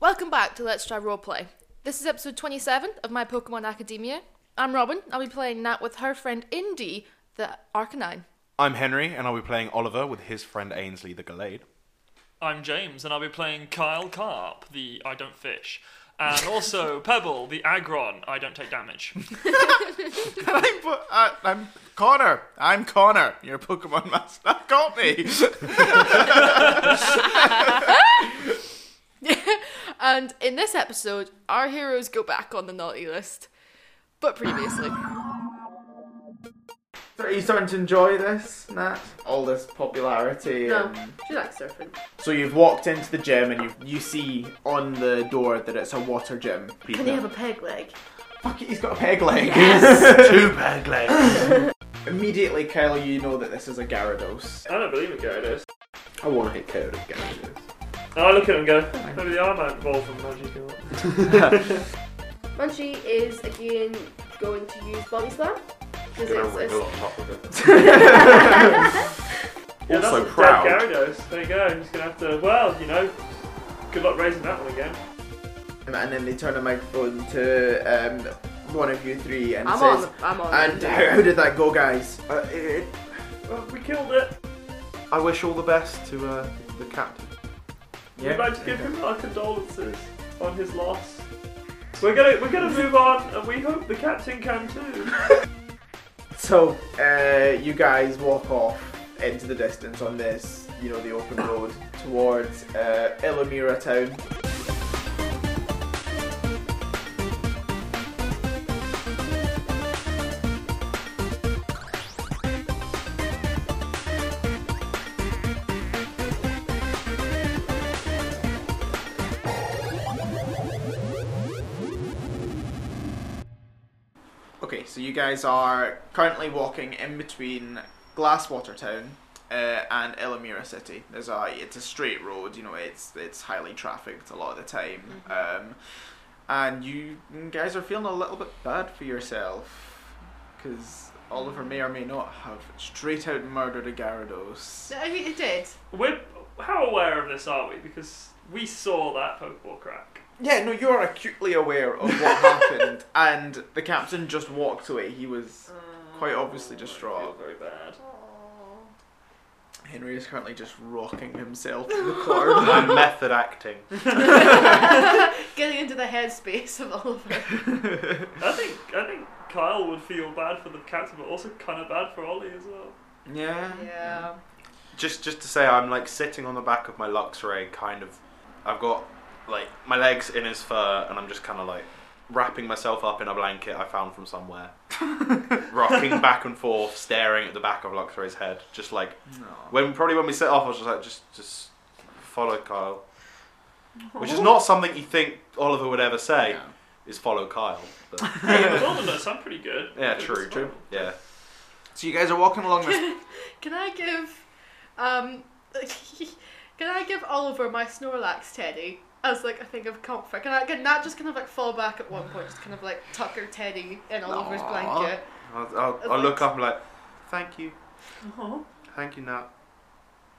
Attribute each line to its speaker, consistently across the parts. Speaker 1: Welcome back to Let's Try Roleplay. This is episode 27 of my Pokemon Academia. I'm Robin. I'll be playing Nat with her friend Indy, the Arcanine.
Speaker 2: I'm Henry, and I'll be playing Oliver with his friend Ainsley the Gallade.
Speaker 3: I'm James, and I'll be playing Kyle Carp, the I don't fish, and also Pebble, the Agron, I don't take damage.
Speaker 4: I'm, Bo- uh, I'm Connor. I'm Connor. Your Pokemon master got me.
Speaker 1: And in this episode, our heroes go back on the naughty list. But previously,
Speaker 4: Are you starting to enjoy this, Nat? All this popularity.
Speaker 1: no,
Speaker 4: and-
Speaker 1: she likes surfing.
Speaker 4: So you've walked into the gym and you you see on the door that it's a water gym.
Speaker 1: Can they have a peg leg?
Speaker 4: Fuck it, he's got a peg leg.
Speaker 2: Two bag legs.
Speaker 4: Immediately, Kyle, you know that this is a Gyarados.
Speaker 3: I don't believe in Gyarados.
Speaker 4: I want to hit Kyle with Gyarados.
Speaker 3: I look at him and go, maybe the Armite ball from Magikarp.
Speaker 5: Munchie is again going to use Body Slam. 'cause it's- it's-
Speaker 2: also proud.
Speaker 3: Gyarados. There you go. I'm just gonna have to. Well, you know, good luck raising that one again.
Speaker 4: And then they turn the microphone to um, one of you three and
Speaker 1: I'm
Speaker 4: says,
Speaker 1: on. I'm on.
Speaker 4: "And how, how did that go, guys?" Uh, it,
Speaker 3: Well, we killed it.
Speaker 6: I wish all the best to uh, the captain.
Speaker 3: We'd like to give him our condolences on his loss. We're gonna we're gonna move on, and we hope the captain can too.
Speaker 4: So, uh, you guys walk off into the distance on this, you know, the open road towards uh, Illumira town. Okay, so you guys are currently walking in between Glasswater Town uh, and Illumira City. There's a it's a straight road, you know, it's it's highly trafficked a lot of the time, um, and you guys are feeling a little bit bad for yourself because Oliver may or may not have straight out murdered a Gyarados.
Speaker 5: I mean, it did.
Speaker 3: We're how aware of this are we? Because we saw that Pokeball crack.
Speaker 4: Yeah, no, you're acutely aware of what happened, and the captain just walked away. He was quite obviously
Speaker 3: I feel
Speaker 4: distraught.
Speaker 3: very bad.
Speaker 4: Henry is currently just rocking himself in the corner.
Speaker 6: I'm method acting.
Speaker 5: Uh, Getting into the headspace of Oliver.
Speaker 3: I think I think Kyle would feel bad for the captain, but also kind of bad for Ollie as well.
Speaker 4: yeah.
Speaker 5: yeah.
Speaker 6: Just just to say, I'm like sitting on the back of my Luxray, kind of. I've got like my legs in his fur, and I'm just kind of like wrapping myself up in a blanket I found from somewhere, rocking back and forth, staring at the back of Luxray's head. Just like
Speaker 4: No.
Speaker 6: when probably when we set off, I was just like, just just follow Kyle, which is not something you think Oliver would ever say.
Speaker 4: Yeah.
Speaker 6: Is follow Kyle. But,
Speaker 3: Hey, with all the nuts, I'm pretty good.
Speaker 6: yeah,
Speaker 3: It's
Speaker 6: true,
Speaker 3: fine.
Speaker 6: true. Yeah.
Speaker 4: So you guys are walking along this.
Speaker 5: Can I give, um, can I give Oliver my Snorlax teddy as like a thing of comfort? Can I can that just kind of like fall back at one point, just kind of like tuck her teddy in Oliver's
Speaker 4: Aw.
Speaker 5: blanket?
Speaker 6: I'll, I'll,
Speaker 5: It's
Speaker 6: I'll
Speaker 5: like-
Speaker 6: look up and like, thank you,
Speaker 3: Aw.
Speaker 6: thank you, Nat.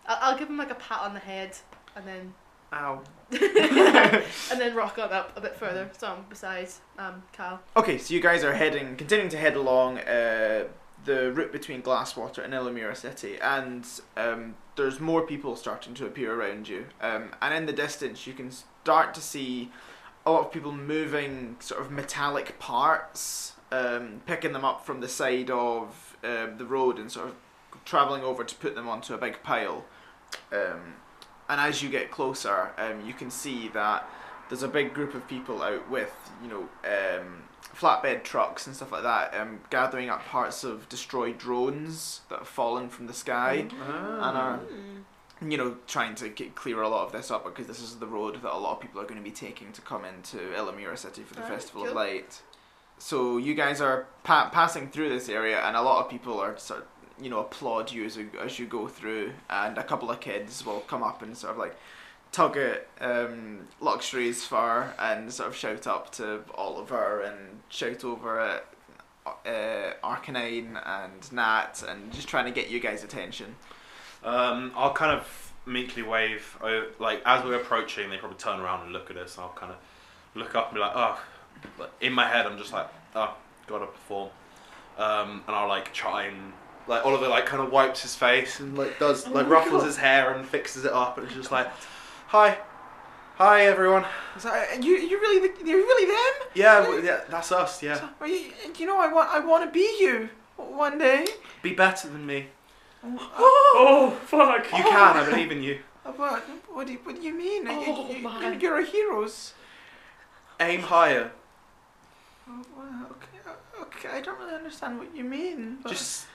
Speaker 5: I'll, I'll give him like a pat on the head, and then
Speaker 6: Ow.
Speaker 5: and then rock on up a bit further. So I'm beside um Kyle.
Speaker 4: Okay, so you guys are heading, continuing to head along uh, the route between Glasswater and Illumira City, and um, there's more people starting to appear around you. Um, and in the distance, you can start to see a lot of people moving sort of metallic parts, um, picking them up from the side of um the road and sort of travelling over to put them onto a big pile. Um, and as you get closer, um, you can see that there's a big group of people out with you know um, flatbed trucks and stuff like that um, gathering up parts of destroyed drones that have fallen from the sky and
Speaker 3: Ah.
Speaker 4: are you know trying to get clear a lot of this up because this is the road that a lot of people are going to be taking to come into Elamira City for the
Speaker 5: Alright,
Speaker 4: Festival of
Speaker 5: cool.
Speaker 4: Light. So you guys are pa- passing through this area, and a lot of people are sort of, you know applaud you as you, as you go through, and a couple of kids will come up and sort of like tug at um, Luxury's fur and sort of shout up to Oliver and shout over at uh, Arcanine and Nat and just trying to get you guys' attention.
Speaker 6: Um, I'll kind of meekly wave. o- Like as we're approaching, they probably turn around and look at us, and I'll kind of look up and be like, oh. But in my head, I'm just like, oh, gotta perform. Um, and I'll like try and like Oliver like kind of wipes his face and like does
Speaker 3: Oh
Speaker 6: like
Speaker 3: my
Speaker 6: ruffles
Speaker 3: God.
Speaker 6: his hair and fixes it up, and it's just like, hi, hi everyone.
Speaker 4: It's like, you you really the, you're really them?
Speaker 6: Yeah, w- yeah, that's us.
Speaker 4: It's
Speaker 6: Yeah,
Speaker 4: like, well, You, you know I want I want to be you one day.
Speaker 6: be better than me.
Speaker 3: Oh fuck!
Speaker 6: You can. I believe in you.
Speaker 4: But what do you, what do you mean? You-
Speaker 5: Oh,
Speaker 4: you,
Speaker 5: my.
Speaker 4: You're a heroes.
Speaker 6: Aim higher.
Speaker 4: Oh, well, okay, uh, okay, I don't really understand what you mean. but-
Speaker 6: Just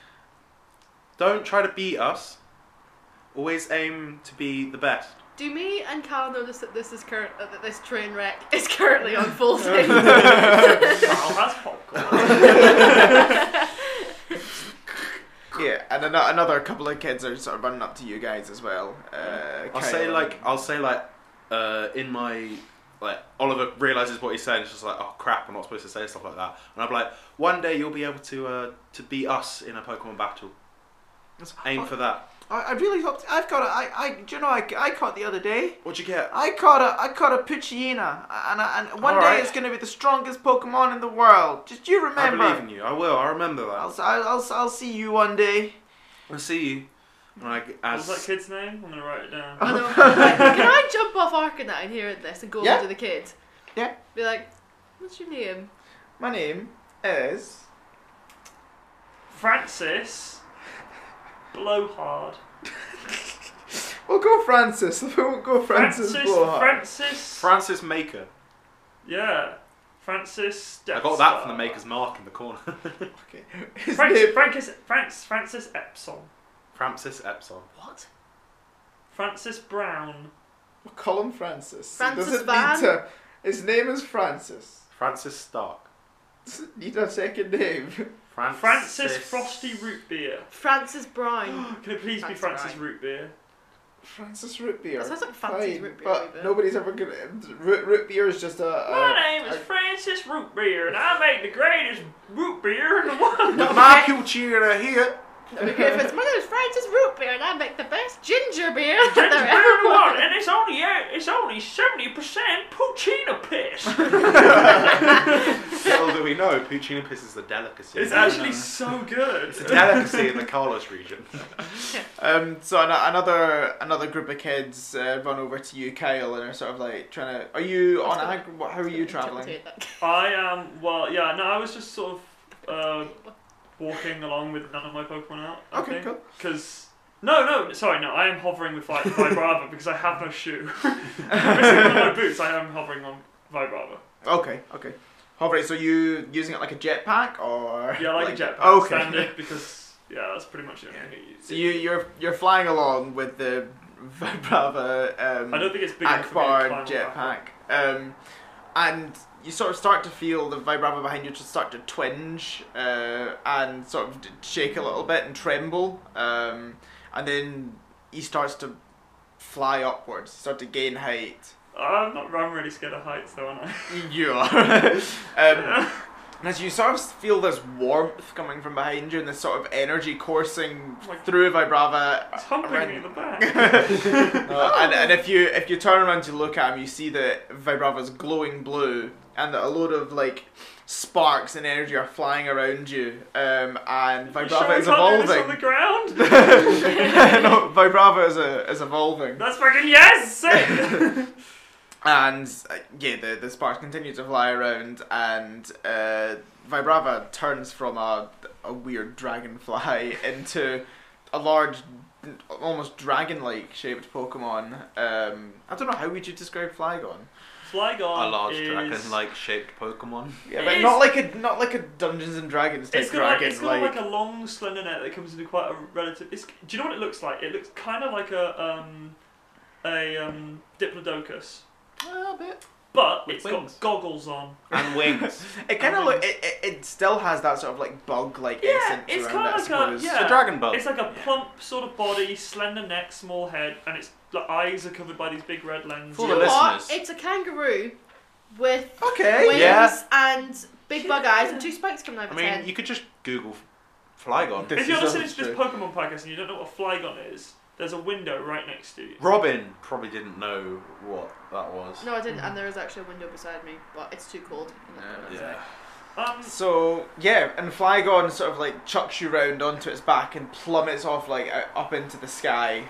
Speaker 6: don't try to beat us. Always aim to be the best.
Speaker 5: Do me and Cal notice that this is current uh, that this train wreck is currently unfolding?
Speaker 3: Oh, that's popcorn.
Speaker 4: Yeah, and ano- another couple of kids are sort of running up to you guys as well. Uh,
Speaker 6: I'll say like I'll say like uh, in my like Oliver realizes what he's saying. It's just like oh crap, I'm not supposed to say stuff like that. And I'm like, one day you'll be able to uh, to beat us in a Pokemon battle. Aim for that.
Speaker 4: I, I really hope I've got a. I, I do you know I, I caught the other day.
Speaker 6: What'd you get?
Speaker 4: I caught a I caught a Puccina, and I, and one
Speaker 6: All
Speaker 4: day
Speaker 6: right.
Speaker 4: it's gonna be the strongest Pokemon in the world. Just you remember.
Speaker 6: I believe in you. I will. I remember
Speaker 4: I'll,
Speaker 6: that.
Speaker 4: s- I'll, I'll, I'll see you one day.
Speaker 6: I'll see you. And I,
Speaker 3: What's
Speaker 6: as
Speaker 3: that kid's name? I'm gonna write it down.
Speaker 5: I know. Like, can I jump off Arcanine here in this and go
Speaker 4: Yeah.
Speaker 5: over to the kid?
Speaker 4: Yeah.
Speaker 5: Be like, what's your name?
Speaker 4: My name is.
Speaker 3: Francis Blowhard.
Speaker 4: We'll go Francis. We won't go Francis.
Speaker 3: Francis.
Speaker 4: Blowhard.
Speaker 3: Francis.
Speaker 6: Francis Maker.
Speaker 3: yeah. Francis.
Speaker 6: I got that
Speaker 3: Deathstar.
Speaker 6: from the Maker's Mark in the corner.
Speaker 4: okay. His
Speaker 3: Francis,
Speaker 4: name.
Speaker 3: Francis, Francis, Francis Epsom.
Speaker 6: Francis Epsom.
Speaker 5: What?
Speaker 3: Francis Brown.
Speaker 4: We'll call him Francis.
Speaker 5: Francis
Speaker 4: it doesn't
Speaker 5: Van?
Speaker 4: need to. His name is Francis.
Speaker 6: Francis Stark.
Speaker 4: Doesn't need a second name.
Speaker 6: Francis,
Speaker 3: Francis Frosty Root Beer.
Speaker 5: Francis Brown.
Speaker 3: Can it please be
Speaker 5: That's
Speaker 3: Francis
Speaker 5: right.
Speaker 3: Root Beer?
Speaker 4: Francis Root Beer.
Speaker 5: That sounds like fancy
Speaker 4: Fine,
Speaker 5: root beer.
Speaker 4: But
Speaker 5: maybe.
Speaker 4: nobody's ever gonna. Root, root beer is just a. a-
Speaker 3: My name is
Speaker 4: a-
Speaker 3: Francis Root Beer, and I make the greatest root beer in the world.
Speaker 6: With my culture here.
Speaker 5: Maybe if it's my name is Francis Root Beer and I make the best ginger beer that
Speaker 3: Ginger beer
Speaker 5: there
Speaker 3: in
Speaker 5: ever
Speaker 3: the world,
Speaker 5: was.
Speaker 3: and it's only eight- it's only seventy percent Puccina piss.
Speaker 6: Little do we know, Puccino piss is a delicacy.
Speaker 3: it's actually so good.
Speaker 6: It's a delicacy in the Carlos region.
Speaker 4: Um, so an- another another group of kids uh, run over to you, Kyle, and are sort of like trying to. Are you on?
Speaker 5: Let's go.
Speaker 4: Ag- what- how are you traveling?
Speaker 3: I am well, yeah. No, I was just sort of uh, walking along with none of my Pokemon out. I
Speaker 4: Okay, cool.
Speaker 3: Because no, no, sorry, no. I am hovering with Vi- Vibrava because I have no shoe. Missing one of my boots. I am hovering on Vibrava.
Speaker 4: Okay, okay. Hovering. So you using it like a jetpack or?
Speaker 3: Yeah, like, a jetpack.
Speaker 4: Okay.
Speaker 3: Standard because yeah, that's pretty much it.
Speaker 4: So you you're you're flying along with the Vibrava. Um,
Speaker 3: I don't think it's big enough for me to
Speaker 4: Akbar
Speaker 3: climb on
Speaker 4: jetpack. Um, and you sort of start to feel the vibrava behind you just start to twinge uh, and sort of d- shake a little bit and tremble. Um, and then he starts to fly upwards, start to gain height.
Speaker 3: I'm not. I'm really scared of heights, though, aren't I?
Speaker 4: You are. um, and as you sort of feel this warmth coming from behind you and this sort of energy coursing
Speaker 3: Like-
Speaker 4: through vibrava
Speaker 3: It's humping
Speaker 4: around-
Speaker 3: me in the back.
Speaker 4: Uh, and, and if you if you turn around to look at him, you see that Vibrava's glowing blue, and that a load of like sparks and energy are flying around you. Um, and
Speaker 3: You sure
Speaker 4: Vibrava
Speaker 3: we
Speaker 4: is
Speaker 3: can't do this on the
Speaker 4: evolving.
Speaker 3: ground.
Speaker 4: no, Vibrava is a, is evolving.
Speaker 3: That's fucking yes. Say it.
Speaker 4: And uh, yeah, the, the sparks continue to fly around, and uh, Vibrava turns from a, a weird dragonfly into a large, almost dragon like shaped Pokemon. Um, I don't know how would you describe Flygon.
Speaker 3: Flygon.
Speaker 6: A large
Speaker 3: is...
Speaker 6: dragon-like shaped Pokemon.
Speaker 4: Yeah,
Speaker 3: It
Speaker 4: but
Speaker 3: is-
Speaker 4: not like a not like a Dungeons and Dragons type
Speaker 3: It's got, like,
Speaker 4: dragon.
Speaker 3: it's got like, a long slender neck that comes into quite a relative. It's, do you know what it looks like? It looks kind of like a um, a um, diplodocus,
Speaker 4: a bit.
Speaker 3: but
Speaker 6: With
Speaker 3: it's
Speaker 6: wings.
Speaker 3: got goggles on.
Speaker 6: And wings.
Speaker 4: It kind of look. It, it, it still has that sort of like bug like
Speaker 3: Um, Yeah,
Speaker 4: essence
Speaker 3: it's
Speaker 4: around
Speaker 3: kinda
Speaker 4: it. I
Speaker 3: like a-
Speaker 4: suppose.
Speaker 6: It's
Speaker 3: yeah.
Speaker 6: a dragon bug.
Speaker 3: It's like a plump sort of body, slender neck, small head, and its like, eyes are covered by these big red lenses.
Speaker 6: For
Speaker 5: Do you
Speaker 6: the
Speaker 5: know what?
Speaker 6: listeners.
Speaker 5: It's a kangaroo with
Speaker 4: Okay.
Speaker 5: wings
Speaker 6: yeah.
Speaker 5: and big bug eyes and two spikes coming out of
Speaker 6: I
Speaker 5: its
Speaker 6: mean,
Speaker 5: head.
Speaker 6: you could just Google Flygon.
Speaker 4: This
Speaker 3: if you're
Speaker 4: is
Speaker 3: listening to this
Speaker 4: true.
Speaker 3: Pokemon podcast and you don't know what a Flygon is, There's a window right next to you.
Speaker 6: Robin probably didn't know what that was.
Speaker 5: No, I didn't, and there is actually a window beside me, but it's too cold. in that
Speaker 4: Yeah.
Speaker 5: window, so-
Speaker 6: Hmm. Yeah.
Speaker 3: Um,
Speaker 4: So yeah, and Flygon sort of like chucks you round onto its back and plummets off like out- up into the sky.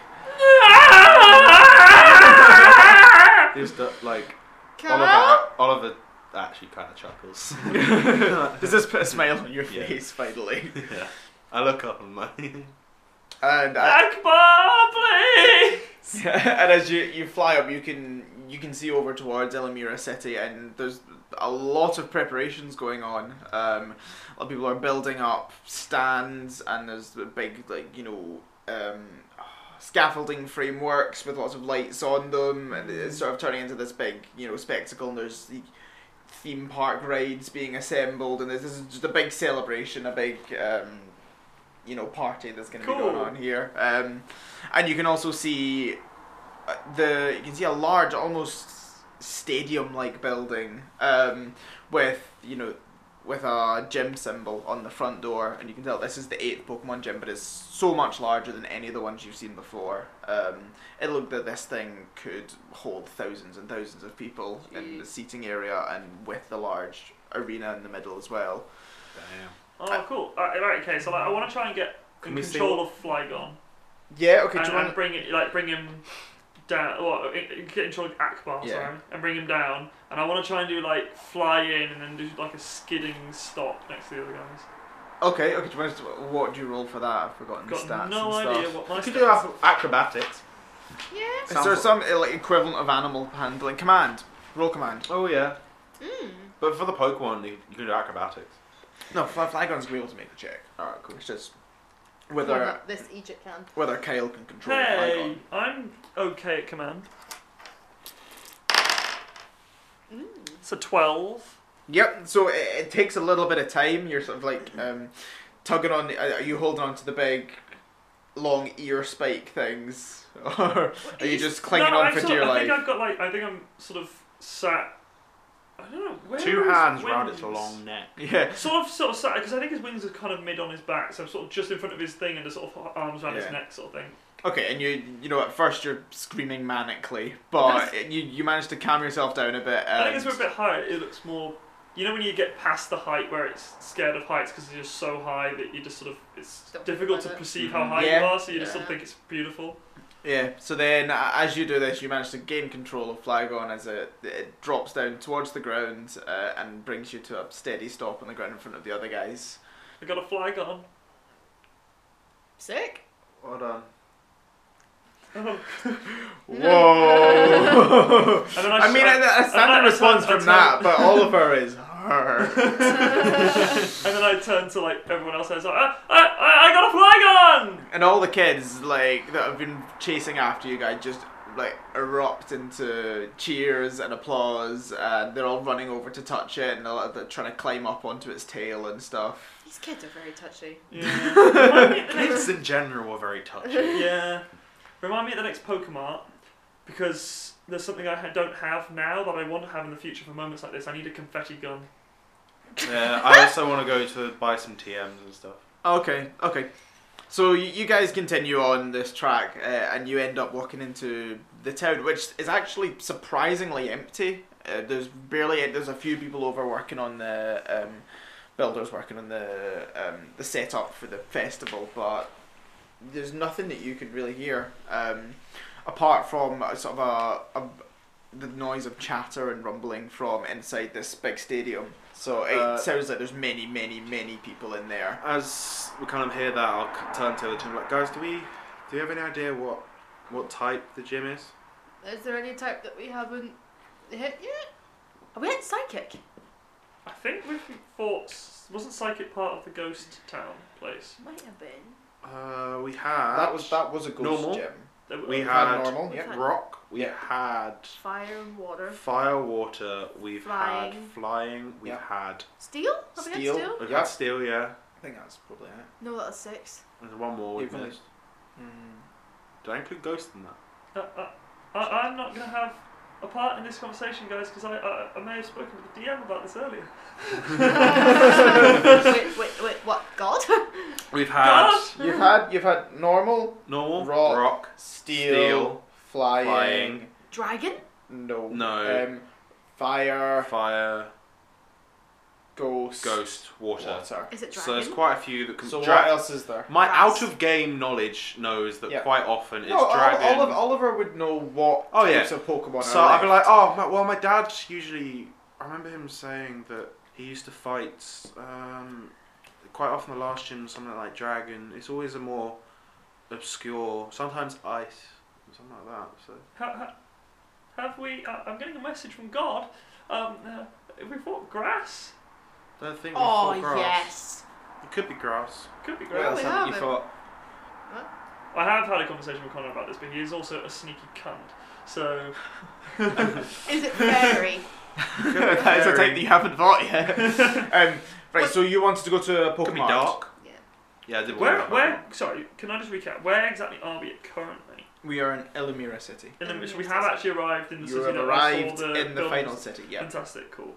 Speaker 6: Is that like
Speaker 5: Carl?
Speaker 6: Oliver? Oliver actually kind of chuckles.
Speaker 4: Does this put a smile on your
Speaker 6: Yeah.
Speaker 4: face finally?
Speaker 6: yeah. I look up and my.
Speaker 4: And uh,
Speaker 3: Akbar, please!
Speaker 4: and as you, you fly up, you can you can see over towards Elamira City, and there's a lot of preparations going on. Um, a lot of people are building up stands, and there's the big like you know um, scaffolding frameworks with lots of lights on them, and it's sort of turning into this big you know spectacle. And there's the theme park rides being assembled, and this is just a big celebration, a big um, you know party that's going to be going
Speaker 3: Cool.
Speaker 4: on here. Um, and you can also see uh, the you can see a large, almost stadium-like building um, with you know with a gym symbol on the front door, and you can tell this is the eighth Pokemon gym, but it's so much larger than any of the ones you've seen before. Um, it looked that this thing could hold thousands and thousands of people in the seating area, and with the large arena in the middle as well.
Speaker 6: Damn.
Speaker 3: Oh, cool. Alright, right, okay, so like, I want to try and get
Speaker 6: Can
Speaker 3: in
Speaker 6: we see
Speaker 3: control of Flygon.
Speaker 4: Yeah. Okay.
Speaker 3: and,
Speaker 4: do you
Speaker 3: and
Speaker 4: want?
Speaker 3: bring it, like bring him down. Well, get in charge of Akbar,
Speaker 4: Yeah.
Speaker 3: sorry, and bring him down. And I want to try and do like fly in and then do like a skidding stop next to the other guys.
Speaker 4: Okay. Okay. Do you want? to- What do you roll for that? I've forgotten the
Speaker 3: Got
Speaker 4: stats
Speaker 3: no
Speaker 4: and
Speaker 3: idea
Speaker 4: stuff.
Speaker 3: what my
Speaker 6: You
Speaker 3: stats.
Speaker 6: could do ac- acrobatics.
Speaker 5: Yeah.
Speaker 4: Is there some uh, like equivalent of animal handling command? Roll command.
Speaker 6: Oh yeah.
Speaker 5: Mm.
Speaker 6: But for the Pokemon, you, you could do acrobatics.
Speaker 4: No, Fly- Flygon's gonna be able to make the check. All right, cool. It's just
Speaker 5: Well,
Speaker 4: whether
Speaker 5: not this Egypt can.
Speaker 4: whether Kyle can control
Speaker 3: Hey, I'm okay at command.
Speaker 5: Mm.
Speaker 3: So twelve.
Speaker 4: Flygon. Yep. So it, it takes a little bit of time. You're sort of like um, tugging on. the- Are are you holding on to the big, long ear spike things, or are you just clinging
Speaker 3: no,
Speaker 4: on
Speaker 3: I'm
Speaker 4: for
Speaker 3: sort-
Speaker 4: dear
Speaker 3: I
Speaker 4: life?
Speaker 3: think I've got like I think I'm sort of sat. I don't know. Where
Speaker 6: Two
Speaker 3: are his
Speaker 6: hands round its
Speaker 3: wings?
Speaker 6: long neck.
Speaker 4: Yeah.
Speaker 3: Sort of, sort of sat because I think his wings are kind of mid on his back, so I'm sort of just in front of his thing and just sort of arms around
Speaker 4: Yeah.
Speaker 3: his neck, sort of thing.
Speaker 4: Okay, and you you know at first you're screaming manically, but you you manage to calm yourself down a bit.
Speaker 3: I think as
Speaker 4: and-
Speaker 3: we're a bit higher, it looks more. You know when you get past the height where it's scared of heights because you're just so high that you just sort of it's
Speaker 5: Don't
Speaker 3: difficult to
Speaker 5: like it.
Speaker 3: perceive
Speaker 6: Mhm.
Speaker 3: how high
Speaker 4: Mm-hmm. Yeah.
Speaker 3: you are, so you just sort of
Speaker 5: Yeah.
Speaker 3: think it's beautiful.
Speaker 4: Yeah. So then, uh, as you do this, you manage to gain control of Flygon as it, it drops down towards the ground uh, and brings you to a steady stop on the ground in front of the other guys.
Speaker 3: I got a fly gun.
Speaker 5: Sick.
Speaker 6: Well done.
Speaker 3: and
Speaker 4: Whoa!
Speaker 3: then I,
Speaker 4: I mean,
Speaker 3: I,
Speaker 4: a, a
Speaker 3: I- I-
Speaker 4: standard response
Speaker 3: I- I-
Speaker 4: from that, but Oliver is hurt.
Speaker 3: and then I turn to like everyone else. And I was like, I, I, I, ah, I got a fly gun.
Speaker 4: And all the kids like that have been chasing after you guys just like erupt into cheers and applause, and they're all running over to touch it and they're, they're trying to climb up onto its tail and stuff.
Speaker 5: These kids are very touchy.
Speaker 3: Yeah. Remind me-
Speaker 6: Kids in general are very touchy.
Speaker 3: yeah. Remind me at the next Pokemon because there's something I ha- don't have now that I want to have in the future for moments like this. I need a confetti gun.
Speaker 6: yeah. I also want to go to buy some TMs and stuff.
Speaker 4: Okay, okay. So you, you guys continue on this track, uh, and you end up walking into the town, which is actually surprisingly empty. Uh, there's barely there's a few people over working on the um, builders working on the um, the setup for the festival, but there's nothing that you could really hear um, apart from a, sort of a, a the noise of chatter and rumbling from inside this big stadium. So it
Speaker 6: Uh,
Speaker 4: sounds like there's many, many, many people in there.
Speaker 6: As we kind of hear that, I'll c- turn to the team like, guys, do we do you have any idea what what type the gym is?
Speaker 5: Is there any type that we haven't hit yet? Are we at psychic?
Speaker 3: I think we fought. Wasn't Psychic part of the Ghost Town place?
Speaker 5: Might have been.
Speaker 6: Uh, we had
Speaker 4: That was that was a ghost
Speaker 6: Normal?
Speaker 4: gym.
Speaker 3: There were-
Speaker 6: We
Speaker 4: We've
Speaker 6: had
Speaker 4: normal.
Speaker 5: We've
Speaker 4: Yeah.
Speaker 5: had-
Speaker 6: rock. We
Speaker 4: Yeah.
Speaker 6: had
Speaker 5: Fire and water.
Speaker 6: fire, water. We've
Speaker 5: Flying.
Speaker 6: had flying. We've
Speaker 4: Yeah.
Speaker 6: had
Speaker 5: Steel? Have we
Speaker 4: Steel.
Speaker 5: had steel?
Speaker 6: we've
Speaker 4: Yeah.
Speaker 6: had steel. Yeah,
Speaker 4: I think that's probably it.
Speaker 5: No, that was six.
Speaker 6: there's one more. We
Speaker 4: You've only-
Speaker 6: missed. Hmm. Did I include ghost in that?
Speaker 3: Uh, uh, I, I'm not going to have a part in this conversation, guys, because I, I, I may have spoken with the DM about this earlier.
Speaker 5: wait, wait, wait, what? God?
Speaker 6: We've had
Speaker 3: Gas?
Speaker 4: You've had you've had normal,
Speaker 6: normal
Speaker 4: Rock.
Speaker 6: rock.
Speaker 4: steel,
Speaker 6: Steel,
Speaker 4: flying,
Speaker 6: flying.
Speaker 5: Dragon?
Speaker 4: no,
Speaker 6: No.
Speaker 4: um, fire,
Speaker 6: fire,
Speaker 4: ghost,
Speaker 6: ghost, water.
Speaker 4: water.
Speaker 5: Is it dragon?
Speaker 6: So there's quite a few that can.
Speaker 4: So
Speaker 6: dra-
Speaker 4: what else is there?
Speaker 6: My
Speaker 5: Grass.
Speaker 6: out of game knowledge knows that
Speaker 4: Yeah.
Speaker 6: quite often it's
Speaker 4: no, Ol-
Speaker 6: dragon.
Speaker 4: Oliver, Oliver would know what
Speaker 6: Oh, yeah.
Speaker 4: types of Pokemon.
Speaker 6: so
Speaker 4: are
Speaker 6: I'd be like,
Speaker 4: left.
Speaker 6: oh, my, well, my dad usually. I remember him saying that he used to fight um, quite often the last gym something like dragon. It's always a more obscure, sometimes ice, and something like that. So
Speaker 3: Ha- ha- Have we? I- I'm getting a message from God. Um, uh, we fought grass.
Speaker 6: don't think we
Speaker 5: Oh,
Speaker 6: fought grass.
Speaker 5: yes.
Speaker 6: It could be grass.
Speaker 3: Could be
Speaker 4: what
Speaker 3: grass.
Speaker 4: else
Speaker 5: we
Speaker 4: haven't you
Speaker 5: haven't.
Speaker 4: thought?
Speaker 3: I have had a conversation with Connor about this, but he is also a sneaky cunt. So
Speaker 5: Is it fairy?
Speaker 4: that is a type that you haven't thought yet. um, right,
Speaker 5: What-
Speaker 4: so you wanted to go to a Pokemon?
Speaker 6: Could be dark.
Speaker 5: yeah.
Speaker 6: Yeah, I did.
Speaker 3: where?
Speaker 6: wonder about
Speaker 3: Where? Sorry, can I just recap? Where exactly are we at currently?
Speaker 4: We are in Elamira City.
Speaker 3: In the,
Speaker 5: Um,
Speaker 3: we have actually arrived in the
Speaker 4: You
Speaker 3: city.
Speaker 4: have
Speaker 3: that I
Speaker 4: arrived
Speaker 3: saw
Speaker 4: in the
Speaker 3: buildings.
Speaker 4: final city. Yeah.
Speaker 3: Fantastic. Cool.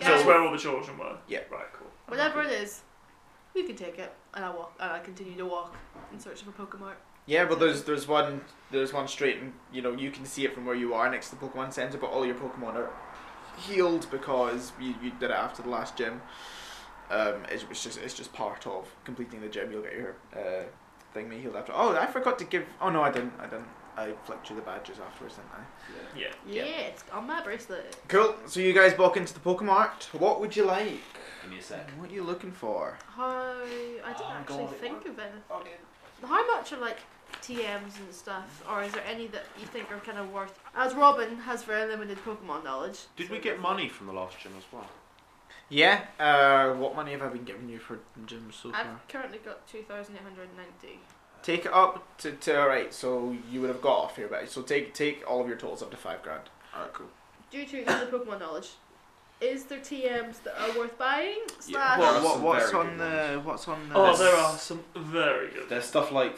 Speaker 5: Yeah.
Speaker 3: That's where all the children were.
Speaker 4: Yeah.
Speaker 3: Right. Cool. I'm
Speaker 5: Whatever
Speaker 3: happy.
Speaker 5: it is, we can take it. And I walk. And I continue to walk in search of a Pokemon.
Speaker 4: Yeah, but there's there's one there's one straight, and you know you can see it from where you are next to the Pokemon Center. But all your Pokemon are healed because you, you did it after the last gym. Um, it was just it's just part of completing the gym. You'll get your uh, thing me healed after. Oh, I forgot to give. Oh no, I didn't. I didn't. I flicked you the badges afterwards, didn't I?
Speaker 6: that.
Speaker 5: Yeah,
Speaker 3: Yeah.
Speaker 4: Yeah.
Speaker 5: it's on my bracelet.
Speaker 4: Cool. So you guys walk into the Pokemart. What would you like?
Speaker 6: Give me a sec.
Speaker 4: What are you looking for?
Speaker 5: How I didn't
Speaker 6: Oh,
Speaker 5: actually
Speaker 6: God, it
Speaker 5: think
Speaker 6: worked.
Speaker 5: of anything. How much are like TMs and stuff, or is there any that you think are kind of worth? As Robin has very limited Pokemon knowledge.
Speaker 6: Did
Speaker 5: so
Speaker 6: we get money from the last gym as well?
Speaker 4: Yeah. Uh, what money have I been giving you for gyms so far?
Speaker 5: I've currently got two thousand eight hundred ninety.
Speaker 4: Take it up to, to all right. So you would have got off here, but so take take all of your totals up to five grand.
Speaker 6: Alright, cool.
Speaker 5: Due to the Pokemon knowledge, is there TMs that are worth buying?
Speaker 6: Yeah.
Speaker 5: Slash,
Speaker 6: Well, What- some
Speaker 4: what's
Speaker 6: what's very on
Speaker 4: on
Speaker 6: good
Speaker 4: the
Speaker 6: the-
Speaker 4: what's on the?
Speaker 3: Oh, there are some very good.
Speaker 6: There's stuff like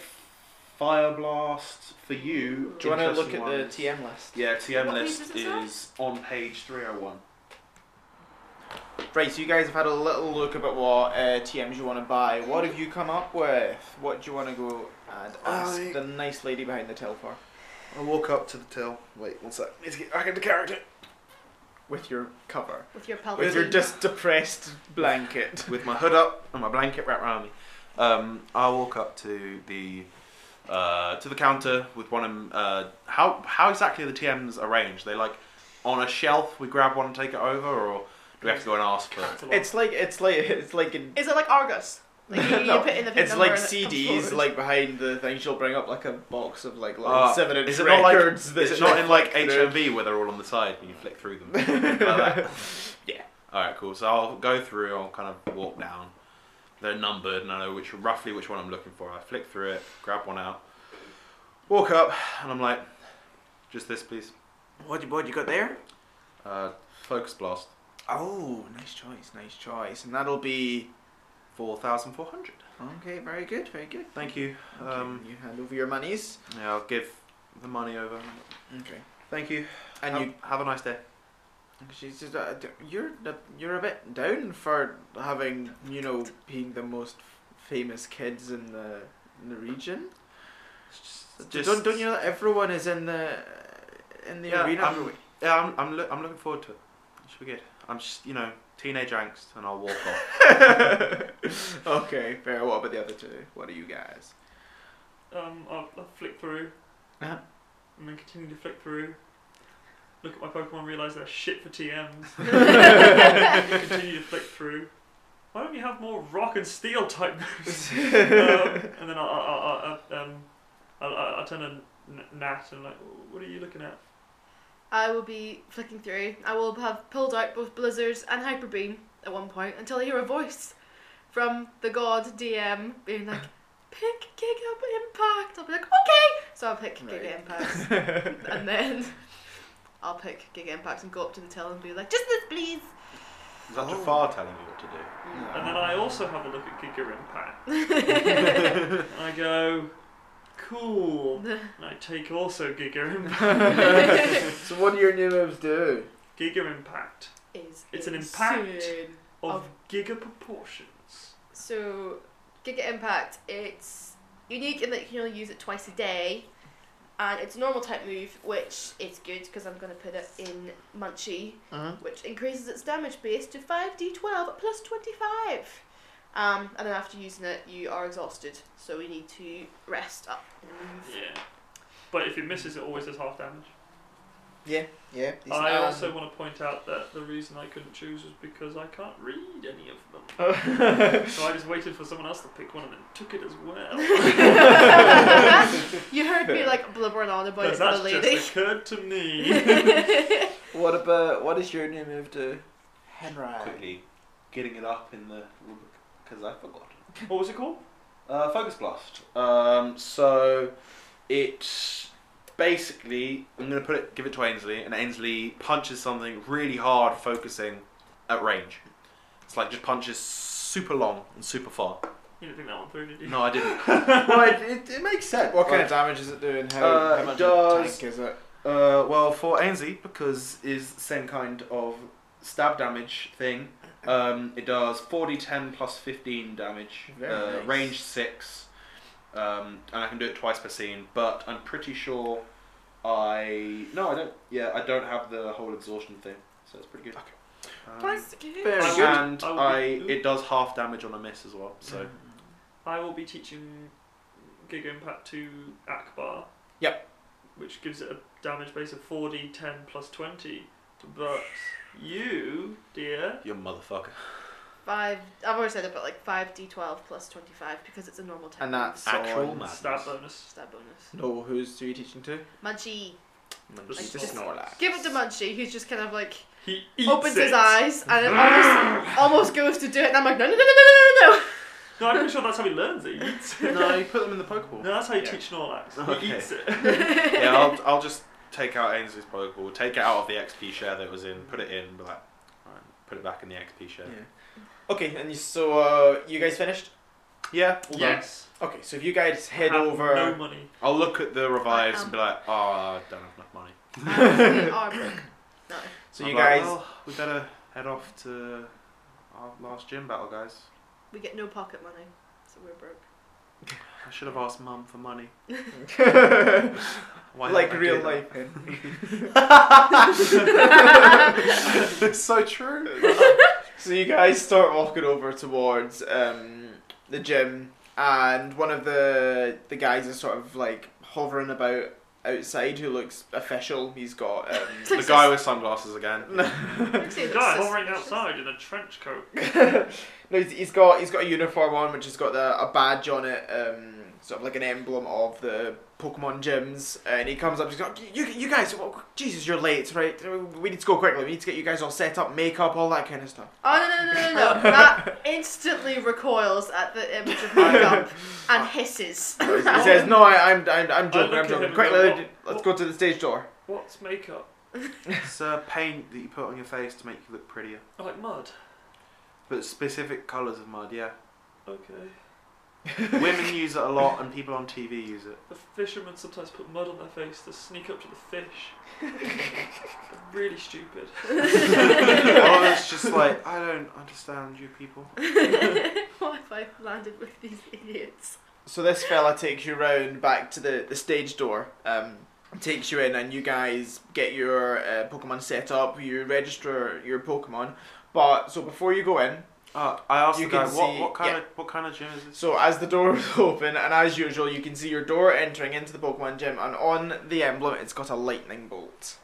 Speaker 6: Fire Blast for you.
Speaker 4: Do you want to look
Speaker 6: interesting
Speaker 4: at
Speaker 6: ones.
Speaker 4: the TM list?
Speaker 6: Yeah, TM
Speaker 5: What page
Speaker 6: list
Speaker 5: is it, sorry?
Speaker 6: is on page 301.
Speaker 4: Right, so you guys have had a little look about what uh, TMs you want to buy. What have you come up with? What do you want to go and ask
Speaker 6: I-
Speaker 4: the nice lady behind the till for
Speaker 6: I walk up to the till. Wait, one sec. Need to get back into character.
Speaker 4: with your cover,
Speaker 5: with your Palpatine.
Speaker 4: with your just depressed blanket?
Speaker 6: With my hood up and my blanket wrapped around me, um, I walk up to the uh, to the counter with one of 'em, uh, how how exactly are the TMs arranged? Are they like on a shelf. We grab one and take it over, or do we have to go and ask for it?
Speaker 3: Catalog.
Speaker 4: It's like it's like it's like in
Speaker 5: Is it like Argus? Like you,
Speaker 4: No,
Speaker 5: you put in the pin
Speaker 4: It's
Speaker 5: number
Speaker 4: like
Speaker 5: and it comes
Speaker 4: CDs,
Speaker 5: forward?
Speaker 4: like behind the thing. She'll bring up like a box of like, like
Speaker 6: Uh,
Speaker 4: seven inch
Speaker 6: Is it not like
Speaker 4: records.
Speaker 6: is
Speaker 4: that
Speaker 6: it
Speaker 4: she'll
Speaker 6: not in like
Speaker 4: flick through.
Speaker 6: HMV where they're all on the side and you flick through them? Like that?
Speaker 4: Yeah.
Speaker 6: All right, cool. So I'll go through. I'll kind of walk down. They're numbered, and I know which roughly which one I'm looking for. I flick through it, grab one out, walk up, and I'm like, "Just this, please."
Speaker 4: What what you got there?
Speaker 6: Uh, focus blast,
Speaker 4: Oh, nice choice, nice choice, and that'll be
Speaker 6: four thousand four hundred.
Speaker 4: okay. Very good, very good.
Speaker 6: Thank you.
Speaker 4: Okay,
Speaker 6: Um,
Speaker 4: you hand over your monies.
Speaker 6: yeah, I'll give the money over.
Speaker 4: Okay,
Speaker 6: Thank you.
Speaker 4: and
Speaker 6: have,
Speaker 4: you.
Speaker 6: have a nice day.
Speaker 4: She says, uh, d- "You're a- you're a bit down for having you know being the most famous kids in the in the region.
Speaker 6: Just-
Speaker 4: don't don't you know that everyone is in the in the
Speaker 6: Yeah,
Speaker 4: arena?
Speaker 6: I'm- Yeah, I'm I'm, loo- I'm looking forward to it. It should be good. I'm just, you know, teenage angst, and I'll walk off.
Speaker 4: okay, fair. What about the other two? What are you guys?
Speaker 3: Um, I'll, I'll flick through.
Speaker 4: Uh-huh.
Speaker 3: And then continue to flick through. Look at my Pokemon, realise they're shit for TMs. continue to flick through. Why don't you have more rock and steel type moves? um, and then I'll, I'll, I'll, I'll, um, I'll, I'll, I'll turn to N- Nat and like, what are you looking at?
Speaker 5: I will be flicking through. I will have pulled out both Blizzards and Hyper Beam at one point until I hear a voice from the god DM being like, pick Giga Impact. I'll be like, okay. So I'll pick Giga
Speaker 4: Right.
Speaker 5: Impact. and then I'll pick Giga Impact and go up to the till and be like, just this, please.
Speaker 6: Is
Speaker 4: Oh.
Speaker 6: that Jafar telling you what to do?
Speaker 3: And then I also have a look at Giga Impact. and I go, cool. And I take also Giga Impact.
Speaker 4: so what do your new moves do?
Speaker 3: Giga Impact
Speaker 5: Is
Speaker 3: It's an impact.
Speaker 5: insane.
Speaker 3: of
Speaker 5: Of-
Speaker 3: giga proportions.
Speaker 5: So Giga Impact. It's unique in that you can only use it twice a day, and it's a normal type move, which is good because I'm going to put it in Munchie,
Speaker 6: Uh-huh.
Speaker 4: Mhm.
Speaker 5: which increases its damage base to 5d12 plus 25. Um, and then after using it, you are exhausted, so we need to rest up and move.
Speaker 3: Yeah. But if it misses, it always does half damage.
Speaker 4: Yeah, yeah. decent.
Speaker 3: I
Speaker 4: Um,
Speaker 3: also want to point out that the reason I couldn't choose was because I can't read any of them.
Speaker 4: Oh.
Speaker 3: so I just waited for someone else to pick one and then took it as well.
Speaker 5: you heard me like blubbering on about it
Speaker 3: Because
Speaker 5: to the
Speaker 3: that's
Speaker 5: lady.
Speaker 3: just occurred to me.
Speaker 4: What about what is your new move to Henry?
Speaker 6: Quickly getting it up in the rubric because I forgot.
Speaker 3: what was it called?
Speaker 6: Uh, Focus Blast. Um, so it's basically I'm gonna put it, give it to Ainsley, and Ainsley punches something really hard, focusing at range. It's like just punches super long and super far.
Speaker 3: You didn't think that one through, did you?
Speaker 6: No, I didn't.
Speaker 4: well,
Speaker 6: Well, it, it, it makes sense.
Speaker 4: What kind of damage is it doing? How,
Speaker 6: Uh,
Speaker 4: how much of a
Speaker 6: does-
Speaker 4: tank is it?
Speaker 6: Uh, well, for Ainsley, because is the same kind of stab damage thing. Um, it does 4d10 plus 15 damage.
Speaker 4: Very
Speaker 6: uh,
Speaker 4: nice.
Speaker 6: Range 6. Um, and I can do it twice per scene, but I'm pretty sure I. No, I don't. Yeah, I don't have the whole exhaustion thing, so it's pretty good. Okay. Um,
Speaker 4: Very
Speaker 3: I
Speaker 4: good.
Speaker 6: and
Speaker 3: I will-
Speaker 6: I, it does half damage on a miss as well.
Speaker 4: Mm.
Speaker 6: So
Speaker 3: I will be teaching Giga Impact to Akbar.
Speaker 4: Yep.
Speaker 3: Which gives it a damage base of 4d10 plus 20. But you, dear,
Speaker 6: you motherfucker.
Speaker 5: Five. I've always said it, but like five d12 plus 25 because it's a normal type.
Speaker 4: And
Speaker 5: move.
Speaker 4: that's
Speaker 6: Actual
Speaker 4: on-
Speaker 6: ma-
Speaker 3: stab bonus.
Speaker 5: Stab bonus.
Speaker 4: No, who's who you teaching to?
Speaker 5: Munchie.
Speaker 4: Munchie the
Speaker 3: Just-
Speaker 4: Snorlax.
Speaker 5: Give it to Munchie, who's just kind of like
Speaker 3: He eats
Speaker 5: opens
Speaker 3: it.
Speaker 5: his eyes and then almost, almost goes to do it, and I'm like, no, no, no, no, no, no, no.
Speaker 3: No, I'm pretty sure that's how he learns it. He eats it.
Speaker 6: no, you put them in the
Speaker 3: No,
Speaker 6: Pokeball.
Speaker 3: that's how you
Speaker 4: Yeah.
Speaker 3: teach Snorlax. He
Speaker 6: Okay.
Speaker 3: eats it.
Speaker 6: yeah, I'll, I'll just take out Ainsley's Pokeball, take it out of the XP share that it was in, put it in, be like, alright, put it back in the XP share.
Speaker 4: Okay, and you, so uh, you guys finished?
Speaker 6: Yeah, all done.
Speaker 3: yes.
Speaker 4: Okay, so if you guys head
Speaker 3: Have
Speaker 4: over,
Speaker 3: No money.
Speaker 6: I'll look at the revives
Speaker 5: Um,
Speaker 6: and be like, oh, I don't have enough money.
Speaker 5: And we are Oh, broke. No.
Speaker 4: so
Speaker 6: I'm
Speaker 4: you
Speaker 6: like,
Speaker 4: guys,
Speaker 6: "Well, we better head off to our last gym battle, guys.
Speaker 5: We get no pocket money, so we're broke.
Speaker 6: I should have asked Mum for money. Why
Speaker 4: like
Speaker 6: didn't I
Speaker 4: real
Speaker 6: do that?"
Speaker 4: life. Henry.
Speaker 6: it's so true.
Speaker 4: so you guys start walking over towards um, the gym, and one of the the guys is sort of like hovering about outside, who looks official. He's got um,
Speaker 6: the guy with sunglasses again.
Speaker 5: Actually,
Speaker 3: The
Speaker 5: it
Speaker 3: guy
Speaker 5: looks
Speaker 3: hovering
Speaker 5: suspicious.
Speaker 3: outside in a trench coat.
Speaker 4: uh, no, he's, he's got he's got a uniform on, which has got the, a badge on it, um, sort of like an emblem of the Pokemon gyms. And he comes up, he's got you, you guys, well, Jesus, you're late, right? We need to go quickly. We need to get you guys all set up, makeup, all that kind of stuff.
Speaker 5: Oh no no no no no! That instantly recoils at the image of makeup and hisses.
Speaker 4: he says, "No, I, I'm, I'm, I'm
Speaker 3: I look
Speaker 4: joking.
Speaker 3: at
Speaker 4: I'm
Speaker 3: him
Speaker 4: joking.
Speaker 3: and
Speaker 4: Quickly,
Speaker 3: go,
Speaker 4: let's- let's go to the stage door."
Speaker 3: What's makeup?
Speaker 6: it's uh, paint that you put on your face to make you look prettier.
Speaker 3: I like mud.
Speaker 6: But specific colours of mud, yeah.
Speaker 3: Okay.
Speaker 6: Women use it a lot, and people on TV use it.
Speaker 3: The fishermen sometimes put mud on their face to sneak up to the fish. really stupid.
Speaker 6: oh, it's just like I don't understand you people.
Speaker 5: What have I landed with these idiots?
Speaker 4: So this fella takes you round back to the, the stage door, um, takes you in, and you guys get your uh, Pokemon set up. You register your Pokemon, but so before you go in,
Speaker 6: Uh, I asked
Speaker 4: You
Speaker 6: the guy
Speaker 4: can
Speaker 6: what,
Speaker 4: see-
Speaker 6: what kind
Speaker 4: yeah.
Speaker 6: of what kind of gym is this?
Speaker 4: so as the door is open, and as usual, you can see your door entering into the Pokemon gym, and on the emblem, it's got a lightning bolt.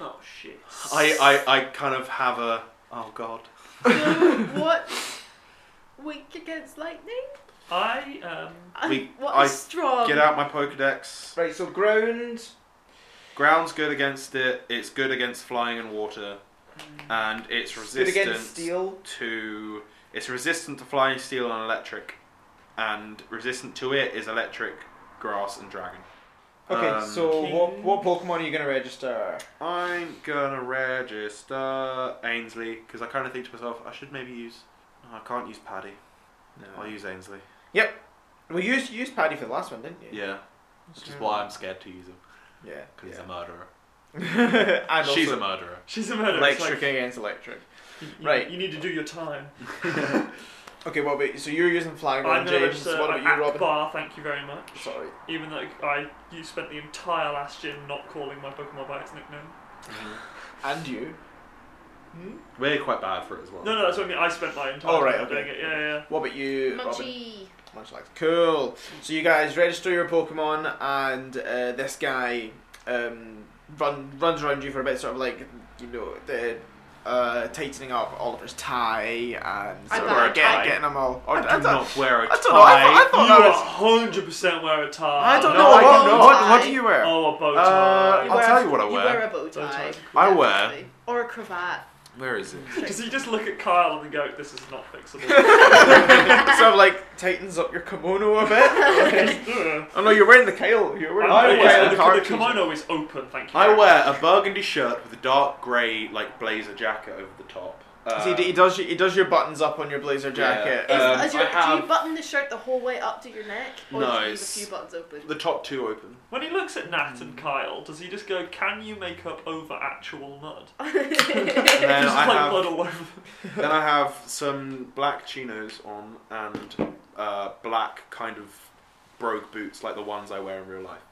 Speaker 3: Oh shit.
Speaker 6: I, I I kind of have a oh god.
Speaker 5: So what? Weak against lightning?
Speaker 3: I um
Speaker 5: And
Speaker 6: We-
Speaker 5: what
Speaker 6: I-
Speaker 5: is strong?
Speaker 6: Get out my Pokedex.
Speaker 4: Right, so ground.
Speaker 6: Ground's good against it. It's good against flying and water, and it's
Speaker 4: Good
Speaker 6: resistant
Speaker 4: against steel.
Speaker 6: to it's resistant to flying, steel, and electric, and resistant to it is electric, grass, and dragon.
Speaker 4: Okay,
Speaker 6: Um,
Speaker 4: so what,
Speaker 3: King.
Speaker 4: what Pokemon are you gonna register?
Speaker 6: I'm gonna register Ainsley because I kind of think to myself I should maybe use. No, I can't use Paddy. I'll use Ainsley.
Speaker 4: Well, you used, you used Paddy for the last one, didn't you?
Speaker 6: Yeah, which
Speaker 3: um,
Speaker 6: is why I'm scared to use him
Speaker 4: Yeah.
Speaker 6: because
Speaker 4: yeah.
Speaker 6: he's a murderer.
Speaker 4: and
Speaker 6: She's
Speaker 4: also
Speaker 6: a murderer.
Speaker 3: she's a murderer. It's
Speaker 4: electric
Speaker 3: like,
Speaker 4: against electric.
Speaker 3: you, you-
Speaker 4: Right.
Speaker 3: You need to do your time.
Speaker 4: Okay, well, wait, so you're using flying
Speaker 3: I'm
Speaker 4: rod,
Speaker 3: going to
Speaker 4: James.
Speaker 3: say
Speaker 4: What about you, Robin?
Speaker 3: Akbar, thank you very much.
Speaker 4: Sorry.
Speaker 3: Even though I you spent the entire last gym not calling my Pokemon by its nickname.
Speaker 4: And you.
Speaker 6: We're quite bad for it as well.
Speaker 3: No, no, that's what I mean. I spent my entire
Speaker 4: Hmm? Oh, right,
Speaker 3: time
Speaker 4: okay.
Speaker 3: doing it. Yeah, yeah. yeah.
Speaker 4: What about you, Robin?
Speaker 5: Munchie.
Speaker 4: Much like cool. So you guys register your Pokemon, and uh, this guy um, run runs around you for a bit, sort of like you know the uh, tightening up Oliver's tie and
Speaker 5: I
Speaker 4: sort
Speaker 5: thought
Speaker 4: of
Speaker 5: a
Speaker 4: get,
Speaker 6: tie.
Speaker 4: getting them all.
Speaker 6: I,
Speaker 4: I, I
Speaker 6: do
Speaker 4: thought-
Speaker 6: not wear a
Speaker 4: I
Speaker 6: tie.
Speaker 4: don't know, I thought- I thought-
Speaker 3: You
Speaker 4: that
Speaker 3: are
Speaker 4: was-
Speaker 3: hundred percent wear a tie.
Speaker 4: Oh, I don't
Speaker 5: No,
Speaker 4: know.
Speaker 5: I
Speaker 4: what,
Speaker 5: don't know.
Speaker 4: What, what do you wear?
Speaker 3: Oh, a bow
Speaker 4: Uh,
Speaker 3: tie.
Speaker 6: I'll
Speaker 5: wear-
Speaker 6: tell you what I
Speaker 5: You
Speaker 6: wear.
Speaker 5: wear a bow
Speaker 3: Bow tie.
Speaker 5: tie.
Speaker 6: I wear-
Speaker 5: Definitely. Or a cravat.
Speaker 6: Where is it?
Speaker 3: Because you just look at Kyle and go, "This is not fixable." uh,
Speaker 4: sort of like tightens up your kimono a bit.
Speaker 3: Ugh.
Speaker 4: oh no, you're wearing the Kyle. You're wearing
Speaker 3: I
Speaker 4: the
Speaker 6: wear-
Speaker 4: Kyle
Speaker 3: the,
Speaker 4: card
Speaker 3: the
Speaker 4: piece.
Speaker 3: kimono is open. Thank you.
Speaker 6: I wear a burgundy shirt with a dark grey like blazer jacket over the top. Uh,
Speaker 4: See, he does. He does your buttons up on your blazer jacket.
Speaker 5: Is,
Speaker 6: Um,
Speaker 5: is your,
Speaker 6: I have-
Speaker 5: Do you button the shirt the whole way up to your neck? Or
Speaker 6: No,
Speaker 5: do you leave a
Speaker 6: it's-
Speaker 5: few buttons open?
Speaker 6: the top two open.
Speaker 3: When he looks at Nat and Kyle, does he just go, "Can you make up over actual mud?"
Speaker 6: And then,
Speaker 3: just
Speaker 6: I
Speaker 3: like
Speaker 6: have,
Speaker 3: blood all over.
Speaker 6: then I have some black chinos on and uh, black kind of brogue boots like the ones I wear in real life.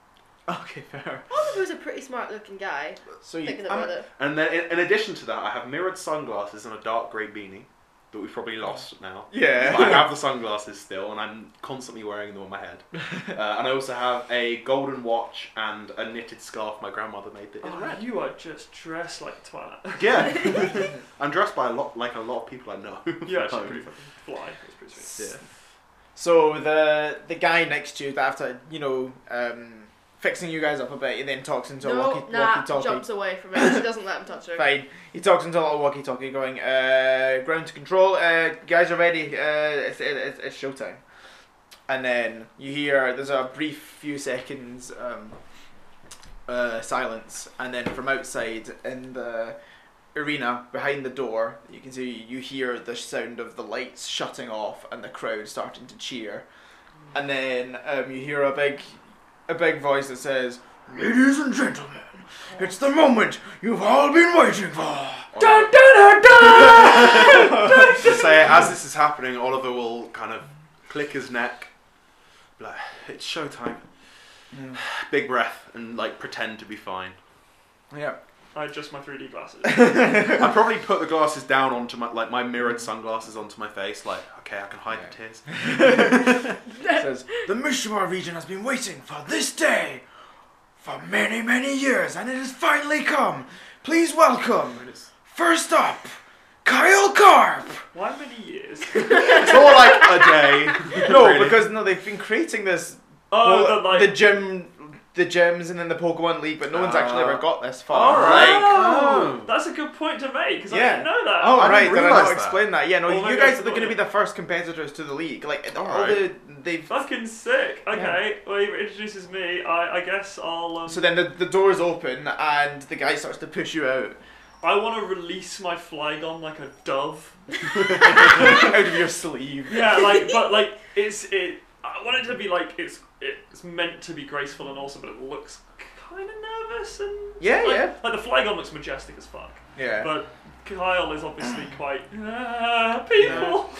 Speaker 4: Okay, fair.
Speaker 5: Oliver's a pretty smart looking guy,
Speaker 4: So you,
Speaker 5: thinking about
Speaker 6: I'm-
Speaker 5: it.
Speaker 6: And then in, in addition to that, I have mirrored sunglasses and a dark grey beanie that we've probably lost now.
Speaker 4: yeah.
Speaker 6: But I have the sunglasses still, and I'm constantly wearing them on my head. Uh, and I also have a golden watch and a knitted scarf my grandmother made that is
Speaker 3: Oh,
Speaker 6: red.
Speaker 3: you are just dressed like twat.
Speaker 6: Yeah, I'm dressed by a lot like a lot of people I know.
Speaker 3: You're actually pretty fucking fly. That's pretty sweet.
Speaker 6: Yeah.
Speaker 4: So the the guy next to you, after you know, um, fixing you guys up a bit, he then talks into a
Speaker 5: No,
Speaker 4: walkie,
Speaker 5: Nat
Speaker 4: walkie-talkie.
Speaker 5: jumps away from it. She doesn't let him touch her.
Speaker 4: Fine. He talks into a little walkie-talkie, going, uh, "Ground to control. Uh, guys are ready. Uh, it's, it, it's, it's showtime." And then you hear there's a brief few seconds um, uh, silence, and then from outside in the arena behind the door, you can see you hear the sound of the lights shutting off and the crowd starting to cheer, and then um, you hear a big, a big voice that says, "Ladies and gentlemen." It's the moment you've all been waiting for.
Speaker 6: Dun,
Speaker 4: dun,
Speaker 6: to say as this is happening, Oliver will kind of click his neck, be like it's showtime. Big breath and like pretend to be fine.
Speaker 4: Yeah.
Speaker 3: I adjust my 3D glasses.
Speaker 6: I probably put the glasses down onto my like my mirrored sunglasses onto my face. Like okay, I can hide the tears.
Speaker 4: It says the Mishima region has been waiting for this day for many, many years, and it has finally come. Please welcome. First up, Kyle Carp.
Speaker 3: Why many years?
Speaker 6: It's all like a day. Really.
Speaker 4: no, they've been creating this.
Speaker 3: Oh,
Speaker 4: well,
Speaker 3: the like.
Speaker 4: gym, the gyms, and then the Pokemon League, but no one's actually
Speaker 6: Ah.
Speaker 4: ever got this
Speaker 6: All
Speaker 4: far.
Speaker 6: right.
Speaker 3: Oh,
Speaker 6: Oh.
Speaker 3: that's a good point to make because
Speaker 4: Yeah.
Speaker 3: I didn't know that.
Speaker 4: Oh
Speaker 6: I didn't
Speaker 4: right, did I
Speaker 6: realise
Speaker 4: not
Speaker 6: that.
Speaker 4: explain that? Yeah, no,
Speaker 3: Oh my
Speaker 4: you
Speaker 3: God,
Speaker 4: guys are
Speaker 3: I forgot
Speaker 4: going to be
Speaker 3: it.
Speaker 4: the first competitors to the league. Like all, the
Speaker 6: Alright.
Speaker 4: they've
Speaker 3: Fucking sick. Okay, well, he introduces me. I, I guess I'll. Um,
Speaker 4: So then the, the doors open and the guy starts to push you out
Speaker 3: I want to release my flygon like a dove.
Speaker 4: out of your sleeve.
Speaker 3: Yeah, like, but like, it's it. I want it to be like it's it's meant to be graceful and awesome, but it looks kind of nervous and
Speaker 4: Yeah,
Speaker 3: like,
Speaker 4: yeah.
Speaker 3: Like the flygon looks majestic as fuck,
Speaker 4: Yeah.
Speaker 3: but Kyle is obviously quite "Ah, people.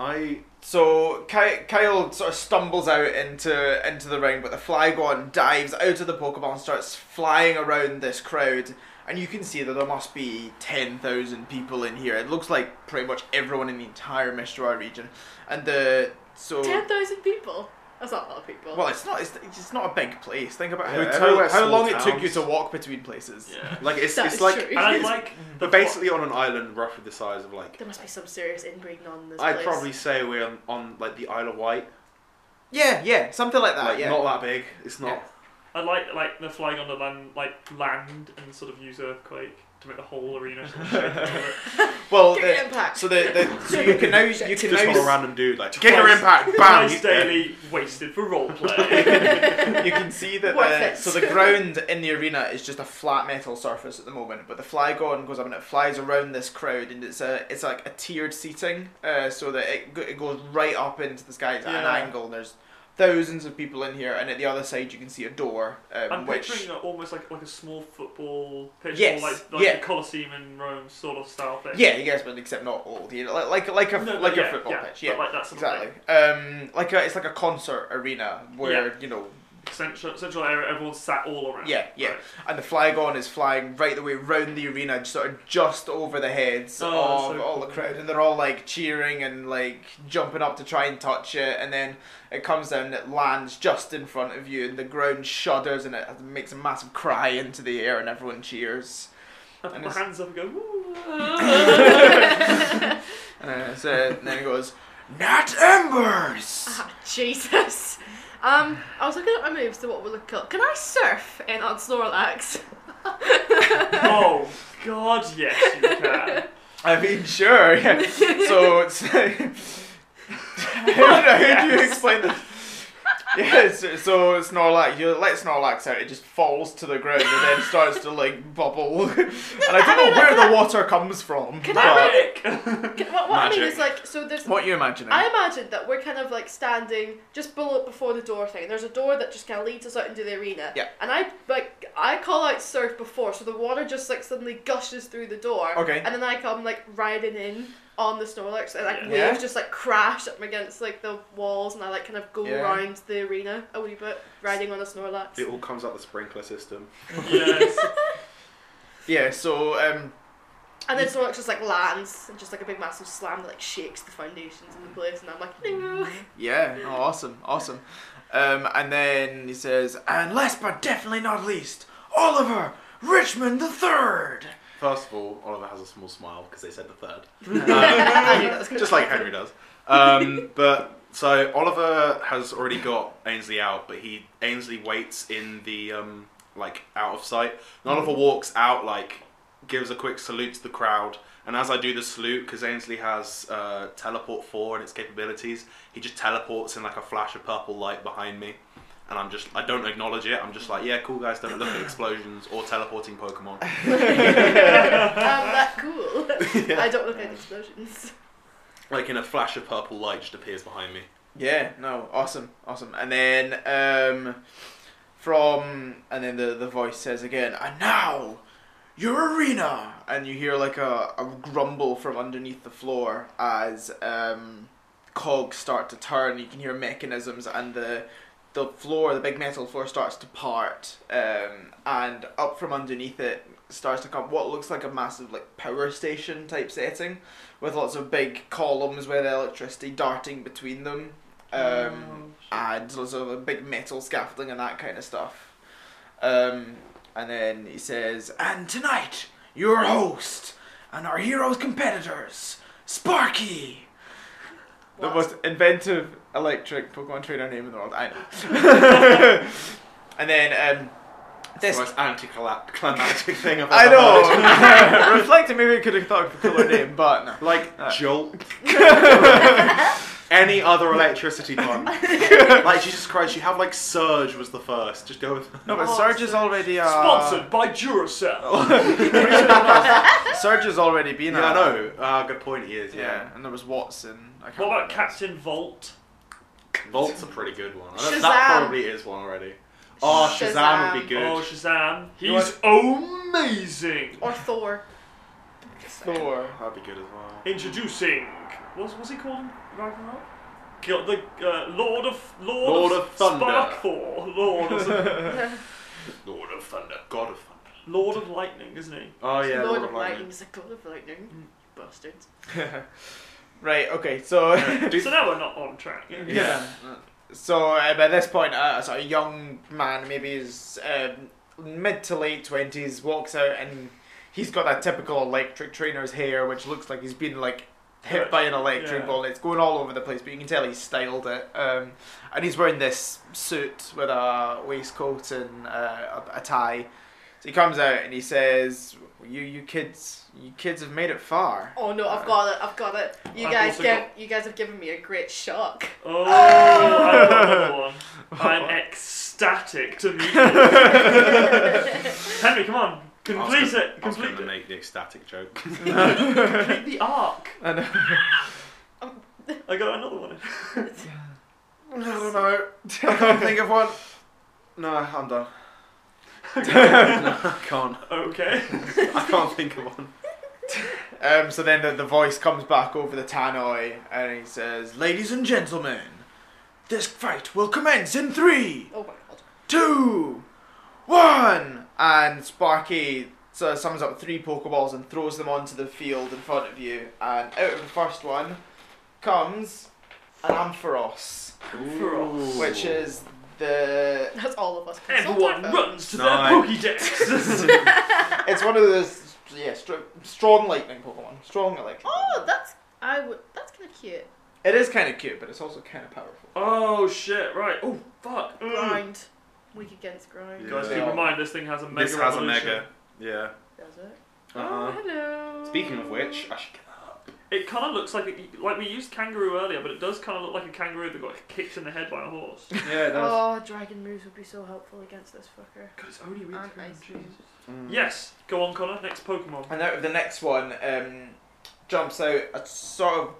Speaker 6: I
Speaker 4: So Ky- Kyle sort of stumbles out into into the ring, but the Flygon dives out of the Pokeball and starts flying around this crowd. And you can see that there must be ten thousand people in here. It looks like pretty much everyone in the entire Mishra region, and the so.
Speaker 5: 10,000 people? That's not a lot of people.
Speaker 4: well, it's not. It's, it's not a big place. Think about
Speaker 6: Yeah,
Speaker 4: how,
Speaker 6: everywhere
Speaker 4: how, how
Speaker 6: small
Speaker 4: long it took
Speaker 6: towns.
Speaker 4: you to walk between places.
Speaker 3: Yeah,
Speaker 6: like it's
Speaker 5: That
Speaker 6: it's
Speaker 5: is
Speaker 6: like
Speaker 5: true.
Speaker 3: and I
Speaker 6: it's
Speaker 3: like the
Speaker 6: basically on an island roughly the size of like
Speaker 5: there must be some serious inbreeding on this
Speaker 6: I'd
Speaker 5: place.
Speaker 6: probably say we're on, on like the Isle of Wight.
Speaker 4: Yeah, yeah, something like that.
Speaker 6: Like,
Speaker 4: Ah, yeah.
Speaker 6: Not that big. It's not.
Speaker 4: Yeah.
Speaker 3: I like like the flying on the land, like land, and sort of use earthquake to make the whole arena. Sort of shake.
Speaker 4: Well,
Speaker 5: Get
Speaker 4: the-
Speaker 5: an impact.
Speaker 4: so the, the so you can now you can
Speaker 6: Just
Speaker 4: now
Speaker 6: on a
Speaker 4: s-
Speaker 6: random dude like get your
Speaker 3: Twice-
Speaker 6: impact, bam.
Speaker 3: Nice
Speaker 6: he's dead.
Speaker 3: daily wasted for roleplay.
Speaker 4: you can see that
Speaker 5: Worth
Speaker 4: the,
Speaker 5: it.
Speaker 4: so the ground in the arena is just a flat metal surface at the moment, but the Flygon goes up and it flies around this crowd, and it's a it's like a tiered seating, uh, so that it, go- it goes right up into the sky at an
Speaker 3: Yeah.
Speaker 4: angle. And there's thousands of people in here, and at the other side you can see a door, um,
Speaker 3: I'm
Speaker 4: which
Speaker 3: picturing uh, almost like like a small football pitch,
Speaker 4: Yes,
Speaker 3: or like, like
Speaker 4: yeah.
Speaker 3: the Colosseum in Rome, sort of style thing.
Speaker 4: yeah, you guys, but except not old, you know, like like like a
Speaker 3: No, no,
Speaker 4: like
Speaker 3: yeah,
Speaker 4: a football
Speaker 3: yeah,
Speaker 4: pitch, yeah,
Speaker 3: but like that sort
Speaker 4: exactly.
Speaker 3: Of
Speaker 4: Um, like a, it's like a concert arena where you know,
Speaker 3: thing. Central, central area, everyone sat all around.
Speaker 4: Yeah, yeah.
Speaker 3: Right.
Speaker 4: and the flagon is flying right the way round the arena, sort of just over the heads
Speaker 3: Oh,
Speaker 4: of
Speaker 3: that's so
Speaker 4: all the
Speaker 3: cool.
Speaker 4: crowd, and they're all like cheering and like jumping up to try and touch it, and then it comes down and it lands just in front of you, and the ground shudders and it makes a massive cry into the air, and everyone cheers.
Speaker 3: Put
Speaker 4: And
Speaker 3: my
Speaker 4: it's-
Speaker 3: hands up and go. Woo.
Speaker 4: Uh, so and then it goes, Nat Embers!
Speaker 5: Ah, Jesus. Um, I was looking at my moves to what would look cool. Can I surf in on Snorlax?
Speaker 3: oh God, yes, you can.
Speaker 4: I mean, sure. Yeah. So it's. how, do- how do you explain this? Yes, so Snorlax, you let Snorlax out, it just falls to the ground and then starts to like bubble. and I don't know where the water comes from.
Speaker 5: Can I
Speaker 4: but
Speaker 3: Magic.
Speaker 5: Can- what what I mean
Speaker 6: Magic.
Speaker 5: is like, so there's.
Speaker 4: what you imagining?
Speaker 5: I imagine that we're kind of like standing just below before the door thing. There's a door that just kind of leads us out into the arena.
Speaker 4: Yeah.
Speaker 5: And I like I call out surf before, so the water just like suddenly gushes through the door.
Speaker 4: Okay.
Speaker 5: And then I come like riding in on the Snorlax, and like
Speaker 3: Yeah.
Speaker 4: Yeah.
Speaker 5: waves just like crash up against like the walls, and I like kind of go
Speaker 4: Yeah.
Speaker 5: round the arena a wee bit, riding on a Snorlax.
Speaker 6: It all comes out the sprinkler system.
Speaker 3: yes.
Speaker 4: yeah, so um,
Speaker 5: And then Snorlax just like lands and just like a big massive slam that like shakes the foundations in the place, and I'm like, no.
Speaker 4: yeah, oh, awesome, awesome. Um, and then he says, and last but definitely not least, Oliver Richmond the Third.
Speaker 6: First of all, Oliver has a small smile because they said the third.
Speaker 4: Uh,
Speaker 6: just like Henry does. Um, but so Oliver has already got Ainsley out, but he Ainsley waits in the um, like out of sight. And Oliver walks out, like gives a quick salute to the crowd. And as I do the salute, because Ainsley has uh, teleport four and its capabilities, he just teleports in like a flash of purple light behind me. And I'm just, I don't acknowledge it. I'm just like, yeah, cool guys, don't look at explosions or teleporting Pokemon.
Speaker 5: I'm that Um, cool. I don't look at explosions.
Speaker 6: Like in a flash of purple light just appears behind me.
Speaker 4: Yeah, no, awesome, awesome. And then um, from and then the the voice says again, and now your arena, and you hear like a, a grumble from underneath the floor as um, cogs start to turn. You can hear mechanisms and the the floor, the big metal floor, starts to part, um, and up from underneath it starts to come what looks like a massive like power station type setting with lots of big columns with electricity darting between them. Um, and lots of big metal scaffolding and that kind of stuff. Um, and then he says, And tonight, your host and our hero's competitors, Sparky! The
Speaker 5: What?
Speaker 4: most inventive electric Pokemon trainer name in the world, I know. and then um,
Speaker 6: It's
Speaker 4: this.
Speaker 6: the most anticlimactic thing I've ever
Speaker 4: I
Speaker 6: heard.
Speaker 4: know! Reflecting, maybe we could have thought of a cooler name, but no.
Speaker 6: Like
Speaker 4: Uh.
Speaker 6: jolt. Any other electricity pun? like Jesus Christ, you have like surge was the first. Just go with.
Speaker 4: No, but Surge is already. Uh, Oh.
Speaker 3: Sponsored by Duracell.
Speaker 4: Surge has already been
Speaker 6: yeah, I
Speaker 4: a-
Speaker 6: know. Ah, good point. He is. Yeah.
Speaker 4: Yeah, and there was Watson. I can't
Speaker 3: What about
Speaker 4: remember.
Speaker 3: Captain Volt?
Speaker 6: Volt's a pretty good one. I don't- That
Speaker 5: Shazam.
Speaker 6: probably is one already. Oh, Shazam, would be good.
Speaker 3: Oh, Shazam.
Speaker 4: You
Speaker 3: He's
Speaker 6: Oh,
Speaker 3: amazing.
Speaker 5: Or Thor.
Speaker 4: Thor.
Speaker 6: That'd be good as well.
Speaker 3: Introducing. What's what's he called? Ragnarok. Got the uh, Lord of Lord,
Speaker 6: Lord
Speaker 3: of,
Speaker 6: of Thunder.
Speaker 3: Sparkthor. Lord of some-
Speaker 6: Lord of Thunder. God of Thunder.
Speaker 3: Lord of Lightning, isn't he?
Speaker 6: Oh yeah,
Speaker 5: Lord,
Speaker 6: Lord
Speaker 5: of Lightning. He's a god of lightning. You bastards.
Speaker 4: right. Okay. So.
Speaker 3: so now we're not on track.
Speaker 4: yeah. So uh, by this point, uh, so a young man, maybe his um, mid to late twenties, walks out and he's got that typical electric trainer's hair, which looks like he's been like hit by an electric
Speaker 3: Yeah.
Speaker 4: ball. It's going all over the place, but you can tell he's styled it. Um, and he's wearing this suit with a waistcoat and uh, a, a tie. So he comes out and he says, "You, you kids, you kids have made it far."
Speaker 5: Oh no, I've got it. I've got it. You
Speaker 3: I've
Speaker 5: guys
Speaker 3: also
Speaker 5: give. You guys have given me a great shock.
Speaker 3: Oh, I've got another one. I'm ecstatic to meet
Speaker 5: Oh
Speaker 3: you. Henry, come on.
Speaker 6: I was
Speaker 3: Complete
Speaker 6: gonna-
Speaker 3: it.
Speaker 6: I was gonna
Speaker 3: Complete it.
Speaker 6: make the ecstatic joke.
Speaker 3: Complete the arc.
Speaker 4: And
Speaker 3: I got another one.
Speaker 6: I don't know. I can't think of one. No, I'm done. no, I can't.
Speaker 3: Okay.
Speaker 6: I can't think of one.
Speaker 4: Um, so then the, the voice comes back over the tannoy and he says, Ladies and gentlemen, this fight will commence in three,
Speaker 5: Oh my god.
Speaker 4: two, one. And Sparky so summons up three Pokeballs and throws them onto the field in front of you. And out of the first one comes an Ampharos,
Speaker 3: Ooh.
Speaker 4: which is the.
Speaker 5: That's all of us.
Speaker 3: Everyone
Speaker 5: Consultant.
Speaker 3: runs to
Speaker 6: Nice.
Speaker 3: their Pokédex.
Speaker 4: It's one of those. Yeah, str- strong lightning Pokemon. Strong electric.
Speaker 5: Oh, that's I would. That's kind of cute.
Speaker 4: It is kind of cute, but it's also kind of powerful.
Speaker 3: oh shit! Right. Oh fuck. Mm.
Speaker 5: Grind. Weak against grind.
Speaker 6: Yeah.
Speaker 3: Guys, keep in mind this thing has a mega.
Speaker 6: this has a
Speaker 3: evolution.
Speaker 6: mega. Yeah.
Speaker 5: Does it?
Speaker 6: Uh-huh.
Speaker 5: Oh, hello.
Speaker 6: Speaking of which, I should.
Speaker 3: It kind of looks like it, like we used kangaroo earlier, but it does kind of look like a kangaroo that got kicked in the head by a horse.
Speaker 6: Yeah, it does.
Speaker 5: Oh, dragon moves would be so helpful against this fucker.
Speaker 3: God, it's only week
Speaker 5: Aren't
Speaker 3: three,
Speaker 5: I
Speaker 3: Jesus.
Speaker 6: Mm.
Speaker 3: Yes. Go on, Connor. Next Pokemon.
Speaker 4: And out of the next one, um, jumps out a sort of.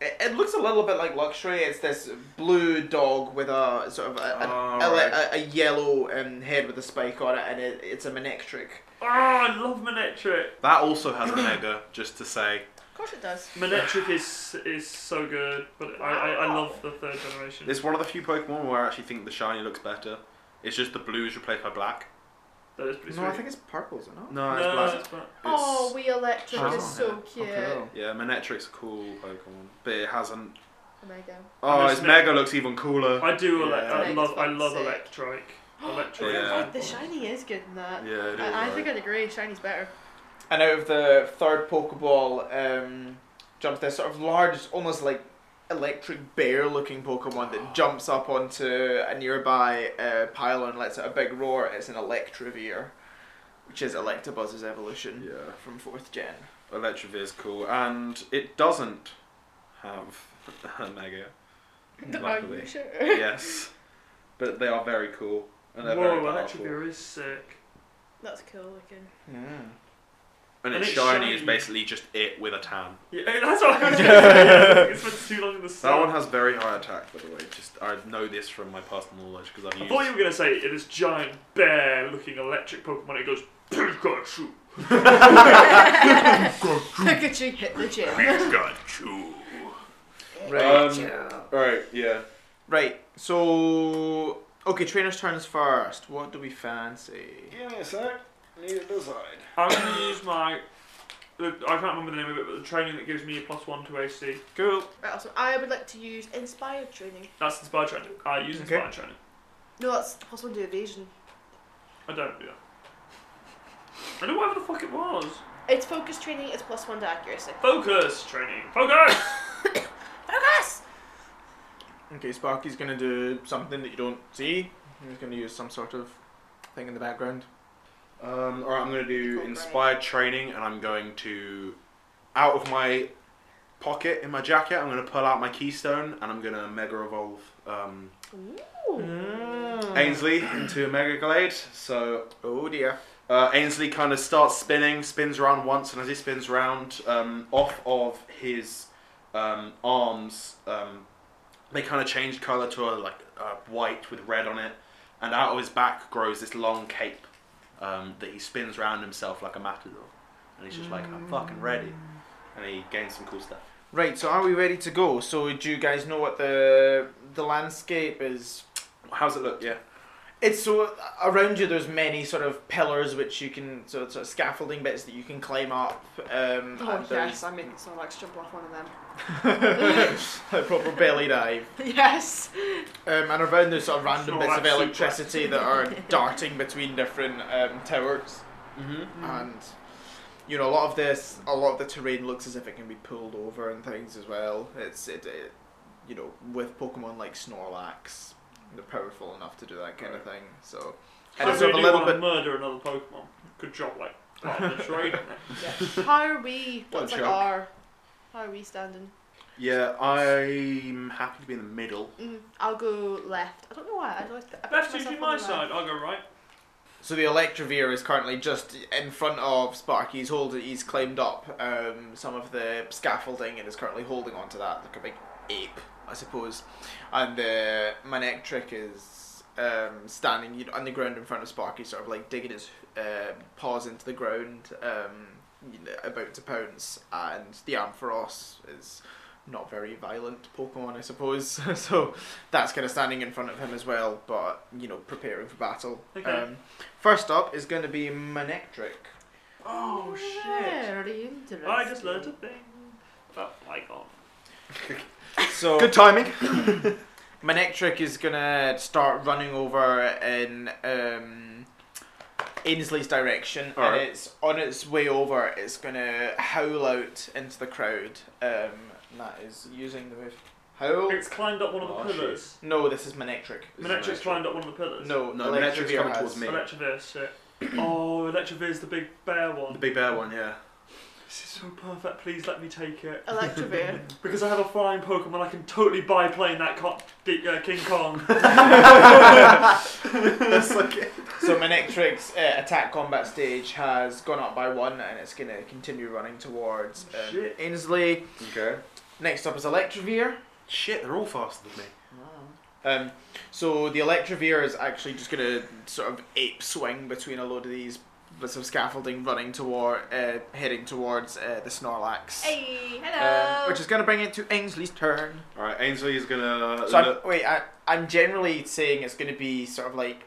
Speaker 4: It, it looks a little bit like luxury. It's this blue dog with a sort of a, an-
Speaker 6: Oh,
Speaker 4: a,
Speaker 6: right.
Speaker 4: a, a yellow um, head with a spike on it, and it, it's a Manectric.
Speaker 3: Ah, I love Manectric.
Speaker 6: That also has a mega, just to say.
Speaker 5: Of course it does.
Speaker 3: Manectric is is so good, but I, I, I love the third generation.
Speaker 6: It's one of the few Pokemon where I actually think the shiny looks better. It's just the blue is replaced by black.
Speaker 3: that is pretty sweet.
Speaker 4: no, I think it's purple, is it not?
Speaker 6: No, it's
Speaker 3: No,
Speaker 6: black.
Speaker 3: it's black.
Speaker 5: Oh, we electric
Speaker 4: Oh.
Speaker 5: is so cute.
Speaker 4: Okay.
Speaker 6: Yeah, Manectric's a cool Pokemon, but it hasn't.
Speaker 5: Omega.
Speaker 6: Oh,
Speaker 3: And
Speaker 6: its
Speaker 3: it's
Speaker 6: mega looks even cooler.
Speaker 3: I do. Elec-
Speaker 4: Yeah.
Speaker 3: I love. I love
Speaker 5: Meg's
Speaker 3: Electrike.
Speaker 5: Oh,
Speaker 3: Electric.
Speaker 6: Yeah.
Speaker 5: like, the shiny is good in that.
Speaker 6: Yeah, it is.
Speaker 5: I, I think
Speaker 6: right.
Speaker 5: I'd agree. Shiny's better.
Speaker 4: And out of the third Pokeball, um, jumps this sort of large, almost like electric bear looking Pokemon that jumps up onto a nearby uh, pylon and lets out a big roar. It's an Electrovere, which is Electabuzz's evolution
Speaker 6: Yeah.
Speaker 4: from fourth gen.
Speaker 6: Electric is cool, and it doesn't have a mega.
Speaker 5: Are
Speaker 6: Luckily.
Speaker 5: you sure?
Speaker 6: yes, but they are very cool and they're very
Speaker 3: Whoa,
Speaker 6: powerful.
Speaker 3: Electric is sick.
Speaker 5: That's cool looking.
Speaker 4: Yeah.
Speaker 3: And
Speaker 6: And, its
Speaker 3: it's
Speaker 6: shiny, is
Speaker 3: shiny.
Speaker 6: basically just it with a tan.
Speaker 3: Yeah, that's what I was gonna say. It's been too long in the sun.
Speaker 6: That one has very high attack, by the way. Just I know this from my personal knowledge because I've
Speaker 3: I
Speaker 6: used.
Speaker 3: thought you were gonna say it is giant bear looking electric Pokemon. It goes Pikachu,
Speaker 5: Pikachu hit the gym.
Speaker 3: Pikachu.
Speaker 4: Right.
Speaker 6: Um, right, yeah.
Speaker 4: right. So, okay, trainer's turns first. What do we fancy?
Speaker 6: Give me a sec. Need a design.
Speaker 3: I'm gonna use my. I can't remember the name of it, but the training that gives me a plus one to AC.
Speaker 4: Cool.
Speaker 5: Right, also, I would like to use inspired training.
Speaker 3: That's Inspire training. I use Inspire
Speaker 4: Okay.
Speaker 3: training.
Speaker 5: No, that's plus one to evasion.
Speaker 3: I don't do that. I know whatever the fuck it was.
Speaker 5: It's focus training. It's plus one to accuracy.
Speaker 3: Focus training. Focus.
Speaker 5: Focus.
Speaker 4: Okay, Sparky's gonna do something that you don't see. He's gonna use some sort of thing in the background.
Speaker 6: Um, all right, I'm going to do
Speaker 5: Cool,
Speaker 6: inspired training, and I'm going to out of my pocket in my jacket. I'm going to pull out my keystone, and I'm going to mega evolve um, Hmm. Ainsley into a mega glade. So
Speaker 4: Oh dear.
Speaker 6: Uh, Ainsley kind of starts spinning, spins around once, and as he spins around, um, off of his um, arms, um, they kind of change colour to a, like uh, white with red on it, and out of his back grows this long cape um, that he spins around himself like a matador, and he's just like, "I'm fucking ready," and he gains some cool stuff.
Speaker 4: Right, so are we ready to go? So do you guys know what the the landscape is?
Speaker 6: How's it look? Yeah.
Speaker 4: It's so around you. There's many sort of pillars which you can so sort of scaffolding bits that you can climb up. Um,
Speaker 5: Oh
Speaker 4: and
Speaker 5: yes,
Speaker 4: there's
Speaker 5: I'm making Snorlax jump off one of them.
Speaker 4: a proper belly dive.
Speaker 5: Yes.
Speaker 4: Um, and around there's sort of random
Speaker 3: Snorlax
Speaker 4: bits of
Speaker 3: suplex.
Speaker 4: electricity that are darting between different um, towers,
Speaker 6: Mm-hmm.
Speaker 3: Hmm.
Speaker 4: and you know a lot of this, a lot of the terrain looks as if it can be pulled over and things as well. It's it, it you know, with Pokemon like Snorlax, they're powerful enough to do that kind of thing. So, and
Speaker 3: I
Speaker 4: it's sort
Speaker 3: really
Speaker 4: of a
Speaker 3: do
Speaker 4: little
Speaker 3: want to
Speaker 4: bit.
Speaker 3: murder another Pokemon. Good job, like part of the training.
Speaker 5: How are we?
Speaker 6: What a
Speaker 5: That's like
Speaker 6: joke.
Speaker 5: R. How are we standing?
Speaker 6: Yeah, I'm happy to be in the middle.
Speaker 5: Mm, I'll go left. I don't know why. I always. I picture
Speaker 3: That's
Speaker 5: myself
Speaker 3: usually
Speaker 5: on
Speaker 3: my
Speaker 5: the
Speaker 3: side.
Speaker 5: left.
Speaker 3: I'll go right.
Speaker 4: So the Electrovere is currently just in front of Sparky. He's holding, he's climbed up um, some of the scaffolding and is currently holding onto that like a big ape, I suppose. And uh, my neck trick is um, standing you know, on the ground in front of Sparky, sort of like digging his uh, paws into the ground, um, you know, about to pounce. And the Ampharos is not very violent Pokemon, I suppose. so that's kind of standing in front of him as well, but you know, preparing for battle.
Speaker 3: Okay.
Speaker 4: Um, first up is going to be my neck trick.
Speaker 3: Oh shit!
Speaker 5: Very interesting.
Speaker 3: I just learned a thing about Pycon.
Speaker 4: So
Speaker 6: Good timing.
Speaker 4: My neck trick is gonna start running over in um, Ainsley's direction, and
Speaker 6: Alright.
Speaker 4: it's on its way over. It's gonna howl out into the crowd. Um, and that is using the move. Howl?
Speaker 3: It's climbed up one of the
Speaker 6: Oh,
Speaker 3: pillars.
Speaker 4: No, this is my neck trick.
Speaker 6: This is
Speaker 3: Manectrix
Speaker 6: Manectric.
Speaker 3: climbed up one of the pillars.
Speaker 4: No,
Speaker 6: No, my neck trick's
Speaker 4: Electrovir
Speaker 6: coming
Speaker 4: has.
Speaker 6: towards me.
Speaker 3: Electroverse shit. oh, Electroverse, the big bear one.
Speaker 6: The big bear one, yeah.
Speaker 3: This is so perfect. Please let me take it.
Speaker 5: Electrovir.
Speaker 3: Because I have a flying Pokemon, I can totally buy playing that co- big, uh, King Kong.
Speaker 6: That's like
Speaker 4: So my neck trick's uh, attack combat stage has gone up by one, and it's gonna continue running towards um,
Speaker 3: Shit.
Speaker 4: Ainsley.
Speaker 6: Okay.
Speaker 4: Next up is Electrovir.
Speaker 6: Shit, they're all faster than me.
Speaker 4: Um, so the Electrovir is actually just going to sort of ape swing between a load of these bits of scaffolding running toward, uh, heading towards uh, the Snorlax.
Speaker 5: hey, hello.
Speaker 4: Um, which is going to bring it to Ainsley's turn.
Speaker 6: All right, Ainsley is gonna.
Speaker 4: So
Speaker 6: look-
Speaker 4: I'm, wait, I, I'm generally saying it's going to be sort of like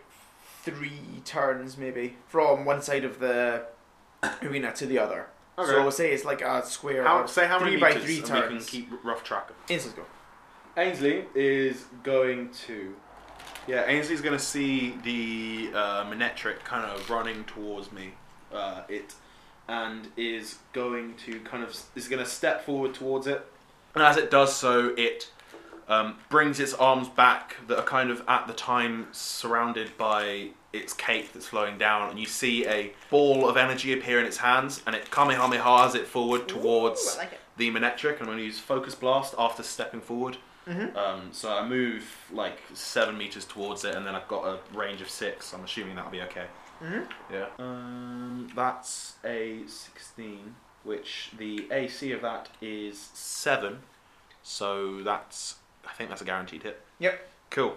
Speaker 4: three turns maybe from one side of the arena to the other.
Speaker 6: Okay.
Speaker 4: So say it's like a square.
Speaker 6: how,
Speaker 4: or
Speaker 6: say how
Speaker 4: three
Speaker 6: many
Speaker 4: by
Speaker 6: meters
Speaker 4: three
Speaker 6: and we can
Speaker 4: turns.
Speaker 6: keep rough track of.
Speaker 4: Ainsley's go.
Speaker 6: Ainsley is going to. Yeah, Ainsley's going to see the uh, Manetric kind of running towards me, uh, it, and is going to kind of is going to step forward towards it, and as it does so, it um, brings its arms back that are kind of at the time surrounded by its cape that's flowing down, and you see a ball of energy appear in its hands, and it kamehamehas it forward towards
Speaker 5: Ooh, I like it.
Speaker 6: the Manetric, and I'm going to use Focus Blast after stepping forward.
Speaker 4: Mhm.
Speaker 6: Um, so I move like seven meters towards it, and then I've got a range of six. so I'm assuming that'll be okay.
Speaker 4: Mhm.
Speaker 6: Yeah. Um, that's a 16, which the AC of that is seven. So that's, I think that's a guaranteed hit.
Speaker 4: Yep.
Speaker 6: Cool.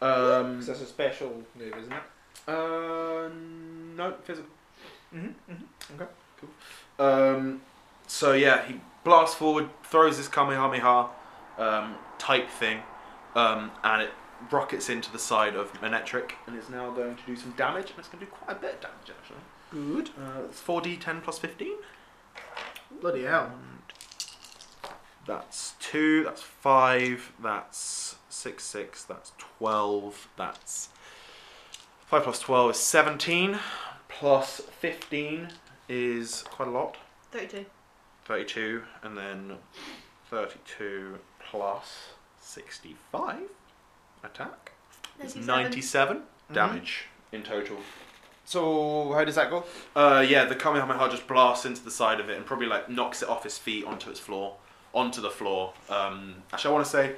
Speaker 6: Um,
Speaker 4: that's a special move, isn't it?
Speaker 6: uh, no, physical.
Speaker 4: Mm-hmm. Okay.
Speaker 6: Um, so yeah, he blasts forward, throws his kamehameha um, type thing, um, and it rockets into the side of Manetric and is now going to do some damage. And it's going to do quite a bit of damage actually.
Speaker 4: Good.
Speaker 6: Uh, it's 4d10 plus 15.
Speaker 4: Bloody hell.
Speaker 6: That's two. That's five. That's six. Six. That's twelve. That's five plus twelve is seventeen. Plus fifteen is quite a lot.
Speaker 5: 32.
Speaker 6: 32 and then 32 plus 65 attack is 97
Speaker 4: Mm-hmm.
Speaker 6: damage in total.
Speaker 4: So how does that go?
Speaker 6: Uh, yeah, the Kamehameha just blasts into the side of it and probably like knocks it off his feet onto its floor, onto the floor. Um, actually, I want to say,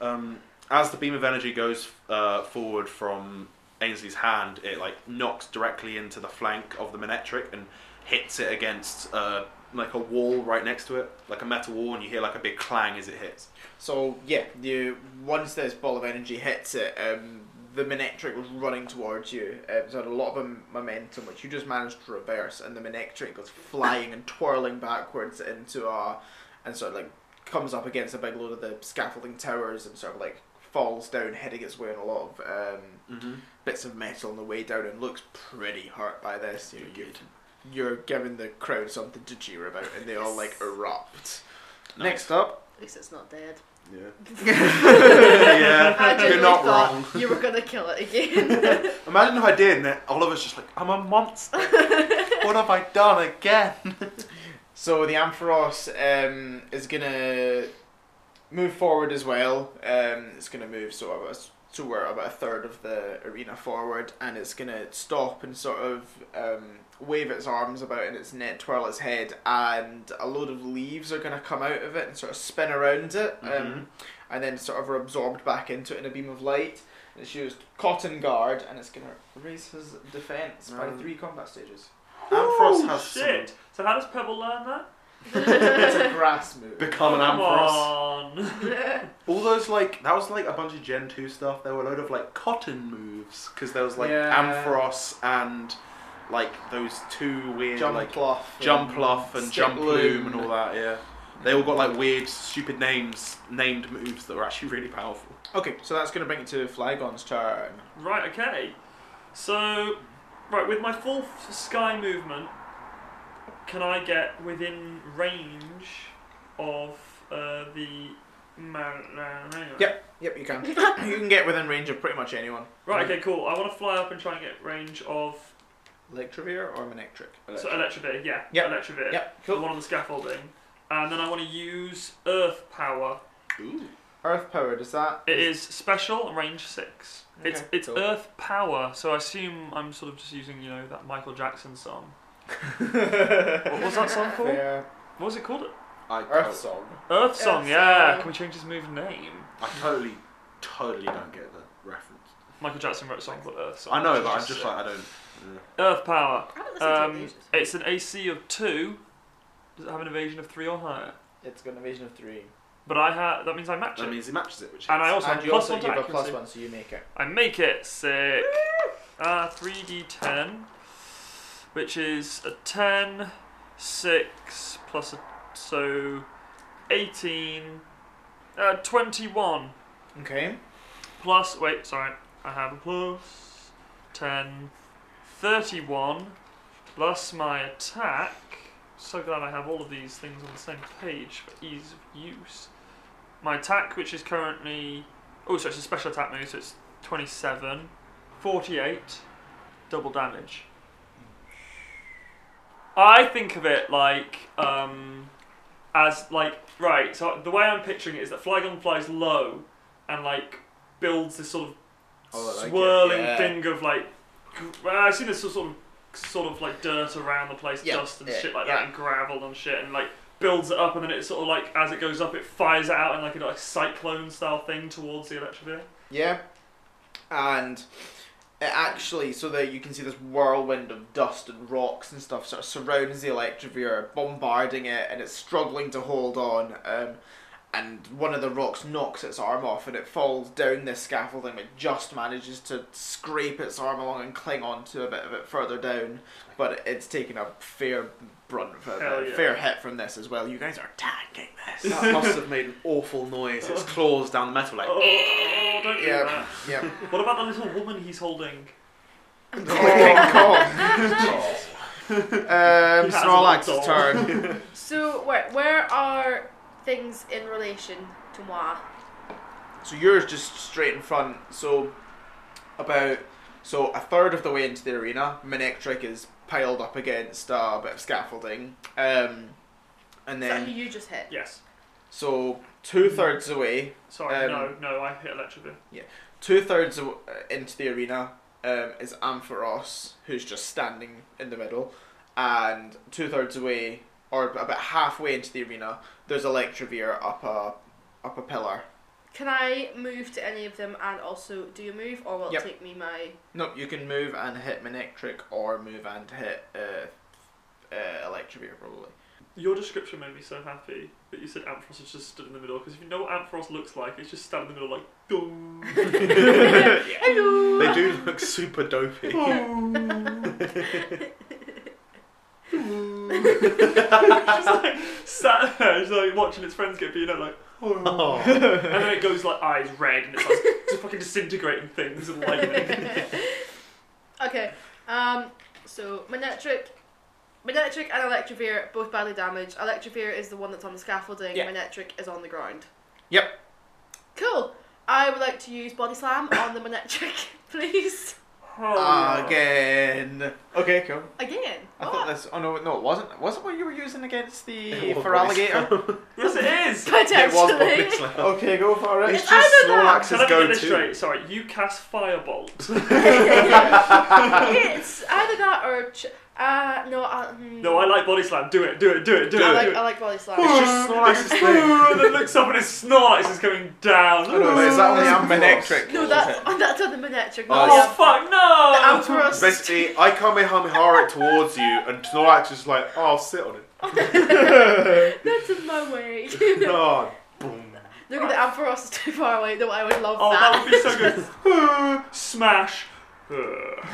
Speaker 6: um, as the beam of energy goes uh, forward from Ainsley's hand, it like knocks directly into the flank of the Manetric and hits it against uh, like a wall right next to it, like a metal wall, and you hear like a big clang as it hits.
Speaker 4: So yeah, you once this ball of energy hits it, um, the Manectric was running towards you. Um, so it had a lot of um, momentum, which you just managed to reverse, and the Manectric goes flying and twirling backwards into a, and sort of like comes up against a big load of the scaffolding towers and sort of like falls down, heading its way on a lot of um,
Speaker 6: Mm-hmm.
Speaker 4: bits of metal on the way down, and looks pretty hurt by this. You, you, you're giving the crowd something to cheer about, and they all like erupt. Next up
Speaker 5: At least it's not dead.
Speaker 6: Yeah. yeah, you're
Speaker 5: genuinely
Speaker 6: not
Speaker 5: thought
Speaker 6: wrong.
Speaker 5: You were gonna kill it again.
Speaker 6: Imagine if I did, and then Oliver's just like, I'm a monster. what have I done again?
Speaker 4: So the Ampharos um, is gonna move forward as well. Um, it's gonna move sort of us- so we're about a third of the arena forward, and it's gonna stop and sort of um, wave its arms about in its net, twirl its head, and a load of leaves are gonna come out of it and sort of spin around it,
Speaker 6: Mhm.
Speaker 4: um, and then sort of are absorbed back into it in a beam of light. It's used cotton guard, and it's gonna raise his defense by
Speaker 6: Um,
Speaker 4: three combat stages.
Speaker 6: Ampharos
Speaker 3: Ooh,
Speaker 6: has
Speaker 3: shit. So how does Pebble learn that?
Speaker 4: it's a grass move.
Speaker 6: Become an
Speaker 3: Come
Speaker 6: Ampharos.
Speaker 3: on.
Speaker 6: All those like that was like a bunch of Gen two stuff. There were a load of like cotton moves because there was like
Speaker 4: Yeah.
Speaker 6: Ampharos and like those two weird
Speaker 4: Jump
Speaker 6: like
Speaker 4: cloth.
Speaker 6: jump Jumpluff and
Speaker 4: Stick
Speaker 6: Jump Loom and
Speaker 4: Loom.
Speaker 6: all that. Yeah, they all got like weird, stupid names, named moves that were actually really powerful.
Speaker 4: Okay, so that's going to bring it to Flygon's turn.
Speaker 3: Right, okay. So, right, with my full f- sky movement, can I get within range of uh, the. uh,
Speaker 4: Yep. Yep, you can. you can get within range of pretty much anyone.
Speaker 3: Right, okay, cool. I want to fly up and try and get range of.
Speaker 4: Electrovir or Manectric?
Speaker 3: So, Electrovir, yeah.
Speaker 4: Yep.
Speaker 3: Electrovir.
Speaker 4: Yep,
Speaker 3: The
Speaker 4: cool.
Speaker 3: one on the scaffolding. And then I want to use Earth Power.
Speaker 6: Ooh.
Speaker 4: Earth power, does that?
Speaker 3: It is special and range six. it's
Speaker 4: Okay,
Speaker 3: it's
Speaker 4: cool.
Speaker 3: Earth Power, so I assume I'm sort of just using you know that Michael Jackson song. what was that song called?
Speaker 4: Fair.
Speaker 3: What was it called?
Speaker 6: I,
Speaker 4: Earth song.
Speaker 3: Earth Song,
Speaker 5: Song.
Speaker 3: yeah. Can we change his move name?
Speaker 6: I, I totally, totally don't get the reference.
Speaker 3: Michael Jackson wrote a song called Earth Song.
Speaker 6: I know,
Speaker 3: which
Speaker 6: but
Speaker 3: is
Speaker 6: I'm just like I don't.
Speaker 3: Earth Power.
Speaker 5: I haven't listened to it in
Speaker 3: Um,
Speaker 5: ages.
Speaker 3: it's an AC of two. Does it have an evasion of three or higher?
Speaker 4: It's got an evasion of three.
Speaker 3: But I have. That means I match
Speaker 6: That
Speaker 3: it.
Speaker 6: means he matches it, which is
Speaker 3: And I also
Speaker 4: and
Speaker 3: have
Speaker 4: you
Speaker 3: plus
Speaker 4: also
Speaker 3: one to
Speaker 4: give a
Speaker 3: accuracy.
Speaker 4: plus one, so you make it.
Speaker 3: I make it sick. Uh, 3d10, which is a 10, 6, plus a. So, 18, uh, 21,
Speaker 4: Okay.
Speaker 3: plus. Wait, sorry. I have a plus 10, 31, plus my attack. So glad I have all of these things on the same page for ease of use. My attack, which is currently. Oh, so it's a special attack move, so it's 27, 48, double damage. I think of it like. Um, as like right, so the way I'm picturing it is that Flygon flies low, and like builds this sort of
Speaker 4: Oh, I like it.
Speaker 3: swirling
Speaker 4: Yeah.
Speaker 3: thing of like gr- well, I see this sort of sort of like dirt around the place,
Speaker 4: Yeah,
Speaker 3: dust and
Speaker 4: yeah,
Speaker 3: shit like
Speaker 4: yeah.
Speaker 3: that, and gravel and shit, and like builds it up, and then it sort of like as it goes up, it fires it out in like a like cyclone style thing towards the electrovir.
Speaker 4: Yeah. And it actually, so that you can see this whirlwind of dust and rocks and stuff sort of surrounds the Electrovir, bombarding it, and it's struggling to hold on. Um, and one of the rocks knocks its arm off, and it falls down this scaffolding, but just manages to scrape its arm along and cling on to a bit of it further down. But it's taken a fair brunt,
Speaker 3: Hell
Speaker 4: a
Speaker 3: yeah.
Speaker 4: fair hit from this as well. You guys are tanking this.
Speaker 6: That must have made an awful noise. Its claws down the metal, like.
Speaker 3: Oh, oh, don't do
Speaker 4: yeah, yeah.
Speaker 3: that. What about the little woman he's holding?
Speaker 4: Um,
Speaker 3: He has a little
Speaker 4: Snorlax's
Speaker 3: doll.
Speaker 4: turn.
Speaker 5: So where where are things in relation to moi?
Speaker 4: So yours just straight in front. So about so a third of the way into the arena, Manectric is piled up against a bit of scaffolding, um, and
Speaker 5: Is that who
Speaker 4: then
Speaker 5: you just hit?
Speaker 3: Yes.
Speaker 4: so two thirds away,
Speaker 3: Sorry, no,
Speaker 4: Um,
Speaker 3: no, I hit electrovir.
Speaker 4: two thirds uh, into the arena um, is Ampharos, who's just standing in the middle, and two thirds away, or about halfway into the arena, there's Electrovir up a up a pillar.
Speaker 5: Can I move to any of them and also do a move, or will
Speaker 4: Yep.
Speaker 5: it take me my?
Speaker 4: Nope, you can move and hit Manectric or move and hit uh, uh, Electrovir, probably.
Speaker 3: Your description made me so happy that you said Ampharos has just stood in the middle because if you know what Ampharos looks like, it's just standing in the middle like, dung.
Speaker 5: Hello.
Speaker 6: They do look super dopey.
Speaker 3: just like sat there, just like watching its friends get beaten up, like,
Speaker 6: Oh.
Speaker 3: and then it goes like eyes red and it's like just fucking disintegrating things and oh. lightning.
Speaker 5: okay. Um. So Manetric, Manetric and Electrovir both badly damaged. Electrovir is the one that's on the scaffolding.
Speaker 4: Yeah.
Speaker 5: Manetric is on the ground.
Speaker 4: Yep.
Speaker 5: Cool. I would like to use Body Slam on the Manetric, please.
Speaker 3: Oh,
Speaker 5: Ah,
Speaker 4: Again. Okay, cool.
Speaker 5: Again.
Speaker 4: I
Speaker 5: What?
Speaker 4: thought this. Oh no, no, it wasn't. Was it what you were using against the
Speaker 6: It was
Speaker 4: for alligator?
Speaker 3: Yes, it is.
Speaker 6: It was what
Speaker 5: Oh, Potentially.
Speaker 6: Nick's like.
Speaker 4: okay, go for it.
Speaker 6: It's just
Speaker 5: I don't know.
Speaker 3: Can
Speaker 6: Snorlax's
Speaker 3: I get
Speaker 6: go
Speaker 3: this
Speaker 6: to.
Speaker 3: straight? Sorry, you cast firebolt.
Speaker 5: it's either that or ch- Uh, no, I, mm,
Speaker 3: No, I like body slam. Do it, do it, do it, do
Speaker 5: I
Speaker 3: it.
Speaker 5: like
Speaker 3: do it.
Speaker 5: I like body slam.
Speaker 6: It's just Snorlax's thing.
Speaker 3: and then looks up and his Snorlax is coming down.
Speaker 6: I know, but is that on the
Speaker 4: That's
Speaker 6: Amber
Speaker 4: Manectric.
Speaker 6: Cross?
Speaker 5: No, that's oh, that's on the Manectric. No,
Speaker 6: Oh,
Speaker 3: Oh
Speaker 5: yeah.
Speaker 3: fuck
Speaker 5: the
Speaker 3: no!
Speaker 5: Altaros.
Speaker 6: Basically, I Kamehameha it towards you, and Snorlax is like, oh, I'll sit on it.
Speaker 5: That's in my way.
Speaker 6: No, boom.
Speaker 5: Look at the Ampharos is too far away. No, I would love
Speaker 3: Oh,
Speaker 5: that.
Speaker 3: that would be so good. Smash. Ugh.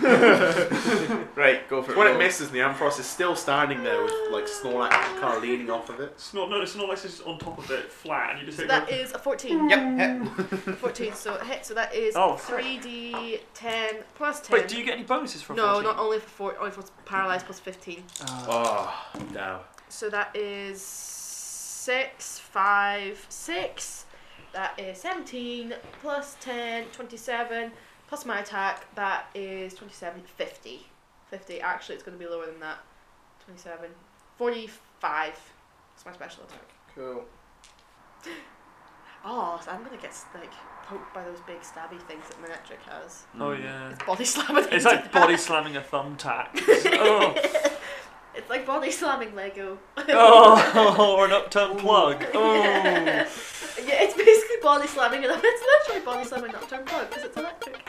Speaker 4: Right, go for it.
Speaker 6: When it
Speaker 4: roll.
Speaker 6: misses, the Ampharos is still standing there with like Snorlax kind of leaning off of it.
Speaker 3: Snor- no, Snorlax is just on top of it, flat, and you just
Speaker 5: So
Speaker 3: hit
Speaker 5: that
Speaker 3: go-
Speaker 5: is a 14.
Speaker 4: Yep. hit.
Speaker 5: 14, so a hit. So that is
Speaker 3: Mm. Oh, sorry.
Speaker 5: 3d 10 plus 10.
Speaker 3: Wait, do you get any bonuses from
Speaker 5: no, not only for 4, only for paralyzed plus 15.
Speaker 6: Oh, damn.
Speaker 5: So that is 6, 5, 6. That is 17 plus 10, 27. Plus my attack, that is 27, 50. 50, actually, it's going to be lower than that. 27, 45. That's my special attack.
Speaker 4: Cool.
Speaker 5: Oh, so I'm going to get like poked by those big stabby things that Manetric has.
Speaker 3: Oh, yeah.
Speaker 5: It's body slamming.
Speaker 3: It's like body slamming a thumbtack. oh.
Speaker 5: It's like body slamming Lego.
Speaker 3: oh, or an upturned plug. Oh.
Speaker 5: Yeah, it's basically body slamming. and It's literally body slamming Nocturne Plug because it's electric.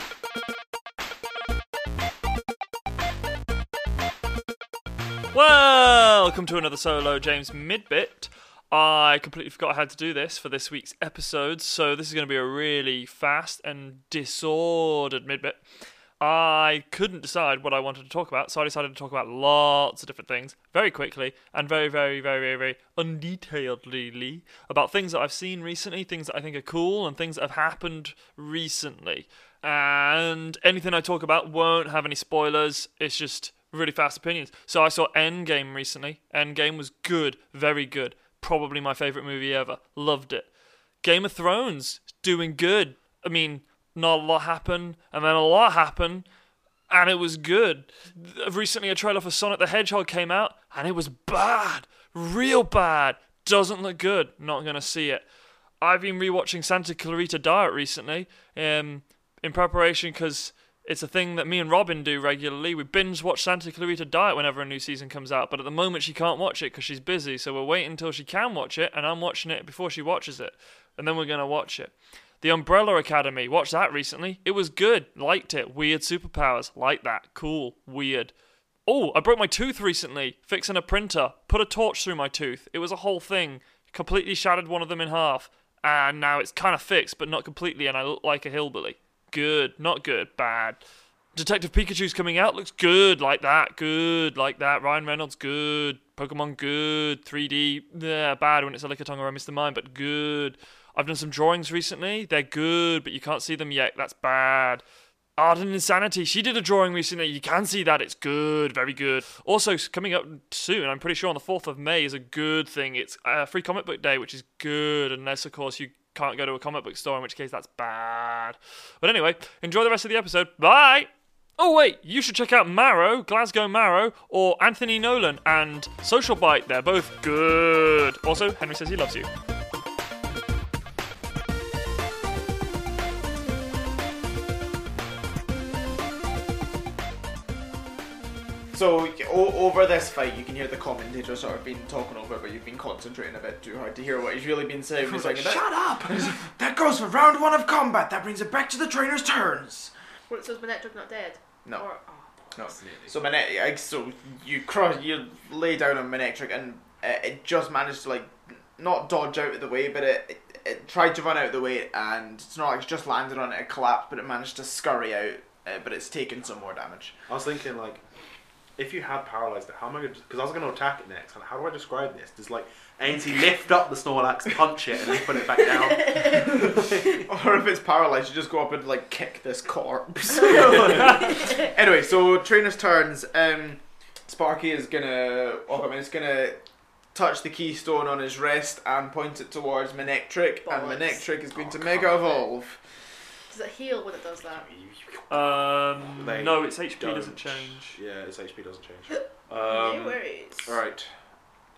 Speaker 3: Welcome to another solo James Midbit. I completely forgot how to do this for this week's episode, so this is going to be a really fast and disordered Midbit. I couldn't decide what I wanted to talk about, so I decided to talk about lots of different things very quickly and very, very, very, very, very undetailedly about things that I've seen recently, things that I think are cool, and things that have happened recently. And anything I talk about won't have any spoilers, it's just really fast opinions. So I saw Endgame recently. Endgame was good, very good. Probably my favorite movie ever. Loved it. Game of Thrones doing good. I mean, not a lot happened, and then a lot happened, and it was good. Th- Recently, a trailer for Sonic the Hedgehog came out, and it was bad, real bad. Doesn't look good. Not gonna see it. I've been rewatching Santa Clarita Diet recently, um, in preparation because it's a thing that me and Robin do regularly. We binge watch Santa Clarita Diet whenever a new season comes out, but at the moment she can't watch it because she's busy. So we're waiting until she can watch it, and I'm watching it before she watches it, and then we're gonna watch it. The Umbrella Academy, watched that recently. It was good, liked it. Weird superpowers, like that. Cool, weird. Oh, I broke my tooth recently, fixing a printer. Put a torch through my tooth. It was a whole thing. Completely shattered one of them in half. And now it's kind of fixed, but not completely, and I look like a hillbilly. Good, not good, bad. Detective Pikachu's coming out, looks good, like that, good, like that. Ryan Reynolds, good. Pokemon, good. 3D, yeah, bad when it's a Lickitung or a Mr. Mime, but good. I've done some drawings recently, they're good, but you can't see them yet, that's bad. Arden Insanity. She did a drawing recently. You can see that. It's good. Very good. Also, s- coming up soon, I'm pretty sure on the 4th of May is a good thing. It's uh, Free Comic Book Day, which is good, unless, of course, you can't go to a comic book store, in which case that's bad. But anyway, enjoy the rest of the episode. Bye! Oh, wait, you should check out Marrow, Glasgow Marrow, or Anthony Nolan and Social Bite. They're both good. Also, Henry says he loves you.
Speaker 4: So y- o- over this fight, you can hear the commentator sort of been talking over, it, but you've been concentrating a bit too hard to hear what he's really been saying. He's like, "Shut up! that goes for round one of combat. That brings it back to the trainer's turns."
Speaker 5: What, so is Manetric not dead?
Speaker 4: No.
Speaker 5: Or, oh.
Speaker 4: No. So Manet, like, so you cross, you lay down on Manectric, and uh, it just managed to like not dodge out of the way, but it, it, it tried to run out of the way, and Snorlax just landed on it, it collapsed, but it managed to scurry out, uh, but it's taken some more damage.
Speaker 6: I was thinking like, if you had paralyzed it, how am I going to? Because I was going to attack it next. And how do I describe this? Does like Ainsley lift up the Snorlax, punch it, and then put it back down?
Speaker 4: or if it's paralyzed, you just go up and like kick this corpse. anyway, so trainer's turns. Um, Sparky is gonna. Oh, I mean, it's gonna touch the keystone on his wrist and point it towards Manectric,
Speaker 5: Bollocks.
Speaker 4: and Manectric is going
Speaker 6: Oh,
Speaker 4: to
Speaker 6: come
Speaker 4: mega
Speaker 6: on.
Speaker 4: evolve.
Speaker 5: Does it heal when it does that?
Speaker 3: Um,
Speaker 6: They
Speaker 3: no, its HP doesn't
Speaker 6: Don't-
Speaker 3: change.
Speaker 6: Yeah, its HP doesn't change.
Speaker 5: no
Speaker 6: Um,
Speaker 5: worries.
Speaker 6: all right.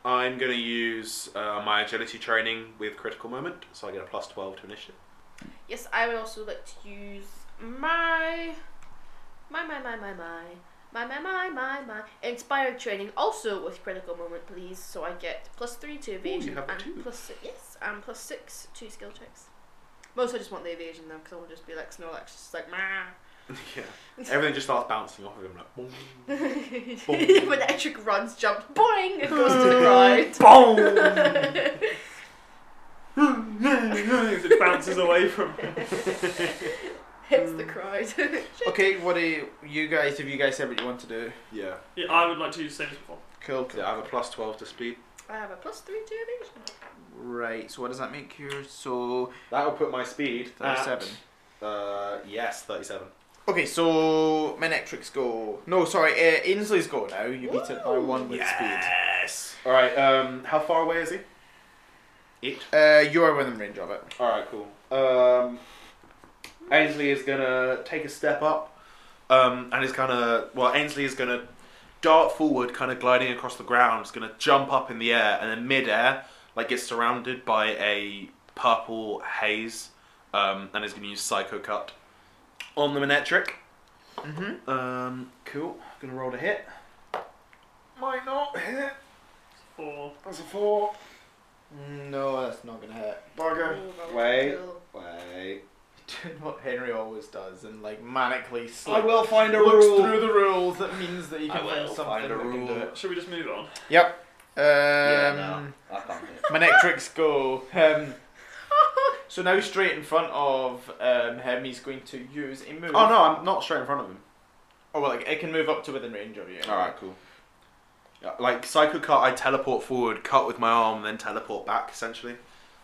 Speaker 6: I'm going to use uh, my agility training with critical moment, so I get a plus 12 to initiative.
Speaker 5: Yes, I would also like to use my. My, my, my, my, my.
Speaker 7: My, my, my, my, my. Inspired training also with critical moment, please. So I get plus three to evasion
Speaker 6: have a
Speaker 7: and
Speaker 6: two.
Speaker 7: plus six. Yes, and plus six to skill checks.
Speaker 5: Most I just want the evasion though, because I want to just be like Snorlax, just like meh.
Speaker 6: yeah. Everything just starts bouncing off of him like. boom. Boing.
Speaker 5: when Etric runs, jumps, boing, it goes to the ground.
Speaker 3: As it bounces away from him.
Speaker 5: Hits
Speaker 6: Mm.
Speaker 5: the crowd.
Speaker 4: Okay, what do you, you guys? Have you guys said what you want to do?
Speaker 6: Yeah.
Speaker 3: Yeah, I would like to do the same as before.
Speaker 4: Cool.
Speaker 6: Yeah, I have a plus twelve to speed.
Speaker 5: I have a plus three to evasion.
Speaker 4: Right. So what does that make you? So
Speaker 6: That'll put my speed at,
Speaker 4: thirty-seven.
Speaker 6: Uh, yes, thirty-seven.
Speaker 4: Okay, so Manetric's go. No, sorry, uh, Ainsley's go now. You beat it by one with
Speaker 6: Yes. All right. Um, how far away is he? Eight.
Speaker 4: speed. Uh, you are within range of it.
Speaker 6: All right. Cool. Um, Ainsley is gonna take a step up, um, and is gonna well, Ainsley is gonna dart forward, kind of gliding across the ground. Is gonna jump up in the air, and then mid-air, like gets surrounded by a purple haze, um, and is gonna use Psycho Cut on the Manetric.
Speaker 4: Mm-hmm.
Speaker 6: Um, cool. Gonna roll to hit. Might not hit.
Speaker 3: Four.
Speaker 6: That's a four.
Speaker 4: No, that's not gonna hurt.
Speaker 6: Bugger. Wait. Wait.
Speaker 4: Do what Henry always does and like manically
Speaker 6: I
Speaker 4: slips.
Speaker 6: will find a
Speaker 4: looks
Speaker 6: rule.
Speaker 4: through the rules. That means that you
Speaker 6: I
Speaker 4: can
Speaker 6: will
Speaker 4: find something
Speaker 6: find a
Speaker 4: that can do
Speaker 6: rule.
Speaker 4: it.
Speaker 3: Should we just move on?
Speaker 4: Yep. Um,
Speaker 6: I can't do it.
Speaker 4: Manectric's go. Um, so now straight in front of um, him, he's going to use a move.
Speaker 6: Oh no, I'm not straight in front of him.
Speaker 4: Oh well, like, it can move up to within range of you.
Speaker 6: All right, cool. Yeah, Like psycho cut, I teleport forward, cut with my arm, then teleport back essentially.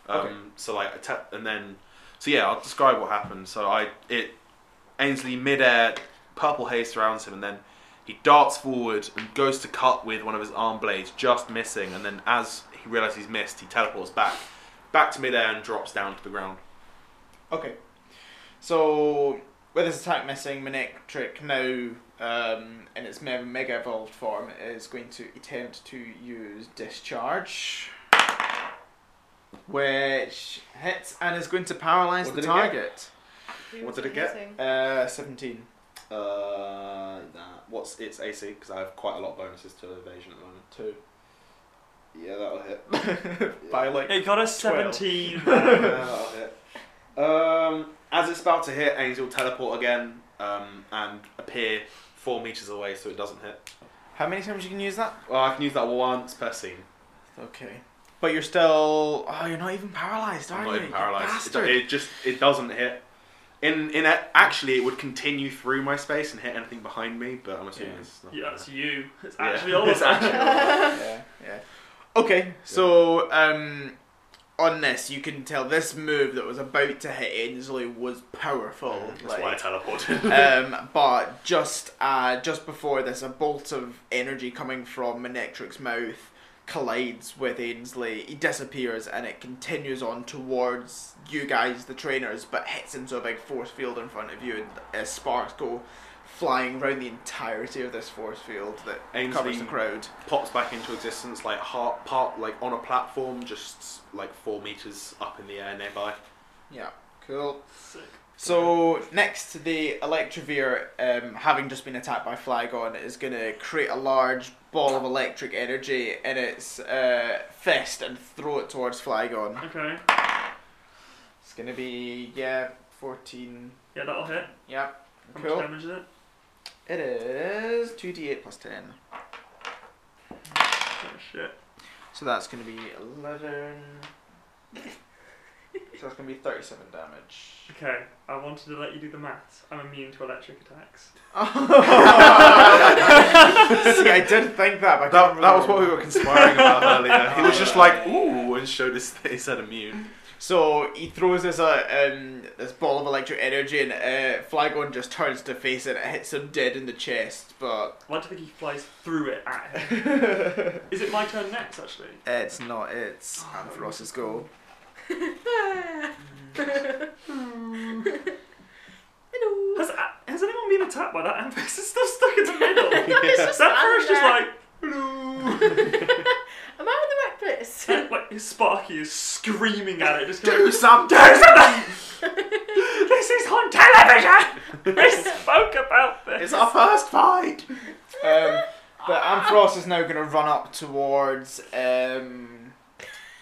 Speaker 6: Um,
Speaker 4: Okay.
Speaker 6: So like, I te- and then, so yeah, I'll describe what happened. So I it Ainsley midair, purple haze surrounds him, and then he darts forward and goes to cut with one of his arm blades, just missing. And then as he realizes he's missed, he teleports back, back to midair, and drops down to the ground.
Speaker 4: Okay. So with his attack missing, Manectric now um, in its me- mega evolved form is going to attempt to use discharge, which hits and is going to paralyze
Speaker 6: What
Speaker 4: the
Speaker 6: did it get?
Speaker 4: target.
Speaker 6: What did it get?
Speaker 4: Uh, seventeen.
Speaker 6: Uh, that what's its AC? Because I have quite a lot of bonuses to evasion at the moment.
Speaker 4: Two.
Speaker 6: Yeah, that'll hit.
Speaker 4: By like
Speaker 3: It got a 17. man.
Speaker 6: that'll hit. Um, as it's about to hit, Angel teleport again um, and appear four meters away, so it doesn't hit.
Speaker 4: how many times you can use that?
Speaker 6: Well, I can use that once per scene.
Speaker 4: Okay. But you're still. Oh, you're not even paralyzed, are
Speaker 6: I'm
Speaker 4: you?
Speaker 6: not even
Speaker 4: You
Speaker 6: paralyzed. It, do-
Speaker 4: Bastard.
Speaker 6: it just it doesn't hit. In in a, actually, it would continue through my space and hit anything behind me, but I'm assuming
Speaker 4: Yeah.
Speaker 6: it's not.
Speaker 3: yeah, that's you. It's
Speaker 6: Yeah.
Speaker 3: actually all
Speaker 6: It's
Speaker 3: of
Speaker 6: actually
Speaker 3: that.
Speaker 4: yeah, yeah. Okay, so um, on this, you can tell this move that was about to hit Ainsley was powerful.
Speaker 6: That's why I
Speaker 4: Like,
Speaker 6: teleported.
Speaker 4: um, but just uh, just before this, a bolt of energy coming from Manectric's mouth collides with Ainsley. He disappears, and it continues on towards you guys, the trainers, but hits into a big force field in front of you, and uh, sparks go flying around the entirety of this force field that covers
Speaker 6: Ainsley
Speaker 4: the crowd.
Speaker 6: pops back into existence, like heart part, like on a platform, just like four meters up in the air nearby.
Speaker 4: Yeah, cool.
Speaker 3: Sick.
Speaker 4: So next, the Electivire, um, having just been attacked by Flygon, is going to create a large ball of electric energy in its uh, fist and throw it towards Flygon.
Speaker 3: Okay.
Speaker 4: It's going to be yeah, fourteen.
Speaker 3: Yeah, that'll hit.
Speaker 4: Yeah,
Speaker 3: How
Speaker 4: cool.
Speaker 3: much damage is it?
Speaker 4: It is two d eight plus ten,
Speaker 3: Oh, shit.
Speaker 4: so that's going to be eleven. so that's going to be thirty-seven damage.
Speaker 3: Okay, I wanted to let you do the maths. I'm immune to electric attacks.
Speaker 4: See, I did think that, but I
Speaker 6: That,
Speaker 4: couldn't
Speaker 6: that was
Speaker 4: remember.
Speaker 6: what we were conspiring about earlier. He was just like,
Speaker 4: Alright.
Speaker 6: ooh, and showed his he said immune.
Speaker 4: So he throws this uh, um, this ball of electric energy, and uh, Flygon just turns to face it. It hits him dead in the chest, but
Speaker 3: I like to think he flies through it at him.
Speaker 4: it's
Speaker 3: Is it my turn next, actually?
Speaker 4: not. It's Ampharos's goal.
Speaker 3: Has, has anyone been attacked by that amphibious stuff stuck in the middle? Sephiroth's just like, hello.
Speaker 5: Am I in the right place?
Speaker 3: And, like, his Sparky is screaming at it, just going,
Speaker 6: Do something!
Speaker 3: They
Speaker 4: This is on television!
Speaker 3: We spoke about this.
Speaker 6: It's our first fight.
Speaker 4: um, but Ampharos is now going to run up towards. Um,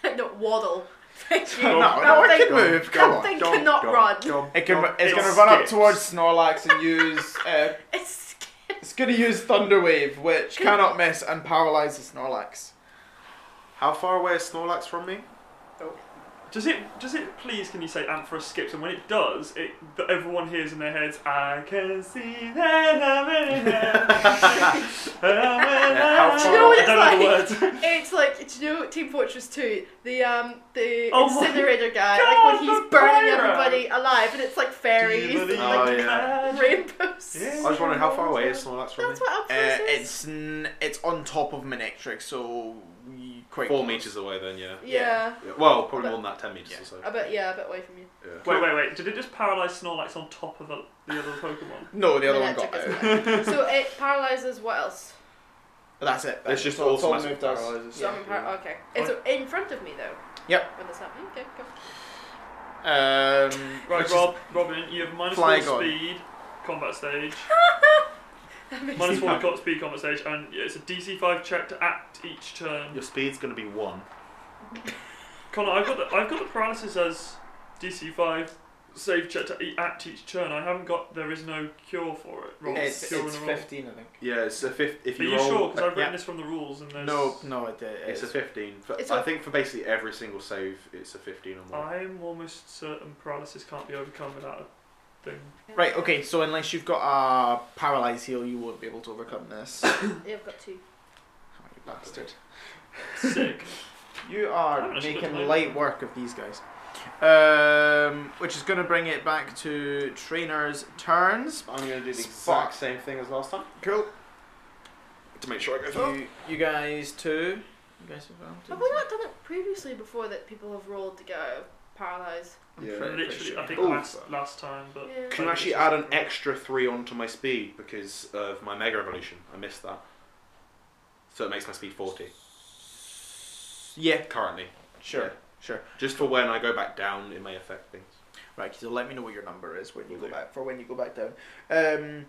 Speaker 5: no, waddle. Thank you.
Speaker 4: no, no, it
Speaker 5: Nothing-
Speaker 4: can move. Come on.
Speaker 5: Nothing cannot run.
Speaker 4: It can, it's
Speaker 3: It
Speaker 4: going to run up
Speaker 3: skips.
Speaker 4: towards Snorlax and use. Uh,
Speaker 5: It's
Speaker 4: it's going to use Thunder Wave, which cannot miss and paralyzes Snorlax.
Speaker 6: How far away is Snorlax from me?
Speaker 3: Does it? Does it? Please, can you say Amphora skips? And when it does, it that everyone hears in their heads. I can see that I'm in
Speaker 6: how
Speaker 3: Do
Speaker 6: far-
Speaker 5: Do you know what it's
Speaker 3: I don't know
Speaker 5: like?
Speaker 3: the words.
Speaker 5: It's like do you know Team Fortress Two, the um the
Speaker 3: Oh my
Speaker 5: incinerator guy,
Speaker 3: God,
Speaker 5: like when
Speaker 3: the
Speaker 5: he's burning
Speaker 3: pyro!
Speaker 5: everybody alive, and it's like fairies, and,
Speaker 6: Oh,
Speaker 5: like
Speaker 6: yeah.
Speaker 5: rainbows.
Speaker 3: Yeah.
Speaker 6: I was wondering how far away is Snorlax from me?
Speaker 5: That's what
Speaker 4: Uh,
Speaker 5: Alphys is.
Speaker 4: it's n- it's on top of Manectric, so y- quite
Speaker 6: Four
Speaker 4: close.
Speaker 6: meters away then, yeah.
Speaker 5: yeah.
Speaker 6: Yeah, Well, probably more than that, ten meters or so.
Speaker 5: a bit yeah, a bit away from you.
Speaker 6: Yeah.
Speaker 3: Wait, wait, wait. Did it just paralyze Snorlax on top of the the other Pokemon?
Speaker 4: No, the other one
Speaker 5: Manectric
Speaker 4: got out.
Speaker 5: is back. so it paralyzes what else?
Speaker 4: But that's it.
Speaker 6: It's just
Speaker 4: So all
Speaker 6: automatic
Speaker 4: moved us.
Speaker 6: paralysis.
Speaker 5: So I'm in par- okay. It's in front of me though.
Speaker 4: Yep.
Speaker 5: When this happened, okay, go.
Speaker 4: Um,
Speaker 3: Right, Rob, Robin, you have minus
Speaker 4: Fly
Speaker 3: one
Speaker 4: gone.
Speaker 3: speed, combat stage.
Speaker 5: That makes
Speaker 3: minus
Speaker 5: sense.
Speaker 3: one got speed, combat stage, and it's a DC five check to act each turn.
Speaker 6: Your speed's gonna be one.
Speaker 3: Connor, I've got the I've got the paralysis as DC five save check to e- act each turn. I haven't got there is no cure for it. Rob,
Speaker 4: it's,
Speaker 3: cure
Speaker 4: it's
Speaker 3: and roll.
Speaker 4: 15, I think.
Speaker 6: Yeah, it's a fifth. If
Speaker 3: Are
Speaker 6: you
Speaker 3: you
Speaker 6: roll,
Speaker 3: sure? Because I've written
Speaker 4: yeah.
Speaker 3: this from the rules and there's
Speaker 4: No, no, it did.
Speaker 6: it's a fifteen. For,
Speaker 5: It's
Speaker 6: I
Speaker 5: a-
Speaker 6: think for basically every single save, it's a fifteen or more.
Speaker 3: I'm almost certain paralysis can't be overcome without a thing.
Speaker 4: Right, okay, so unless you've got a paralyze heal, you won't be able to overcome this. Oh,
Speaker 7: Yeah, I've got two.
Speaker 4: you bastard.
Speaker 3: Sick.
Speaker 4: You
Speaker 3: I'm
Speaker 4: are
Speaker 3: gonna split
Speaker 4: making
Speaker 3: mine.
Speaker 4: light work of these guys. Um, which is going to bring it back to trainer's turns.
Speaker 6: I'm gonna do
Speaker 4: the exact
Speaker 6: same thing as last time
Speaker 4: Cool.
Speaker 6: to make sure I go through.
Speaker 4: You, you guys too. You guys as well.
Speaker 5: Have we not done it previously before that people have rolled to get out of paralyzed?
Speaker 4: I'm
Speaker 6: Yeah.
Speaker 4: pretty- pretty
Speaker 3: Literally, I think
Speaker 4: sure.
Speaker 3: last, last time,
Speaker 4: Uh,
Speaker 3: but
Speaker 5: Yeah.
Speaker 6: Can I actually add an extra three onto my speed because of my mega evolution? I missed that, so it makes my speed forty
Speaker 4: Yeah,
Speaker 6: currently.
Speaker 4: sure,
Speaker 6: Yeah.
Speaker 4: sure.
Speaker 6: Just for when I go back down, it may affect things.
Speaker 4: Right, so let me know what your number is when you
Speaker 6: Will
Speaker 4: go
Speaker 6: do.
Speaker 4: back for when you go back down. Um,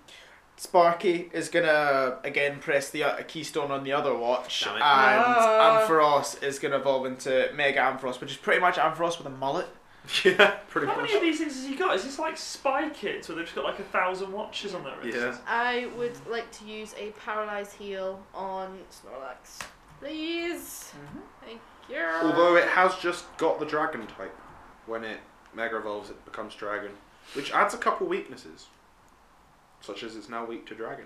Speaker 4: Sparky is gonna again press the uh, keystone on the other watch,
Speaker 6: Damn
Speaker 4: and
Speaker 6: it.
Speaker 5: Ah.
Speaker 4: Ampharos is gonna evolve into Mega Ampharos, which is pretty much Ampharos with a mullet.
Speaker 6: yeah, pretty
Speaker 3: How
Speaker 6: much.
Speaker 3: many of these things has he got? Is this like Spy Kids where they've just got like a thousand watches on their wrists?
Speaker 6: Yeah.
Speaker 5: I would like to use a paralyzed heal on Snorlax. Please. Thank you.
Speaker 6: Although it has just got the dragon type. When it mega evolves, it becomes dragon, which adds a couple weaknesses, such as it's now weak to dragon,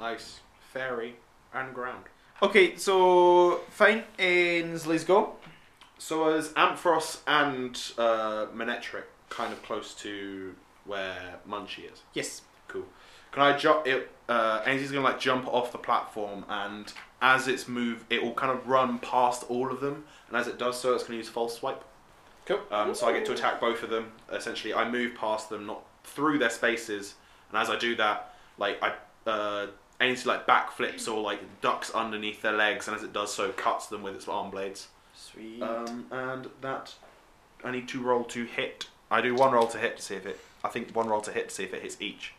Speaker 6: ice, fairy, and ground.
Speaker 4: Okay, so fine, Ainsley's go.
Speaker 6: So as Amphros and uh, Manectric kind of close to where Munchie is.
Speaker 4: Yes.
Speaker 6: Cool. Can I jump? It uh, Ainsley's gonna like jump off the platform, and as it's move, it will kind of run past all of them, and as it does so, it's gonna use false swipe.
Speaker 4: Cool.
Speaker 6: Um, so I get to attack both of them. Essentially, I move past them, not through their spaces, and as I do that, like I uh, Ainsley like backflips or like ducks underneath their legs, and as it does so, cuts them with its arm blades.
Speaker 4: Sweet.
Speaker 6: Um, and that I need to roll to hit. I do one roll to hit to see if it. I think one roll to hit to see if it hits each.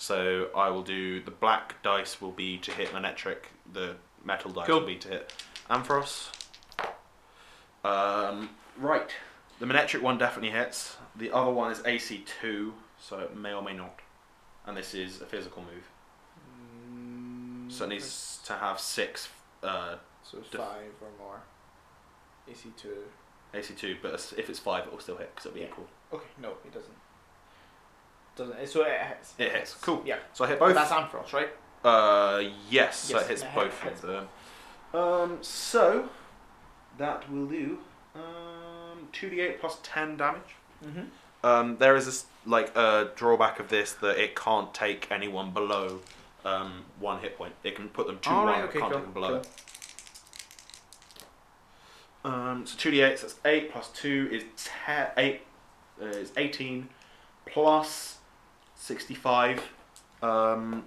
Speaker 6: So I will do the black dice will be to hit Manetric, the metal dice
Speaker 4: Cool.
Speaker 6: will be to hit Amphros. Um, right. The Manetric one definitely hits. The other one is AC two, so it may or may not. And this is a physical move, so it needs to have six uh,
Speaker 4: Mm. so
Speaker 6: def-
Speaker 4: five or more. AC two.
Speaker 6: AC two. But if it's five, it will still hit because it'll be
Speaker 4: Yeah.
Speaker 6: equal.
Speaker 4: Okay, no, it doesn't. Doesn't it? So it hits.
Speaker 6: It hits. Cool.
Speaker 4: Yeah.
Speaker 6: So I hit both.
Speaker 4: That's Ampharos, right?
Speaker 6: Uh, yes,
Speaker 4: Yes,
Speaker 6: that hits
Speaker 4: that
Speaker 6: both
Speaker 4: hits
Speaker 6: of them. Um, so that will do um two d eight plus ten damage.
Speaker 4: Mm-hmm.
Speaker 6: Um, there is this like a drawback of this that it can't take anyone below um one hit point. It can put them to
Speaker 4: All
Speaker 6: one,
Speaker 4: right,
Speaker 6: it
Speaker 4: okay,
Speaker 6: can't
Speaker 4: cool,
Speaker 6: take them below. Um, so two d eight. So that's eight plus two is te- eight. Uh, is eighteen plus sixty five. Um,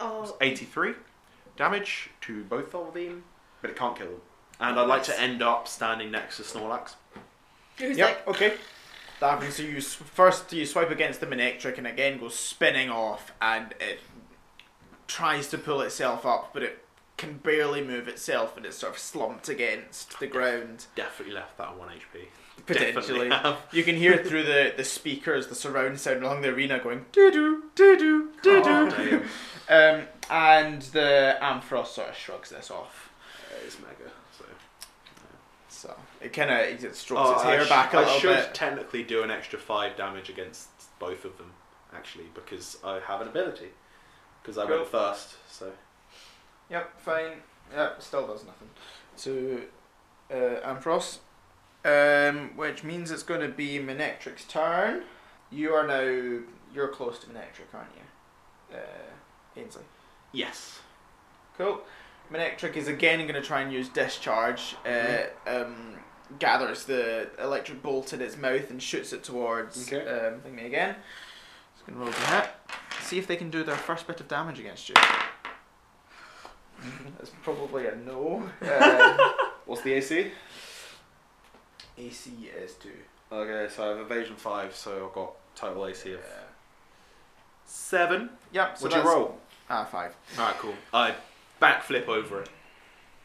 Speaker 5: Oh,
Speaker 6: 83 damage to both of them, but it can't kill them. And I'd like to end up standing next to Snorlax.
Speaker 5: who's
Speaker 4: Yep. Okay. That happens. So you s- first you swipe against the Manectric and again goes spinning off, and it tries to pull itself up, but it can barely move itself, and it's sort of slumped against the ground.
Speaker 6: Definitely left that one HP.
Speaker 4: Potentially,
Speaker 6: Definitely have.
Speaker 4: you can hear through the the speakers the surround sound along the arena going doo doo doo doo doo
Speaker 6: Oh,
Speaker 4: doo.
Speaker 6: damn.
Speaker 4: Um, and the Ampharos sort of shrugs this off.
Speaker 6: It's mega. So.
Speaker 4: So it kind of it strokes its hair
Speaker 6: sh-
Speaker 4: back a
Speaker 6: Oh, I
Speaker 4: little
Speaker 6: should
Speaker 4: bit.
Speaker 6: technically do an extra five damage against both of them, actually, because I have an ability. Because I
Speaker 4: Cool.
Speaker 6: went first, so
Speaker 4: Yep, fine. Yep, still does nothing. To uh, Ampharos, um, which means it's going to be Manectric's turn. You are now you're close to Manectric, aren't you, uh, Ainsley?
Speaker 6: yes.
Speaker 4: Cool. Manectric is again going to try and use discharge. Uh,
Speaker 6: Mhm.
Speaker 4: um, gathers the electric bolt in its mouth and shoots it towards
Speaker 6: Okay.
Speaker 4: um, thingy again. Just going to roll the hit. See if they can do their first bit of damage against you. That's probably a no. Um,
Speaker 6: Mm-hmm. What's the AC?
Speaker 4: AC is two.
Speaker 6: Okay, so I have evasion five, so I've got total AC of
Speaker 4: Yeah.
Speaker 6: seven.
Speaker 4: Uh, Yep. So
Speaker 6: What'd you
Speaker 4: that's-
Speaker 6: roll?
Speaker 4: Ah, five.
Speaker 6: All right, cool. I backflip over it.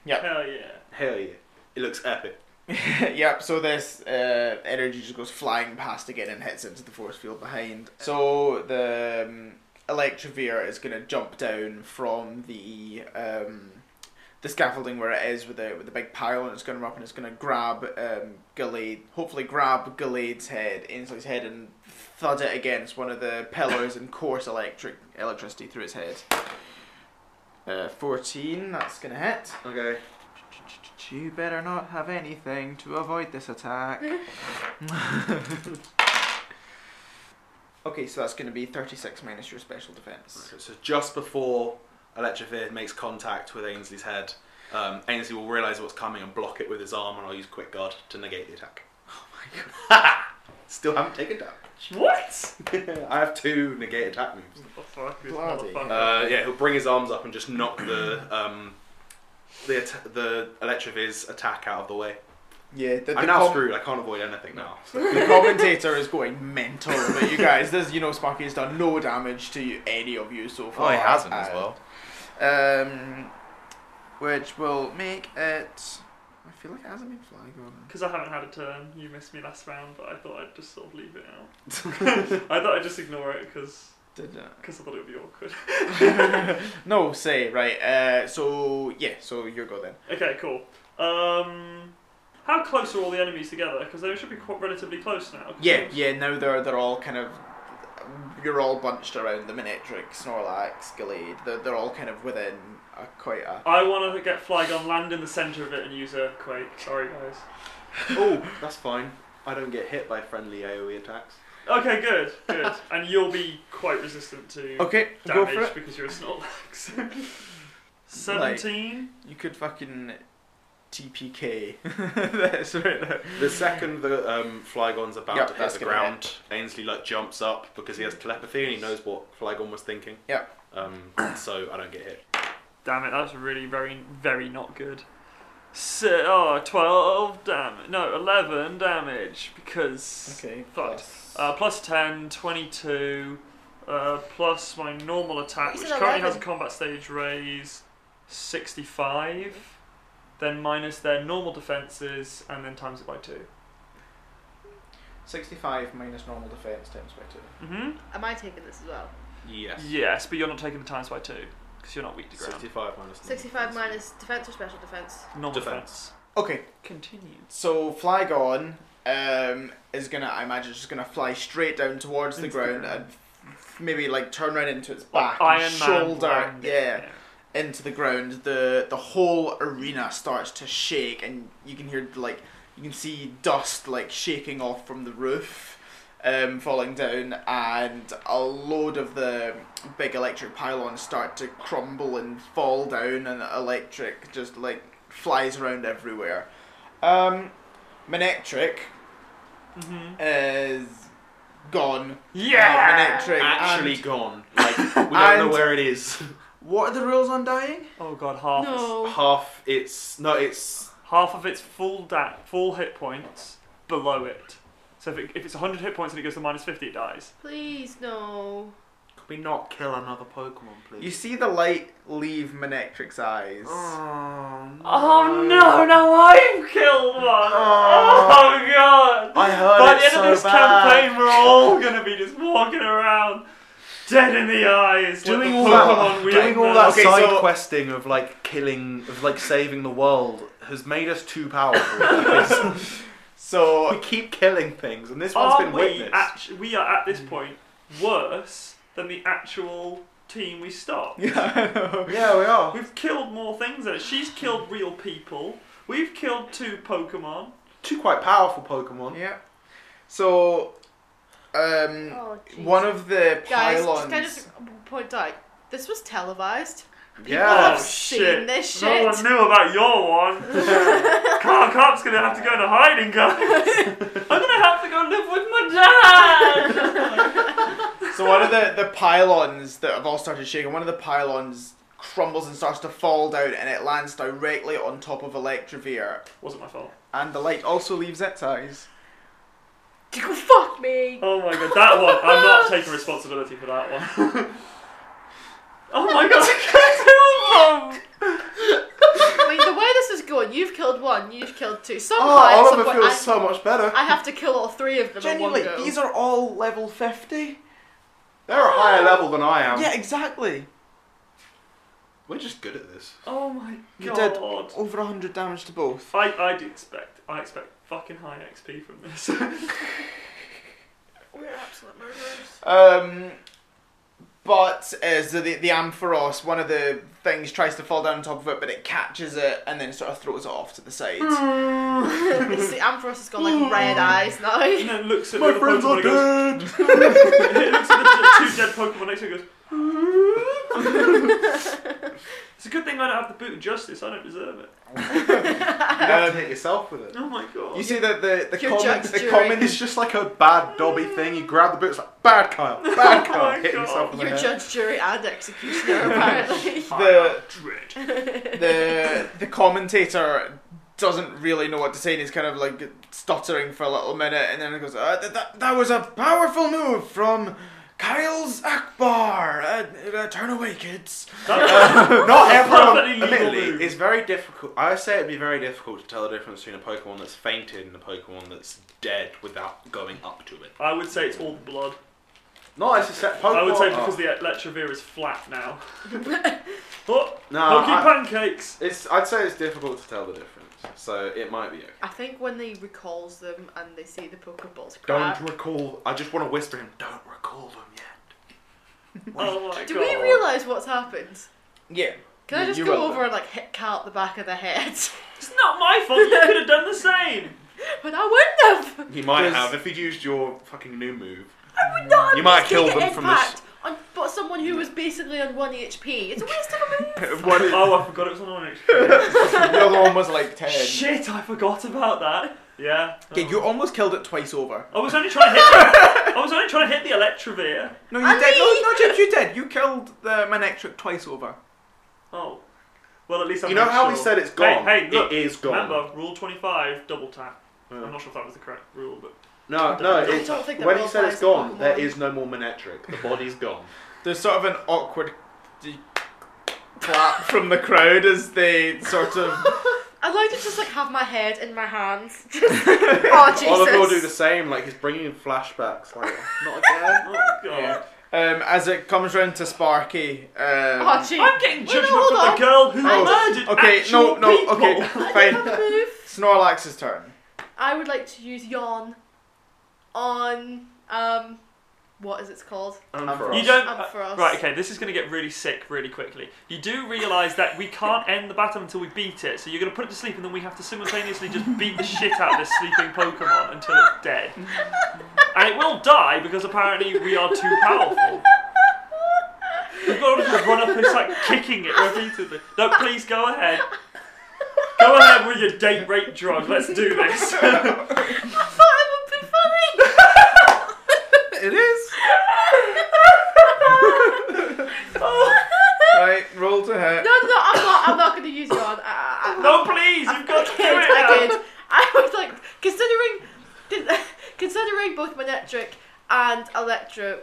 Speaker 3: Hell yeah.
Speaker 6: Hell yeah! It looks epic.
Speaker 4: yep. So this uh, energy just goes flying past again and hits into the force field behind. So the um, Electrovere is going to jump down from the um, the scaffolding where it is with the with the big pile, and it's going to up and it's going to grab um, Gallade, hopefully grab Gallade's head, Ainsley's head, and thud it against one of the pillars and course electric electricity through his head. Uh, Fourteen. That's going to hit.
Speaker 6: Okay.
Speaker 4: You better not have anything to avoid this attack. okay, so that's going to be 36 minus your special defense.
Speaker 6: So just before Electrovir makes contact with Ainsley's head, um, Ainsley will realise what's coming and block it with his arm, and I'll use Quick Guard to negate the attack. Oh my god. Still haven't taken damage.
Speaker 3: What?
Speaker 6: I have two negate attack moves.
Speaker 3: Motherfucker, this
Speaker 4: Bloody
Speaker 3: motherfucker.
Speaker 6: Uh, yeah, he'll bring his arms up and just knock the um, the at- the Electrovir's attack out of the way.
Speaker 4: Yeah, the, the,
Speaker 6: I'm now
Speaker 4: com-
Speaker 6: screwed. I can't avoid anything now. So.
Speaker 4: the commentator is going mental about you guys. This, you know, Sparky has done no damage to you, any of you so
Speaker 6: Oh,
Speaker 4: far. and- Um, which will make it. I feel like it hasn't been flying on.
Speaker 3: Because I haven't had a turn. You missed me last round, but I thought I'd just sort of leave it out. I thought I'd just ignore it because
Speaker 4: Did it?
Speaker 3: I thought it would be awkward.
Speaker 4: no, say, right. Uh, so, yeah, so you go then.
Speaker 3: Okay, cool. Um, how close are all the enemies together? Because they should be quite relatively close now. 'cause
Speaker 4: Yeah,
Speaker 3: those-
Speaker 4: yeah. Now they're they're all kind of you're all bunched around the Minetric, Snorlax, Gallade. They're, they're all kind of within a quite a.
Speaker 3: I want to get Flygon land in the centre of it and use Earthquake. Sorry, guys.
Speaker 6: oh, that's fine. I don't get hit by friendly AOE attacks.
Speaker 3: Okay, good, good. and you'll be quite resistant to
Speaker 4: Okay, go for
Speaker 3: damage
Speaker 4: it.
Speaker 3: because you're a Snorlax. 17?
Speaker 4: You could fucking TPK. That's right. Now.
Speaker 6: The second the um, Flygon's about
Speaker 4: Yep,
Speaker 6: to hit
Speaker 4: that's
Speaker 6: the
Speaker 4: gonna
Speaker 6: ground, Ainsley like jumps up because he has telepathy and he knows what Flygon was thinking.
Speaker 4: Yep.
Speaker 6: Um, so I don't get hit.
Speaker 3: Damn it, that's really very, very not good. So, oh, 12 damage. No, 11 damage because.
Speaker 4: Okay.
Speaker 3: Fucked.
Speaker 4: plus-
Speaker 3: Uh, plus 10, 22, uh, plus my normal attack,
Speaker 7: You
Speaker 3: which
Speaker 7: said
Speaker 3: currently has a
Speaker 7: 11.
Speaker 3: combat stage raise 65, then minus their normal defences, and then times it by 2.
Speaker 4: Sixty-five minus normal defense times by two.
Speaker 3: hmm
Speaker 5: Am I taking this as well?
Speaker 6: Yes.
Speaker 3: Yes, but you're not taking the times by 2, because you're not weak to ground.
Speaker 6: Sixty-five minus. nine.
Speaker 7: 65 minus defense or special defense?
Speaker 3: Normal
Speaker 6: Defense.
Speaker 3: defence.
Speaker 4: Okay,
Speaker 3: Continues.
Speaker 4: so Flygon um, is gonna. I imagine just gonna fly straight down towards the
Speaker 3: Into the
Speaker 4: ground
Speaker 3: ground.
Speaker 4: and maybe like turn around into its back,
Speaker 3: Iron Man
Speaker 4: and shoulder.
Speaker 3: landing.
Speaker 4: yeah. into the ground, the the whole arena starts to shake, and you can hear like you can see dust like shaking off from the roof, um, falling down, and a load of the big electric pylons start to crumble and fall down, and electric just like flies around everywhere. Um, Manectric Mm-hmm.
Speaker 3: Mhm.
Speaker 4: is gone.
Speaker 3: Yeah!
Speaker 4: Uh, Manectric
Speaker 6: Actually
Speaker 4: and-
Speaker 6: gone. Like we don't
Speaker 4: And-
Speaker 6: know where it is.
Speaker 4: what are the rules on dying?
Speaker 3: Oh god, half.
Speaker 6: Half its no, it's
Speaker 3: Half of its full da- full hit points below it. So if, it, if it's 100 hit points and it goes to minus 50, it dies.
Speaker 7: Please, no.
Speaker 6: Could we not kill another Pokemon, please?
Speaker 4: You see the light leave Manectric's eyes.
Speaker 6: Oh, no.
Speaker 3: Oh no, now I've killed one! Oh,
Speaker 4: Oh.
Speaker 3: god!
Speaker 4: I heard
Speaker 3: By
Speaker 4: it
Speaker 3: the end
Speaker 4: so
Speaker 3: of this
Speaker 4: bad.
Speaker 3: campaign, we're all gonna be just walking around, dead in the eyes,
Speaker 6: Doing
Speaker 3: with
Speaker 6: all
Speaker 3: the
Speaker 6: that-
Speaker 3: Pokemon we
Speaker 6: Doing all
Speaker 3: know.
Speaker 6: that
Speaker 4: Okay,
Speaker 6: side
Speaker 4: so-
Speaker 6: questing of like killing, of like saving the world has made us too powerful. we
Speaker 4: So
Speaker 6: keep killing things, and this one's
Speaker 3: Are
Speaker 6: been
Speaker 3: we,
Speaker 6: witnessed. Mm.
Speaker 3: actu- we are at this point worse than the actual team we stopped.
Speaker 4: yeah.
Speaker 6: yeah, we are.
Speaker 3: We've killed more things than She's killed real people. We've killed two Pokemon.
Speaker 6: Two quite powerful Pokemon.
Speaker 4: yeah. So um
Speaker 7: Oh, jeez.
Speaker 4: one of the
Speaker 5: Guys,
Speaker 4: pylons
Speaker 5: just kind of point out. This was televised.
Speaker 6: Yeah.
Speaker 5: I've
Speaker 3: Oh,
Speaker 5: seen
Speaker 3: shit.
Speaker 5: this
Speaker 3: No
Speaker 5: shit.
Speaker 3: one knew about your one. Car Cop's gonna have to go into hiding, guys. I'm gonna have to go live with my dad.
Speaker 4: So one of the, the pylons that have all started shaking, one of the pylons crumbles and starts to fall down and it lands directly on top of Electivire.
Speaker 3: Wasn't my fault.
Speaker 4: And the light also leaves its eyes.
Speaker 7: You fuck me.
Speaker 3: Oh my god, that one. I'm not taking responsibility for that one. oh my god, two of them.
Speaker 5: I mean, the way this is going, you've killed one, you've killed two. Somehow,
Speaker 6: Ah,
Speaker 5: at
Speaker 4: Oh,
Speaker 5: some
Speaker 4: Oliver
Speaker 5: point,
Speaker 4: feels
Speaker 5: I,
Speaker 4: so much better.
Speaker 5: I have to kill all three of them
Speaker 4: Genuinely,
Speaker 5: in one go.
Speaker 4: these are all level 50.
Speaker 6: They're a higher level than I am.
Speaker 4: yeah, exactly.
Speaker 6: We're just good at this.
Speaker 3: Oh my
Speaker 4: You did
Speaker 3: god.
Speaker 4: over 100 damage to both.
Speaker 3: I, I did expect. I expect fucking high XP from this.
Speaker 7: We're absolute murderers.
Speaker 4: Um, but uh, so the, the Ampharos, one of the things tries to fall down on top of it, but it catches it and then sort of throws it off to the
Speaker 3: Hmm.
Speaker 4: side.
Speaker 5: It's the Ampharos has got like red
Speaker 4: Hmm.
Speaker 5: eyes now.
Speaker 3: and then looks at
Speaker 6: My
Speaker 3: the other
Speaker 6: friends
Speaker 3: Pokemon
Speaker 6: are
Speaker 3: and goes,
Speaker 6: dead.
Speaker 3: it looks at the two dead Pokemon next to it and goes. it's a good thing I don't have the boot of justice. I don't deserve it.
Speaker 6: you have to hit yourself with it.
Speaker 3: Oh my god.
Speaker 4: You see that the, the
Speaker 5: You're
Speaker 4: comment,
Speaker 5: judged
Speaker 4: the
Speaker 5: during-
Speaker 4: comment
Speaker 6: It's just like a bad Dobby thing. You grab the boot, it's like bad Kyle, bad
Speaker 3: Oh
Speaker 6: Kyle,
Speaker 3: my
Speaker 6: hitting
Speaker 3: God.
Speaker 6: yourself in the
Speaker 5: You're
Speaker 6: head.
Speaker 5: judge, jury, and executioner, apparently.
Speaker 4: the
Speaker 3: dread.
Speaker 4: the the commentator doesn't really know what to say and he's kind of like stuttering for a little minute and then he goes uh, th- that, that was a powerful move from Kyle's Akbar uh, uh, turn away kids
Speaker 6: Not everyone,
Speaker 3: perfectly legal move.
Speaker 6: admittedly, it's very difficult. I would say it'd be very difficult to tell the difference between a Pokemon that's fainted and a Pokemon that's dead without going up to it.
Speaker 3: I would say it's all the blood.
Speaker 6: Not necessarily. Pokemon.
Speaker 3: I would say
Speaker 6: oh.
Speaker 3: because the Electrovir is flat now. oh,
Speaker 6: no,
Speaker 3: pokey
Speaker 6: I,
Speaker 3: pancakes!
Speaker 6: it's. I'd say it's difficult to tell the difference, so it might be okay.
Speaker 5: I think when they recalls them and they see the Pokeballs
Speaker 6: Don't
Speaker 5: crap.
Speaker 3: Uh,
Speaker 6: recall. I just want to whisper him. Don't recall them yet.
Speaker 3: Oh my
Speaker 5: do
Speaker 3: god.
Speaker 5: we realise what's happened?
Speaker 4: yeah
Speaker 5: Can I
Speaker 4: You-
Speaker 5: just
Speaker 4: you
Speaker 5: go
Speaker 4: wrote
Speaker 5: over
Speaker 4: that.
Speaker 5: and like hit Cal at the back of the head?
Speaker 3: It's not my fault, you could have done the same!
Speaker 5: but I wouldn't have.
Speaker 6: He might
Speaker 4: Does-
Speaker 6: have if he'd used your fucking new move.
Speaker 5: I would not.
Speaker 6: You might have
Speaker 5: have
Speaker 6: killed them from
Speaker 5: impact
Speaker 6: this-
Speaker 5: On, but someone who was basically on one HP. It's a waste of a move.
Speaker 4: one is-
Speaker 3: Oh, I forgot it was on orange.
Speaker 4: the other one was like 10
Speaker 3: Shit, I forgot about that. Yeah.
Speaker 4: okay you almost killed it twice over
Speaker 3: I was only trying to hit. I was only trying to hit the Electrovir.
Speaker 4: no you
Speaker 5: And
Speaker 4: did
Speaker 5: me!
Speaker 4: no, no James you did you killed the Manectric twice over
Speaker 3: Oh. Well, at least I'm
Speaker 6: You know
Speaker 3: not
Speaker 6: how we
Speaker 3: sure.
Speaker 6: said it's gone.
Speaker 3: Hey, hey, look.
Speaker 6: it is gone.
Speaker 3: Remember, rule 25, double tap.
Speaker 6: Yeah.
Speaker 3: I'm not sure if that was the correct rule, but.
Speaker 6: No, no.
Speaker 5: I
Speaker 6: It,
Speaker 5: don't think that
Speaker 6: when he
Speaker 5: rule
Speaker 6: said it's
Speaker 5: applies to
Speaker 6: gone,
Speaker 5: Pokemon.
Speaker 6: there is no more Manectric. The body's gone.
Speaker 4: There's sort of an awkward d- clap from the crowd as they sort of. um,
Speaker 5: I'd like to just like have my head in my hands. Just like, oh Jesus.
Speaker 6: Oliver will do the same. Like he's bringing in flashbacks. Like not again.
Speaker 3: Oh,
Speaker 4: Yeah.
Speaker 3: God.
Speaker 4: Um, as it comes round to Sparky. Um,
Speaker 5: Oh jeez.
Speaker 3: I'm getting
Speaker 5: Wait,
Speaker 3: judgment
Speaker 5: no, hold
Speaker 3: from the
Speaker 5: on.
Speaker 3: girl who
Speaker 5: I just-
Speaker 3: murdered
Speaker 4: okay, no,
Speaker 3: actual
Speaker 4: no,
Speaker 3: people.
Speaker 4: okay,
Speaker 5: I
Speaker 4: fine.
Speaker 5: don't have a move.
Speaker 4: Snorlax's turn.
Speaker 5: I would like to use yawn on um what is it called?
Speaker 4: Ampharos.
Speaker 3: You
Speaker 6: Um,
Speaker 3: don't. uh,
Speaker 5: Up
Speaker 6: uh,
Speaker 5: for us.
Speaker 3: Right, okay, this is going to get really sick really quickly. You do realise that we can't end the battle until we beat it, so you're going to put it to sleep and then we have to simultaneously just beat the shit out of this sleeping Pokemon until it's dead. And it will die because apparently we are too powerful. You've got to just run up and start kicking it repeatedly. No, please go ahead. Go ahead with your date rape drug. Let's do this.
Speaker 5: I thought it would be funny.
Speaker 4: It is. Right, roll to hit.
Speaker 5: No, no, no, I'm not. I'm not going to use yawn. I, I,
Speaker 3: No, please. You've got to do
Speaker 5: I did. I
Speaker 3: it.
Speaker 5: did. I was like considering, considering both Manectric and Electro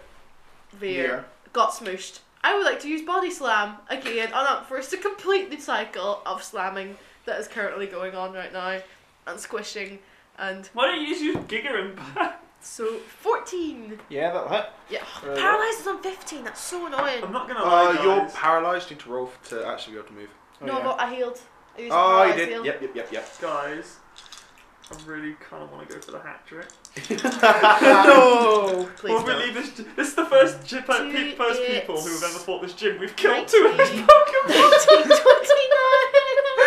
Speaker 5: Veer
Speaker 4: Yeah.
Speaker 5: got smooshed. I would like to use Body Slam again on up first to complete the cycle of slamming that is currently going on right now and squishing and
Speaker 3: Why don't you just use Giga Impact?
Speaker 5: so 14.
Speaker 4: Yeah, that'll hit.
Speaker 5: Yeah.
Speaker 3: Uh,
Speaker 4: Right.
Speaker 7: Paralyzed is on 15. That's so annoying.
Speaker 3: I'm not gonna lie,
Speaker 6: Uh,
Speaker 3: guys.
Speaker 6: you're paralysed. You need to roll f- to actually be able to move.
Speaker 4: Oh,
Speaker 5: no,
Speaker 4: yeah.
Speaker 5: but I healed. I used
Speaker 6: Oh, you
Speaker 5: paralyzed
Speaker 6: did.
Speaker 5: heal.
Speaker 6: Yep, yep, yep, yep.
Speaker 3: guys. I really kind of want to go for the hat trick.
Speaker 5: no, please
Speaker 3: Well, Oh, we
Speaker 5: don't.
Speaker 3: leave this. This is the first gym,
Speaker 7: Do
Speaker 3: first
Speaker 7: it.
Speaker 3: people who have ever fought this gym. We've killed two of
Speaker 7: 19.
Speaker 3: his Pokemon.
Speaker 7: 29.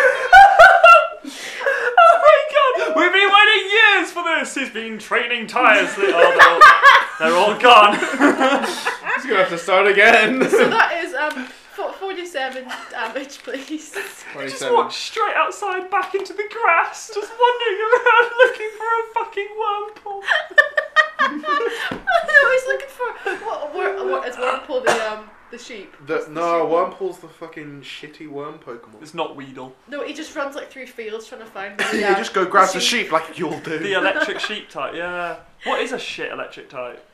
Speaker 3: oh my god! We've been waiting years for this. He's been training tirelessly. Oh, they're, all, they're all gone.
Speaker 4: He's gonna have to start again.
Speaker 5: So that is um fo- 47 damage, please.
Speaker 3: He just walked straight outside, back into the grass, just wandering around looking for a fucking wormhole.
Speaker 5: no, he's looking for what? Where, what is Whirlpool the um the sheep?
Speaker 6: The, no, Wormpool's the fucking shitty worm Pokemon.
Speaker 3: It's not Weedle.
Speaker 5: No, he just runs like through fields trying to find.
Speaker 6: You
Speaker 5: The, um,
Speaker 6: just go grab the
Speaker 5: sheep.
Speaker 6: sheep like you'll do.
Speaker 3: The electric sheep type. Yeah. What is a shit electric type?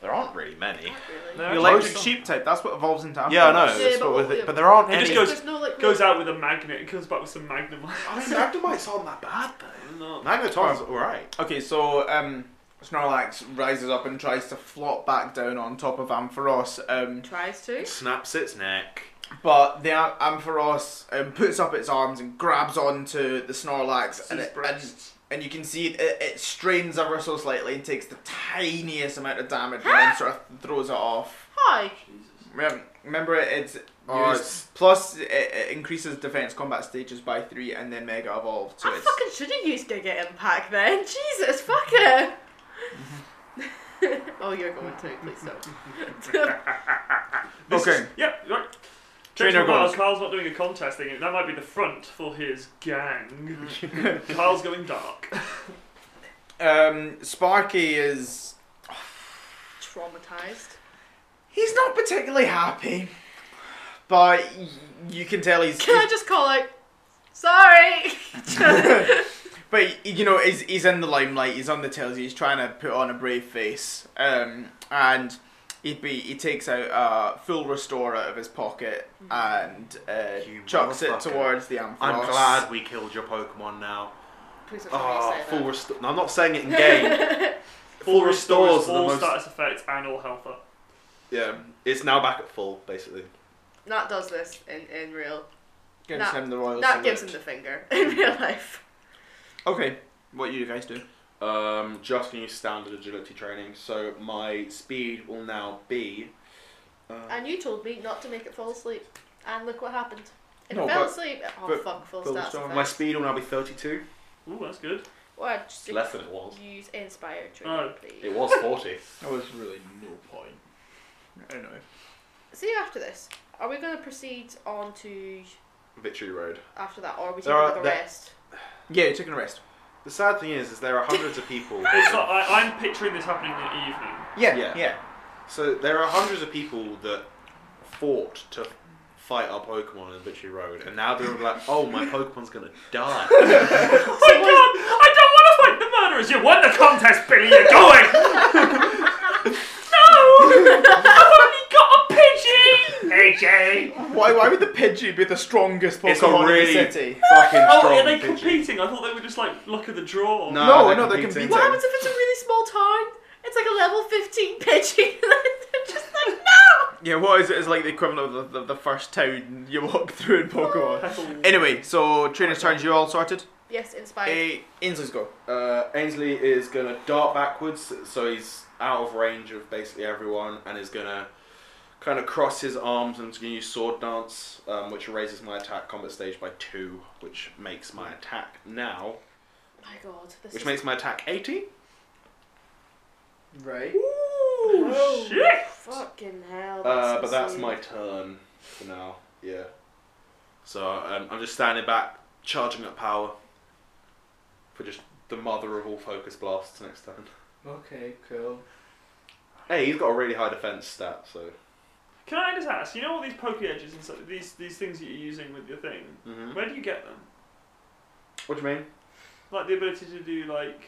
Speaker 6: There aren't really many.
Speaker 5: Really.
Speaker 3: No,
Speaker 4: The electric
Speaker 3: most-
Speaker 4: sheep type, that's what evolves into
Speaker 6: Yeah, I know.
Speaker 4: Ampharos.
Speaker 5: Yeah,
Speaker 6: that's
Speaker 5: but
Speaker 6: what with
Speaker 5: what-
Speaker 6: it- but there aren't
Speaker 3: It
Speaker 6: any.
Speaker 3: just goes-
Speaker 5: There's no like
Speaker 3: Goes
Speaker 5: no-
Speaker 3: out with a magnet and comes back with some magnum.
Speaker 6: I mean, "Oh, Magnemites aren't that bad though. Magneton's alright.
Speaker 4: Okay, so um, Snorlax rises up and tries to flop back down on top of Ampharos, um,
Speaker 5: Tries to.
Speaker 6: Snaps its neck.
Speaker 4: but the Am- Ampharos um, puts up its arms and grabs onto the Snorlax, and,
Speaker 3: His
Speaker 4: it, and,
Speaker 3: breasts.
Speaker 4: and you can see it, it strains ever so slightly and takes the tiniest amount of damage and then sort of throws it off.
Speaker 5: Hi.
Speaker 4: Remem- Remember, it's
Speaker 6: Oh,
Speaker 4: used-
Speaker 6: it's-
Speaker 4: plus it, it increases defense combat stages by three and then mega evolved. So
Speaker 5: I
Speaker 4: it's
Speaker 5: fucking should have used Giga Impact then. Jesus, fuck it. oh, you're going to, please don't.
Speaker 3: This
Speaker 4: Okay.
Speaker 3: Is, yep, right.
Speaker 4: Trainer
Speaker 3: Trainer Miles,
Speaker 4: goals.
Speaker 3: Kyle's not doing a contest thing. That might be the front for his gang. Kyle's going dark.
Speaker 4: um, Sparky is
Speaker 5: Traumatized.
Speaker 4: He's not particularly happy, but y- you can tell he's.
Speaker 5: Can I just call like, sorry?
Speaker 4: but y- you know, he's, he's in the limelight. He's on the tells. He's trying to put on a brave face, um, and he be he takes out a full restore out of his pocket and uh,
Speaker 6: You
Speaker 4: chucks it
Speaker 6: motherfucker.
Speaker 4: towards the Ampharos.
Speaker 6: I'm glad we killed your Pokemon now.
Speaker 5: Please don't
Speaker 6: Ah,
Speaker 5: say
Speaker 6: full
Speaker 5: that.
Speaker 6: restore. No, I'm not saying it in game.
Speaker 3: Full
Speaker 6: restores
Speaker 3: restores,
Speaker 6: are the
Speaker 3: all
Speaker 6: most-
Speaker 3: status effects, and all health up.
Speaker 6: yeah, it's now back at full, basically.
Speaker 5: Nat does this in, in real.
Speaker 4: Gives
Speaker 5: Nat-
Speaker 4: him the royal.
Speaker 5: Nat gives him the
Speaker 4: salute.
Speaker 5: finger in real life.
Speaker 4: Okay, what you guys do?
Speaker 6: Um, just new standard agility training. So my speed will now be. Uh,
Speaker 5: And you told me not to make it fall asleep. And look what happened. It
Speaker 4: No,
Speaker 5: fell
Speaker 4: but-
Speaker 5: asleep. Oh,
Speaker 4: but-
Speaker 5: fuck, full
Speaker 4: but
Speaker 5: stats.
Speaker 4: what's wrong with
Speaker 6: my
Speaker 5: effect.
Speaker 6: speed will now be 32.
Speaker 3: Ooh, that's good.
Speaker 5: Or just
Speaker 6: It's less than it was.
Speaker 5: use Inspire Tree,
Speaker 3: Oh.
Speaker 5: please.
Speaker 6: It was 40.
Speaker 4: That was really no point. Anyway.
Speaker 5: See you after this. Are we going to proceed on to
Speaker 6: Victory Road.
Speaker 5: after that, or are we taking
Speaker 6: There are-
Speaker 5: like a
Speaker 6: there-
Speaker 5: rest?
Speaker 4: Yeah, you're taking a rest.
Speaker 6: The sad thing is, is there are hundreds of people.
Speaker 3: It's not, I, I'm picturing this happening in the evening.
Speaker 4: Yeah,
Speaker 6: Yeah.
Speaker 4: yeah.
Speaker 6: So there are hundreds of people that fought to fight our Pokemon in Victory Road, and now they're like, "Oh, my Pokemon's gonna die."
Speaker 3: Oh my god! I don't want to fight the murderers! You won the contest, Billy! You're going! no! I've only got a pigeon! AJ!
Speaker 4: Why, why would the Pidgey be the strongest Pokemon
Speaker 6: It's a really-
Speaker 4: in the city?
Speaker 6: Fucking
Speaker 3: Oh,
Speaker 6: strong
Speaker 3: are they
Speaker 6: pigeon.
Speaker 3: competing? I thought they were just like, look at the draw.
Speaker 6: No,
Speaker 4: No,
Speaker 6: they're
Speaker 4: no, they're
Speaker 6: competing.
Speaker 4: competing.
Speaker 5: What happens if it's a really small town? It's like a level 15 pitching. They're just like, no!
Speaker 4: Yeah, what is it? It's like the equivalent of the, the, the first town you walk through in Pokemon.
Speaker 3: Petal.
Speaker 4: Anyway, so trainer's turns, you all sorted?
Speaker 5: Yes, Inspire.
Speaker 4: Hey, Ainsley's go.
Speaker 6: Uh, Ainsley is gonna dart backwards, so he's out of range of basically everyone, and is gonna kind of cross his arms and is gonna use sword dance, um, which raises my attack combat stage by two, which makes my attack now,
Speaker 5: my god. This
Speaker 6: which
Speaker 5: is
Speaker 6: makes my attack eighty.
Speaker 4: Right.
Speaker 3: Ooh, Oh, shit!
Speaker 5: fucking hell.
Speaker 6: Uh,
Speaker 5: That's
Speaker 6: but that's
Speaker 5: insane.
Speaker 6: my turn for now. Yeah. So um, I'm just standing back, charging up power for just the mother of all focus blasts next turn.
Speaker 4: Okay, cool.
Speaker 6: Hey, he's got a really high defense stat, so.
Speaker 3: Can I just ask, you know all these poke edges and stuff, these, these things that you're using with your thing?
Speaker 8: Hmm?
Speaker 6: Mm-hmm.
Speaker 3: Where do you get them?
Speaker 6: What do you mean?
Speaker 3: Like the ability to do like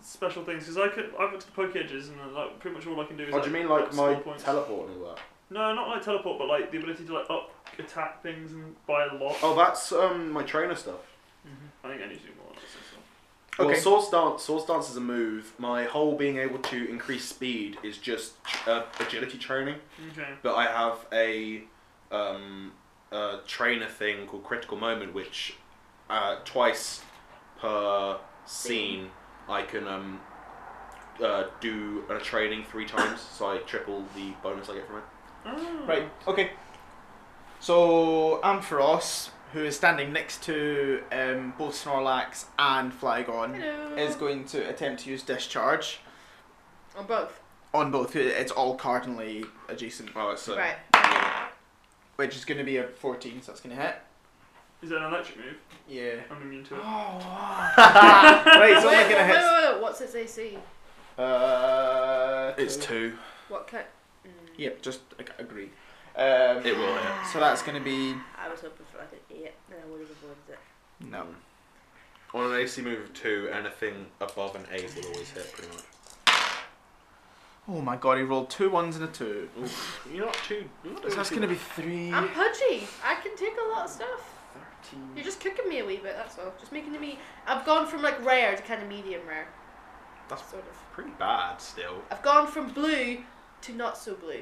Speaker 3: special things because I could I went to the poke edges and uh, like pretty much all I can do is.
Speaker 8: Oh, do you mean like my
Speaker 3: spell points.
Speaker 8: teleport and all that?
Speaker 3: No, not like teleport, but like the ability to like up attack things and by a lot.
Speaker 8: Oh, that's um my trainer stuff.
Speaker 3: I think I need to do more. on this as well.
Speaker 8: Well,
Speaker 4: Okay.
Speaker 8: sword dance, sword dance is a move. My whole being able to increase speed is just uh, agility training.
Speaker 3: Okay.
Speaker 8: But I have a, um, a trainer thing called critical moment, which uh, twice per scene I can um, uh, do a training three times, so I triple the bonus I get from it.
Speaker 3: Oh.
Speaker 4: Right. Okay. So Ampharos, who is standing next to um, both Snorlax and Flygon,
Speaker 5: Hello.
Speaker 4: is going to attempt to use discharge
Speaker 5: on both.
Speaker 4: on both. It's all cardinally adjacent,
Speaker 8: Oh, it's uh,
Speaker 5: Right.
Speaker 4: which is going to be a 14, so that's going to hit.
Speaker 3: Is it an electric move?
Speaker 4: Yeah.
Speaker 3: I'm immune to it.
Speaker 4: Oh. right. It's only
Speaker 7: wait,
Speaker 4: going to
Speaker 7: wait,
Speaker 4: hit.
Speaker 7: wait, wait, what's its AC?
Speaker 4: Uh,
Speaker 6: It's
Speaker 4: two.
Speaker 6: two.
Speaker 7: What Mm, kind?
Speaker 4: Yep. Just ag- agree. Um,
Speaker 6: It will hit.
Speaker 4: so that's going to be
Speaker 7: I was hoping for like an eight, and I would have avoided it.
Speaker 4: no.
Speaker 6: On an AC move of two, anything above an eight will always hit, pretty much.
Speaker 4: Oh my god, he rolled two ones and a two.
Speaker 6: You're not too. You're not
Speaker 4: So that's going to be three.
Speaker 7: I'm pudgy. I can take a lot of stuff. You're just cooking me a wee bit. That's all. Just making me. I've gone from like rare to kind of medium rare.
Speaker 6: That's-
Speaker 7: sort of.
Speaker 6: pretty bad still.
Speaker 7: I've gone from blue to not so blue.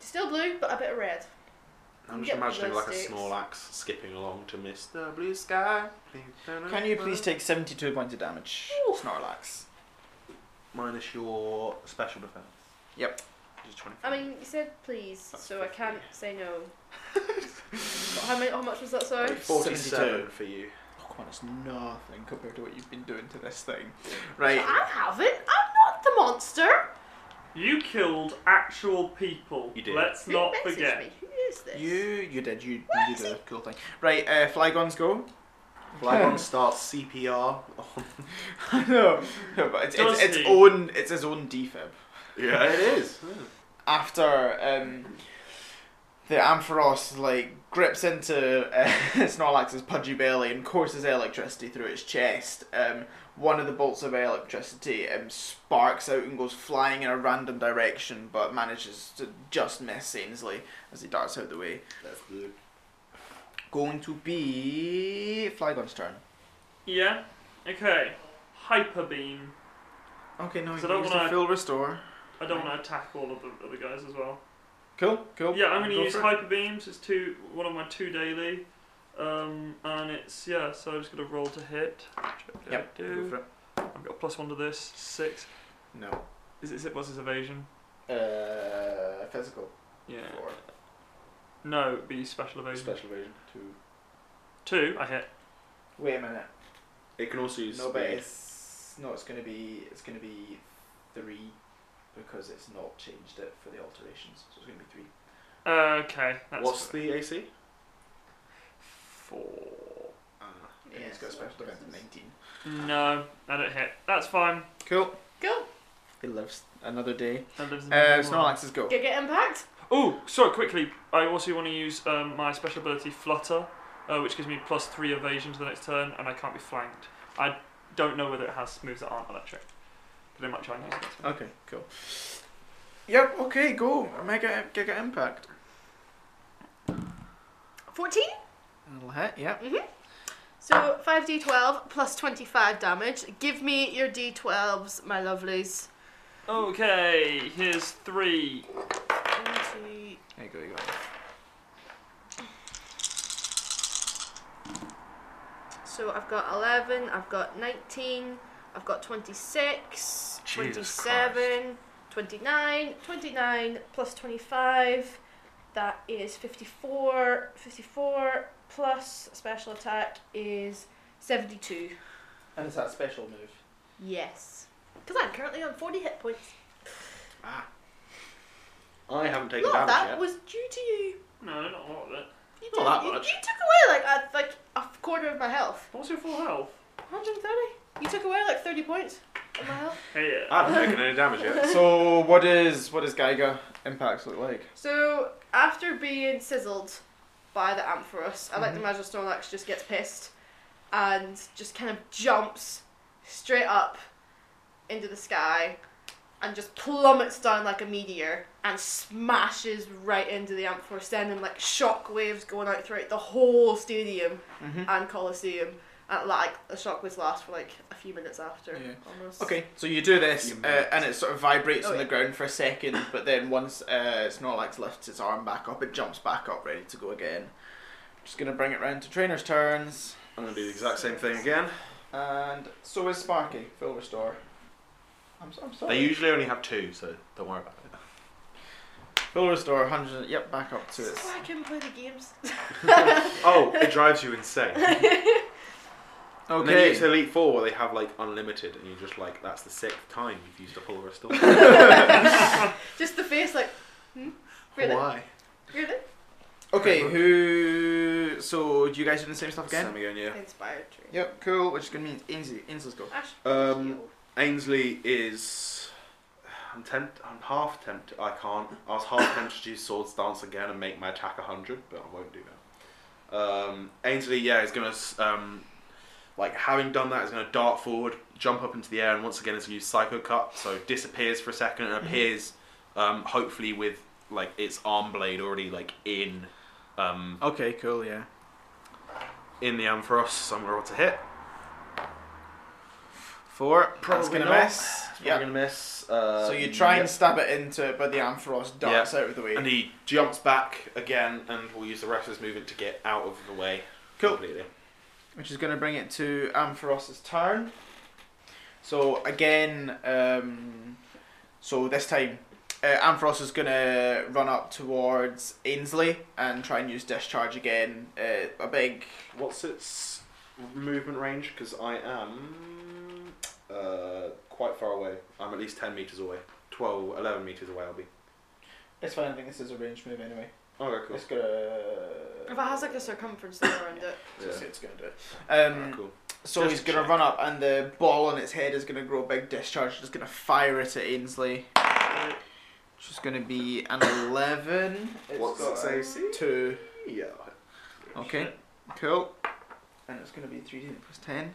Speaker 7: To still blue, but a bit of red.
Speaker 6: I'm
Speaker 7: You
Speaker 6: just
Speaker 7: get one of
Speaker 6: imagining
Speaker 7: those
Speaker 6: like a
Speaker 7: sticks.
Speaker 6: Snorlax skipping along to Mr. Blue Sky.
Speaker 4: Can you please take 72 points of damage, Snorlax?
Speaker 6: minus your special defense?
Speaker 4: Yep.
Speaker 6: Which is 25.
Speaker 7: I mean, you said please,
Speaker 6: That's
Speaker 7: so I
Speaker 6: fifty.
Speaker 7: can't say no. how many? How much was that? Sorry.
Speaker 4: Like
Speaker 6: 47 for you.
Speaker 4: Oh, come on, it's nothing compared to what you've been doing to this thing.
Speaker 7: I
Speaker 4: Right.
Speaker 7: haven't. I'm not the monster.
Speaker 3: You killed actual people.
Speaker 6: You did.
Speaker 3: Let's
Speaker 7: Who
Speaker 3: not
Speaker 7: messaged
Speaker 3: forget.
Speaker 7: me? Who is this?
Speaker 4: You you did you you did a cool thing. Right, uh, Flygon's go.
Speaker 6: Flygon starts CPR. on-
Speaker 4: I know. No, but it's it's,
Speaker 3: Does
Speaker 4: it's
Speaker 3: he?
Speaker 4: own it's his own defib.
Speaker 6: yeah, it is.
Speaker 4: After um the Ampharos like grips into uh, Snorlax's pudgy belly and courses electricity through its chest. Um, one of the bolts of electricity um, sparks out and goes flying in a random direction, but manages to just miss Ainsley as he darts out the way.
Speaker 6: That's good.
Speaker 4: going to be Flygon's turn.
Speaker 3: Yeah. Okay. Hyper beam.
Speaker 4: Okay, no,
Speaker 3: So
Speaker 4: you
Speaker 3: don't
Speaker 4: use
Speaker 3: wanna-
Speaker 4: the full restore.
Speaker 3: I don't want to attack all of the other guys as well.
Speaker 4: Cool, cool.
Speaker 3: Yeah, I'm going to
Speaker 4: Go
Speaker 3: use
Speaker 4: for it.
Speaker 3: hyper beams. It's two one of my two daily, um, and it's yeah. So I'm just going to roll to hit. Which I
Speaker 4: Yep,
Speaker 3: do.
Speaker 4: go for it.
Speaker 3: I've got a plus one to this six.
Speaker 4: No.
Speaker 3: Is it is it- what's his evasion?
Speaker 4: Uh, physical.
Speaker 3: Yeah.
Speaker 4: Four.
Speaker 3: No, it'd be special evasion.
Speaker 8: Special evasion two.
Speaker 3: Two. I hit.
Speaker 4: Wait a minute.
Speaker 8: It can also use
Speaker 4: no, but
Speaker 8: speed.
Speaker 4: it's no. It's gonna be. It's gonna be three because it's not changed it for the alterations. So it's gonna be three.
Speaker 3: Okay. That's
Speaker 8: What's the AC?
Speaker 3: four?
Speaker 4: Ah,
Speaker 8: Uh,
Speaker 4: And he's got special defense of nineteen.
Speaker 3: No, I don't hit. That's fine.
Speaker 4: Cool.
Speaker 7: Go.
Speaker 4: He lives another day.
Speaker 3: That lives in
Speaker 4: Uh,
Speaker 3: the world.
Speaker 4: Snorlax's go.
Speaker 7: Get get impact.
Speaker 3: Oh, sorry, quickly. I also want to use um, my special ability Flutter, uh, which gives me plus three evasion to the next turn, and I can't be flanked. I don't know whether it has moves that aren't electric, but I might try and use it. next turn.
Speaker 4: Okay, cool. Yep. Okay, go. Mega Giga Impact.
Speaker 5: Fourteen.
Speaker 4: It'll hit. Yep.
Speaker 7: Mm-hmm.
Speaker 5: So five d twelve plus twenty five damage. Give me your d twelves, my lovelies.
Speaker 3: Okay, here's three.
Speaker 5: Twenty.
Speaker 4: There you go. You go.
Speaker 5: So I've got 11, I've got 19, I've got 26,
Speaker 2: Jesus
Speaker 5: 27, 29, 29 plus 25. That is 54. 54 plus special attack is 72.
Speaker 4: And it's that special move.
Speaker 5: Yes. Because I'm currently on 40 hit points.
Speaker 6: I haven't
Speaker 5: A
Speaker 6: taken
Speaker 5: lot of
Speaker 6: damage
Speaker 5: that
Speaker 6: yet.
Speaker 5: was due to you.
Speaker 3: No, not a lot of it.
Speaker 5: You, did-
Speaker 6: Not that
Speaker 5: you,
Speaker 6: much.
Speaker 5: you took away like a, like a quarter of my health.
Speaker 3: What's your full health?
Speaker 5: 130. You took away like 30 points of my health.
Speaker 3: Hey,
Speaker 6: I haven't taken any damage yet.
Speaker 4: so what is what does Geiger impacts look like?
Speaker 5: So after being sizzled by the Ampharos, I like to
Speaker 4: Mhm.
Speaker 5: imagine Snorlax just gets pissed and just kind of jumps straight up into the sky and just plummets down like a meteor and smashes right into the amphor, sending like shock waves going out throughout the whole stadium
Speaker 4: Mhm.
Speaker 5: and Colosseum. And like the shockwaves last for like a few minutes after,
Speaker 4: Yeah.
Speaker 5: almost.
Speaker 4: Okay, so you do this,
Speaker 6: You
Speaker 4: uh, and it sort of vibrates
Speaker 5: Oh,
Speaker 4: on the
Speaker 5: yeah.
Speaker 4: ground for a second, but then once uh, Snorlax lifts its arm back up, it jumps back up, ready to go again. Just gonna bring it round to trainer's turns,
Speaker 6: I'm gonna do the exact same thing again.
Speaker 4: and so is Sparky. Full restore. I'm, so- I'm sorry.
Speaker 6: They usually only have two, so don't worry about it.
Speaker 4: Full restore, hundred. Yep, back up to
Speaker 5: That's
Speaker 4: its.
Speaker 5: why I couldn't play the games.
Speaker 6: Oh, it drives you insane. And then you get to
Speaker 4: Okay.
Speaker 6: Elite Four where they have like unlimited, and you're just like, that's the sixth time you've used a full restore.
Speaker 5: Just the face, like, hmm? Really?
Speaker 6: Why?
Speaker 5: Really?
Speaker 4: Okay. Who? So you guys doing the same stuff again?
Speaker 6: Sam again, yeah.
Speaker 5: Inspired tree.
Speaker 4: Yep. Cool. Which is gonna mean Ainsley. Ainsley's go.
Speaker 5: Ash.
Speaker 6: Um, Ainsley is. I'm tempt. I'm half tempted. I can't. I was half tempted to use Swords Dance again and make my attack 100, but I won't do that. Um, Ainsley, yeah, is gonna. s- Um, like having done that, is gonna dart forward, jump up into the air, and once again is gonna use Psycho Cut. So disappears for a second
Speaker 4: Mm-hmm.
Speaker 6: and appears, um, hopefully with like its arm blade already like in, um,
Speaker 4: Okay. Cool. Yeah.
Speaker 6: in the Ampharos somewhere to hit.
Speaker 4: Four. That's
Speaker 6: Probably
Speaker 4: gonna
Speaker 6: not.
Speaker 4: miss.
Speaker 6: Probably
Speaker 4: Yep.
Speaker 6: gonna miss. Uh,
Speaker 4: So you try
Speaker 6: yep.
Speaker 4: and stab it into it, but the Ampharos darts out of the way.
Speaker 6: And he jumps back again and will use the rest of his movement to get out of the way.
Speaker 4: Cool.
Speaker 6: Completely.
Speaker 4: which is going to bring it to Ampharos's turn. So again, um, so this time, uh, Ampharos is going to run up towards Ainsley and try and use discharge again. Uh, a big
Speaker 6: What's its movement range? Because I am uh, quite far away. I'm at least 10 metres away. 12, 11 metres away, I'll be. Oh,
Speaker 4: it's fine. I think this is a range move anyway.
Speaker 6: Okay, cool.
Speaker 4: It's gonna.
Speaker 5: If it has like a circumference thing around it.
Speaker 6: Yeah.
Speaker 4: it's gonna do it. Um,
Speaker 6: Alright, cool.
Speaker 4: So
Speaker 6: Just
Speaker 4: he's gonna
Speaker 6: check.
Speaker 4: run up, and the ball on its head is gonna grow a big discharge. Just gonna fire it at Ainsley. Which is gonna be an eleven. It's
Speaker 6: What's
Speaker 4: got
Speaker 6: its
Speaker 4: a
Speaker 6: AC?
Speaker 4: Two.
Speaker 6: Yeah. Oh,
Speaker 4: Okay. Cool. And it's gonna be three d plus ten.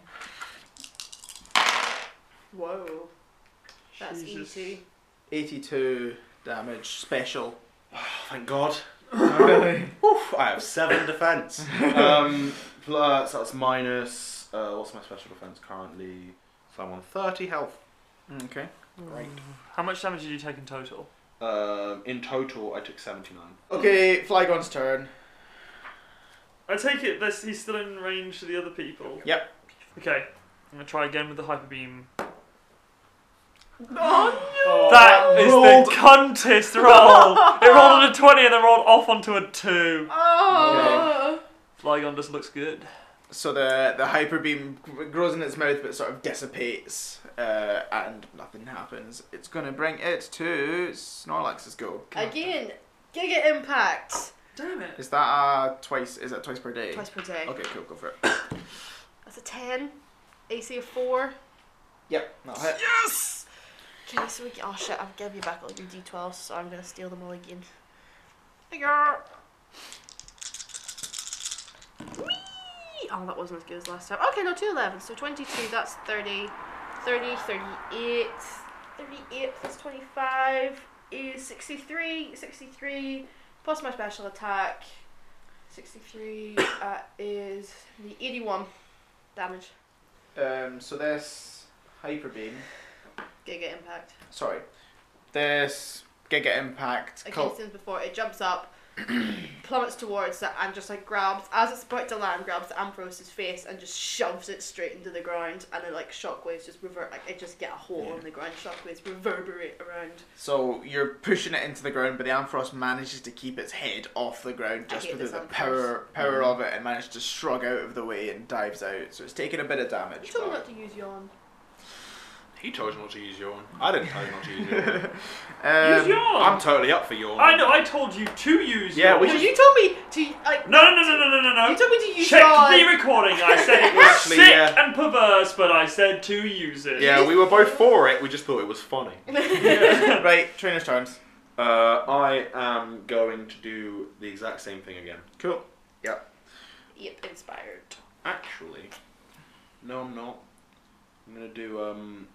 Speaker 5: Whoa. That's
Speaker 3: Jesus.
Speaker 5: E2.
Speaker 4: Eighty-two damage. Special.
Speaker 6: Thank God. Oof, I have 7 defence. Um, plus, that's minus. Uh, what's my special defence currently? So I'm on 30 health.
Speaker 4: okay.
Speaker 3: Right. How much damage did you take in total?
Speaker 6: Um, in total, I took 79.
Speaker 4: Okay. Flygon's turn.
Speaker 3: I take it this he's still in range to the other people.
Speaker 4: Yep.
Speaker 3: Okay. I'm gonna try again with the hyper beam.
Speaker 4: Oh,
Speaker 3: that is
Speaker 4: rolled-
Speaker 3: the cuntest roll! it rolled on a 20 and then rolled off onto a 2.
Speaker 5: Oh!
Speaker 3: Flygon just looks good.
Speaker 4: So the the hyper beam gr- grows in its mouth, but sort of dissipates, uh, and nothing happens. It's gonna bring it to Snorlax's go.
Speaker 5: Again, Giga Impact.
Speaker 3: Damn it.
Speaker 4: Is that uh twice? Is that twice per day?
Speaker 5: Twice per day.
Speaker 4: Okay, cool. Go for it.
Speaker 5: That's a 10. AC of 4.
Speaker 4: Yep, that'll hit.
Speaker 5: Yes! Okay, so we can. Oh shit, I've given you back all your d12s, so I'm gonna steal them all again. Yeah. Whee! Oh, that wasn't as good as last time. Okay, no, 211, so 22, that's 30. 30, 38. 38 plus 25 is 63. 63 plus my special attack. 63 uh, is the 81 damage.
Speaker 4: Um, so this hyper beam,
Speaker 5: Giga impact.
Speaker 4: sorry, this Giga Impact.
Speaker 5: against
Speaker 4: Col-
Speaker 5: him before. It jumps up, plummets towards it, and just like grabs as it's about to land, grabs Ambros's face and just shoves it straight into the ground. And then like shockwaves just revert, like it just get a hole
Speaker 4: Yeah.
Speaker 5: in the ground. Shockwaves reverberate around.
Speaker 4: so you're pushing it into the ground, but the Ampharos manages to keep its head off the ground
Speaker 5: I
Speaker 4: just
Speaker 5: hate
Speaker 4: because
Speaker 5: this
Speaker 4: of the
Speaker 5: Ampharos.
Speaker 4: power power of it, and manages to shrug out of the way and dives out. So it's taking a bit of
Speaker 5: You
Speaker 4: damage.
Speaker 5: told me not
Speaker 4: but-
Speaker 5: to use yawn.
Speaker 6: He told you not to use yawn. I didn't tell you not to use yawn.
Speaker 4: Um,
Speaker 3: use yawn!
Speaker 6: I'm totally up for yawn.
Speaker 3: I know, I told you to use
Speaker 6: Yeah,
Speaker 3: your-
Speaker 6: we
Speaker 5: No,
Speaker 6: just-
Speaker 5: you told me to like.
Speaker 3: No, no, no, no, no, no, no.
Speaker 5: You told me to use
Speaker 3: Check
Speaker 5: yawn.
Speaker 3: the recording. I said it was
Speaker 6: Actually,
Speaker 3: sick
Speaker 6: yeah.
Speaker 3: and perverse, but I said to use it.
Speaker 6: Yeah, we were both for it. We just thought it was funny.
Speaker 4: right, trainer's turns.
Speaker 6: Uh, I am going to do the exact same thing again.
Speaker 4: Cool.
Speaker 5: Yep, inspired.
Speaker 6: Actually, no, I'm not. I'm gonna do um,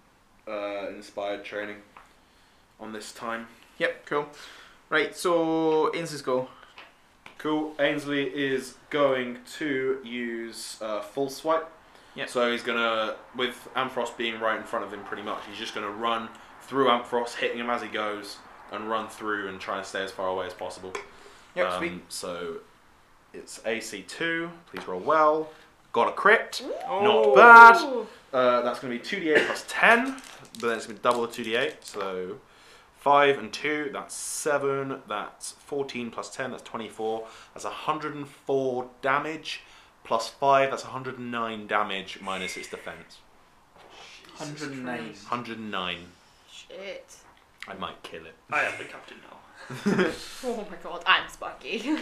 Speaker 6: uh, inspired training on this time.
Speaker 4: Yep, cool. Right, so Ainsley's go.
Speaker 6: Cool. Ainsley is going to use uh, full swipe.
Speaker 4: Yep.
Speaker 6: So he's gonna, with Amphros being right in front of him, pretty much, he's just gonna run through Amphros, hitting him as he goes, and run through and try and stay as far away as possible.
Speaker 4: Yep,
Speaker 6: Um,
Speaker 4: sweet.
Speaker 6: So it's AC two. Please roll well. Got a crit.
Speaker 4: Oh.
Speaker 6: Not bad. Uh, that's going to be 2d8 plus 10, but then it's going to double the 2d8. So 5 and 2, that's 7. That's 14 plus 10, that's 24. That's 104 damage. Plus 5, that's 109 damage minus its defense.
Speaker 4: 109.
Speaker 6: 109.
Speaker 9: Shit.
Speaker 6: I might kill it.
Speaker 3: I am the captain now.
Speaker 9: Oh my god, I'm Sparky.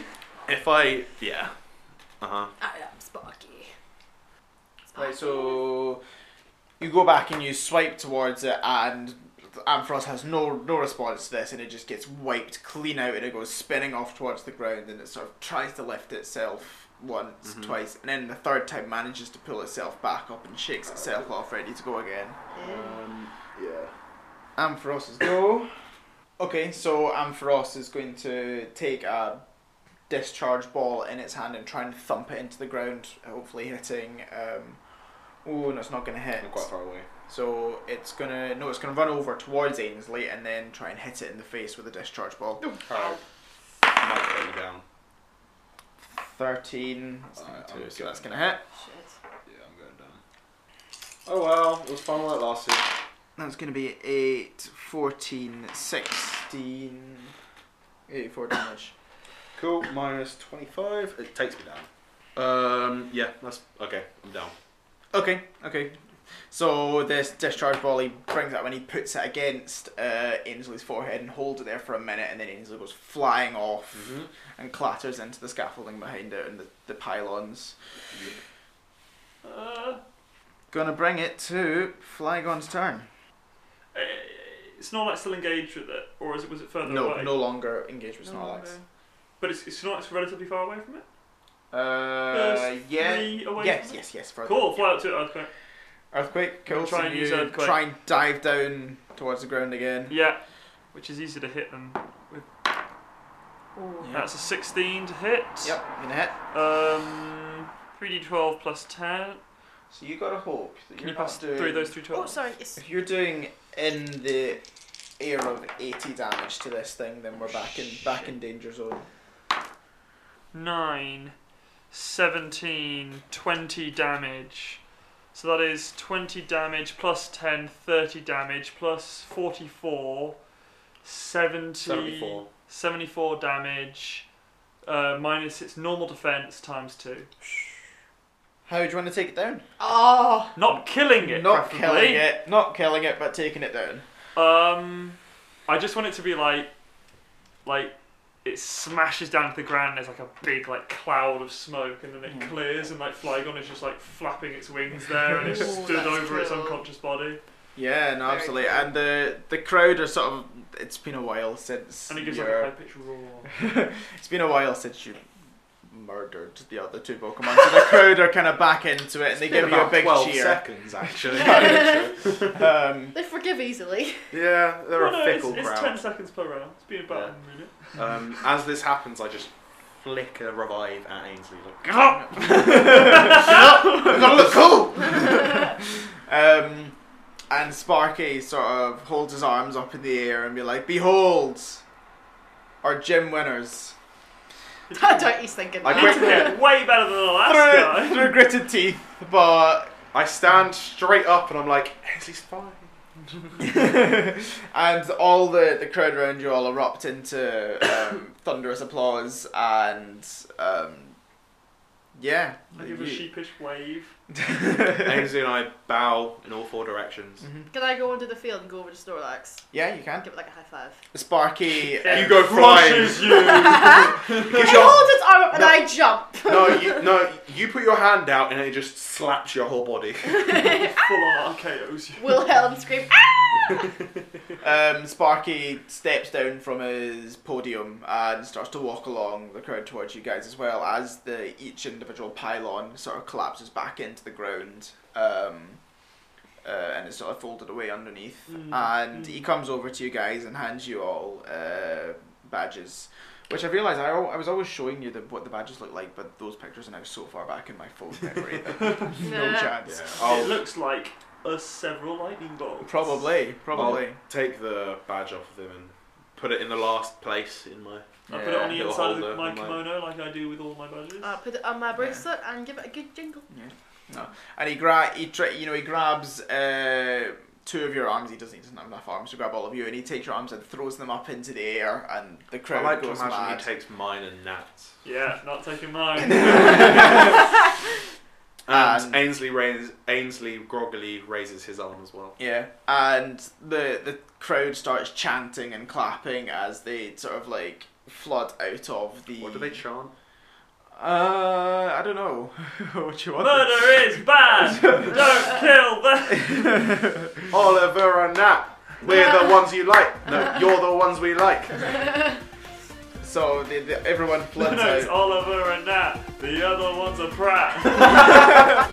Speaker 6: If I. Yeah. Uh huh.
Speaker 9: I am Sparky.
Speaker 4: Right, so you go back and you swipe towards it, and Ampharos has no no response to this, and it just gets wiped clean out, and it goes spinning off towards the ground, and it sort of tries to lift itself once, twice, and then the third time manages to pull itself back up and shakes itself off, ready to go again.
Speaker 6: Um, yeah.
Speaker 4: Ampharos is go. Okay, so Ampharos is going to take a discharge ball in its hand and try and thump it into the ground, hopefully hitting. Um, oh, no, it's not going to hit.
Speaker 6: I'm quite far away.
Speaker 4: So it's gonna no, it's gonna run over towards Ainsley and then try and hit it in the face with a discharge ball.
Speaker 5: Oh,
Speaker 6: Alright. Might put you down.
Speaker 4: Thirteen. that's
Speaker 6: Alright,
Speaker 4: Uh, gonna
Speaker 6: I'm
Speaker 4: do, so
Speaker 6: good.
Speaker 4: that's gonna hit.
Speaker 9: Shit.
Speaker 6: Yeah, I'm going down. Oh well, it was fun while it lasted.
Speaker 4: That's gonna be 8, 14, 16, 84 damage.
Speaker 6: Cool, minus 25. It takes me down. Um, yeah, that's okay. I'm down.
Speaker 4: Okay, okay. So this discharge ball he brings out when he puts it against uh, Ainsley's forehead and holds it there for a minute, and then Ainsley goes flying off
Speaker 6: Mm-hmm.
Speaker 4: and clatters into the scaffolding behind it and the, the pylons.
Speaker 3: Uh,
Speaker 4: Gonna bring it to Flygon's turn.
Speaker 3: eh, it's not like still engaged with it, or is it? Was it further
Speaker 4: No,
Speaker 3: away?
Speaker 4: no longer engaged with Snorlax.
Speaker 3: But it's it's not. It's relatively far away from it.
Speaker 4: Uh,
Speaker 3: There's
Speaker 4: yeah.
Speaker 3: Three away
Speaker 4: Yes,
Speaker 3: from it?
Speaker 4: yes, yes. Further.
Speaker 3: Cool. Fly up to it. Earthquake.
Speaker 4: Earthquake. Cool.
Speaker 3: Try
Speaker 4: so
Speaker 3: and
Speaker 4: you
Speaker 3: use Earthquake.
Speaker 4: Try and dive down towards the ground again.
Speaker 3: Yeah. Which is easier to hit than.
Speaker 9: Ooh.
Speaker 4: Yeah.
Speaker 3: That's a 16 to hit.
Speaker 4: Yep. Gonna hit.
Speaker 3: Um, 3d12 plus 10.
Speaker 4: So you gotta hope that
Speaker 3: Can you
Speaker 4: you're not
Speaker 3: pass
Speaker 4: doing,
Speaker 3: through those three
Speaker 10: Oh,
Speaker 3: 12s?
Speaker 10: sorry. Yes.
Speaker 4: If you're doing in the air of eighty damage to this thing, then we're back in back in danger zone.
Speaker 3: 9, 17, 20 damage. So that is 20 damage plus 10, 30 damage plus 44, 70,
Speaker 6: 74.
Speaker 3: 74 damage uh, minus its normal defense times 2.
Speaker 4: How do you want to take it down?
Speaker 5: Oh,
Speaker 3: Not killing it,
Speaker 4: not
Speaker 3: preferably.
Speaker 4: killing it. Not killing it, but taking it down.
Speaker 3: Um, I just want it to be like, like it smashes down to the ground. There's like a big like cloud of smoke, and then it
Speaker 5: Hmm.
Speaker 4: Mhm.
Speaker 3: clears, and like Flygon is just like flapping its wings there, and it's
Speaker 5: Ooh,
Speaker 3: stood
Speaker 5: that's
Speaker 3: over its
Speaker 5: cool.
Speaker 3: unconscious body,
Speaker 4: Yeah, no,
Speaker 5: Very
Speaker 4: absolutely.
Speaker 5: cool.
Speaker 4: And the the crowd are sort of. It's been a while since.
Speaker 3: and it gives
Speaker 4: your-
Speaker 3: like a high pitched roar.
Speaker 4: It's been a while since you murdered the other two Pokemon, so the crowd are kind of back into it, and they give you a
Speaker 6: About
Speaker 4: big
Speaker 6: 12
Speaker 4: cheer.
Speaker 6: seconds, actually.
Speaker 4: Um,
Speaker 9: They forgive easily.
Speaker 6: yeah, they're
Speaker 3: no,
Speaker 6: a
Speaker 3: no,
Speaker 6: fickle
Speaker 3: it's, it's ten
Speaker 6: crowd.
Speaker 3: seconds per round. It's been about a minute.
Speaker 6: Um, as this happens, I just flick a revive at Ainsley. Like,
Speaker 3: Get up!
Speaker 4: I'm gonna look cool. um, and Sparky sort of holds his arms up in the air and be like, "Behold, our gym winners."
Speaker 5: I doubt he's thinking
Speaker 6: I
Speaker 5: that.
Speaker 3: You
Speaker 6: grip-
Speaker 3: did way better than the last
Speaker 4: Through
Speaker 3: guy.
Speaker 4: through gritted teeth, but
Speaker 6: I stand straight up and I'm like, Ainsley's fine.
Speaker 4: and all the, the crowd around you all erupt into um, thunderous applause and um, yeah.
Speaker 3: I give a
Speaker 4: You-
Speaker 3: sheepish wave.
Speaker 6: Ainsley and I bow in all four directions.
Speaker 4: Mhm.
Speaker 5: Can I go into the field and go over to Snorlax?
Speaker 4: Yeah, you can.
Speaker 5: Give it like a high five.
Speaker 4: Sparky, uh,
Speaker 6: You go flying.
Speaker 3: Crushes you.
Speaker 6: Because
Speaker 5: It
Speaker 6: you're-
Speaker 5: holds its arm up and
Speaker 6: No.
Speaker 5: I jump.
Speaker 6: no, you, no, you put your hand out and it just slaps your whole body.
Speaker 3: Full on RKO's you.
Speaker 5: Wilhelm scream. Ah!
Speaker 4: um, Sparky steps down from his podium and starts to walk along the crowd towards you guys as well as the each individual pylon sort of collapses back into the ground. Um, uh, and it's sort of folded away underneath.
Speaker 3: Mm,
Speaker 4: And
Speaker 3: mm.
Speaker 4: he comes over to you guys and hands you all uh, badges, which I realised I, al- I was always showing you the, what the badges look like, but those pictures are now so far back in my phone memory that no
Speaker 5: Nah.
Speaker 4: chance.
Speaker 3: It
Speaker 6: I'll
Speaker 3: looks like a several lightning bolts.
Speaker 4: Probably, probably.
Speaker 6: take the badge off of him and put it in the last place in my.
Speaker 3: I put it on the
Speaker 6: Little
Speaker 3: inside
Speaker 6: holder
Speaker 3: of my
Speaker 6: on my-
Speaker 3: kimono like I do with all my badges.
Speaker 5: Uh, put it on my bracelet and give it a good jingle.
Speaker 4: and he gra- he tra- you know he grabs uh, two of your arms. He doesn't, he doesn't have enough arms to grab all of you, and he takes your arms and throws them up into the air, and the
Speaker 6: I
Speaker 4: crowd
Speaker 6: like to
Speaker 4: goes
Speaker 6: imagine
Speaker 4: mad.
Speaker 6: he takes mine and Nat's.
Speaker 3: yeah, not taking mine.
Speaker 6: And,
Speaker 4: And-
Speaker 6: Ainsley, raise, Ainsley groggily raises his arm as well.
Speaker 4: Yeah, and the the crowd starts chanting and clapping as they sort of like flood out of the.
Speaker 6: What do they chant?
Speaker 4: Uh, I don't know. what do you want?
Speaker 3: Murder is bad. Don't kill them.
Speaker 6: Oliver and Nat, we're the ones you like. No, you're the ones we like.
Speaker 4: So the, the, everyone floods
Speaker 3: No, it's
Speaker 4: out.
Speaker 3: Oliver and Nat. The other one's a prat.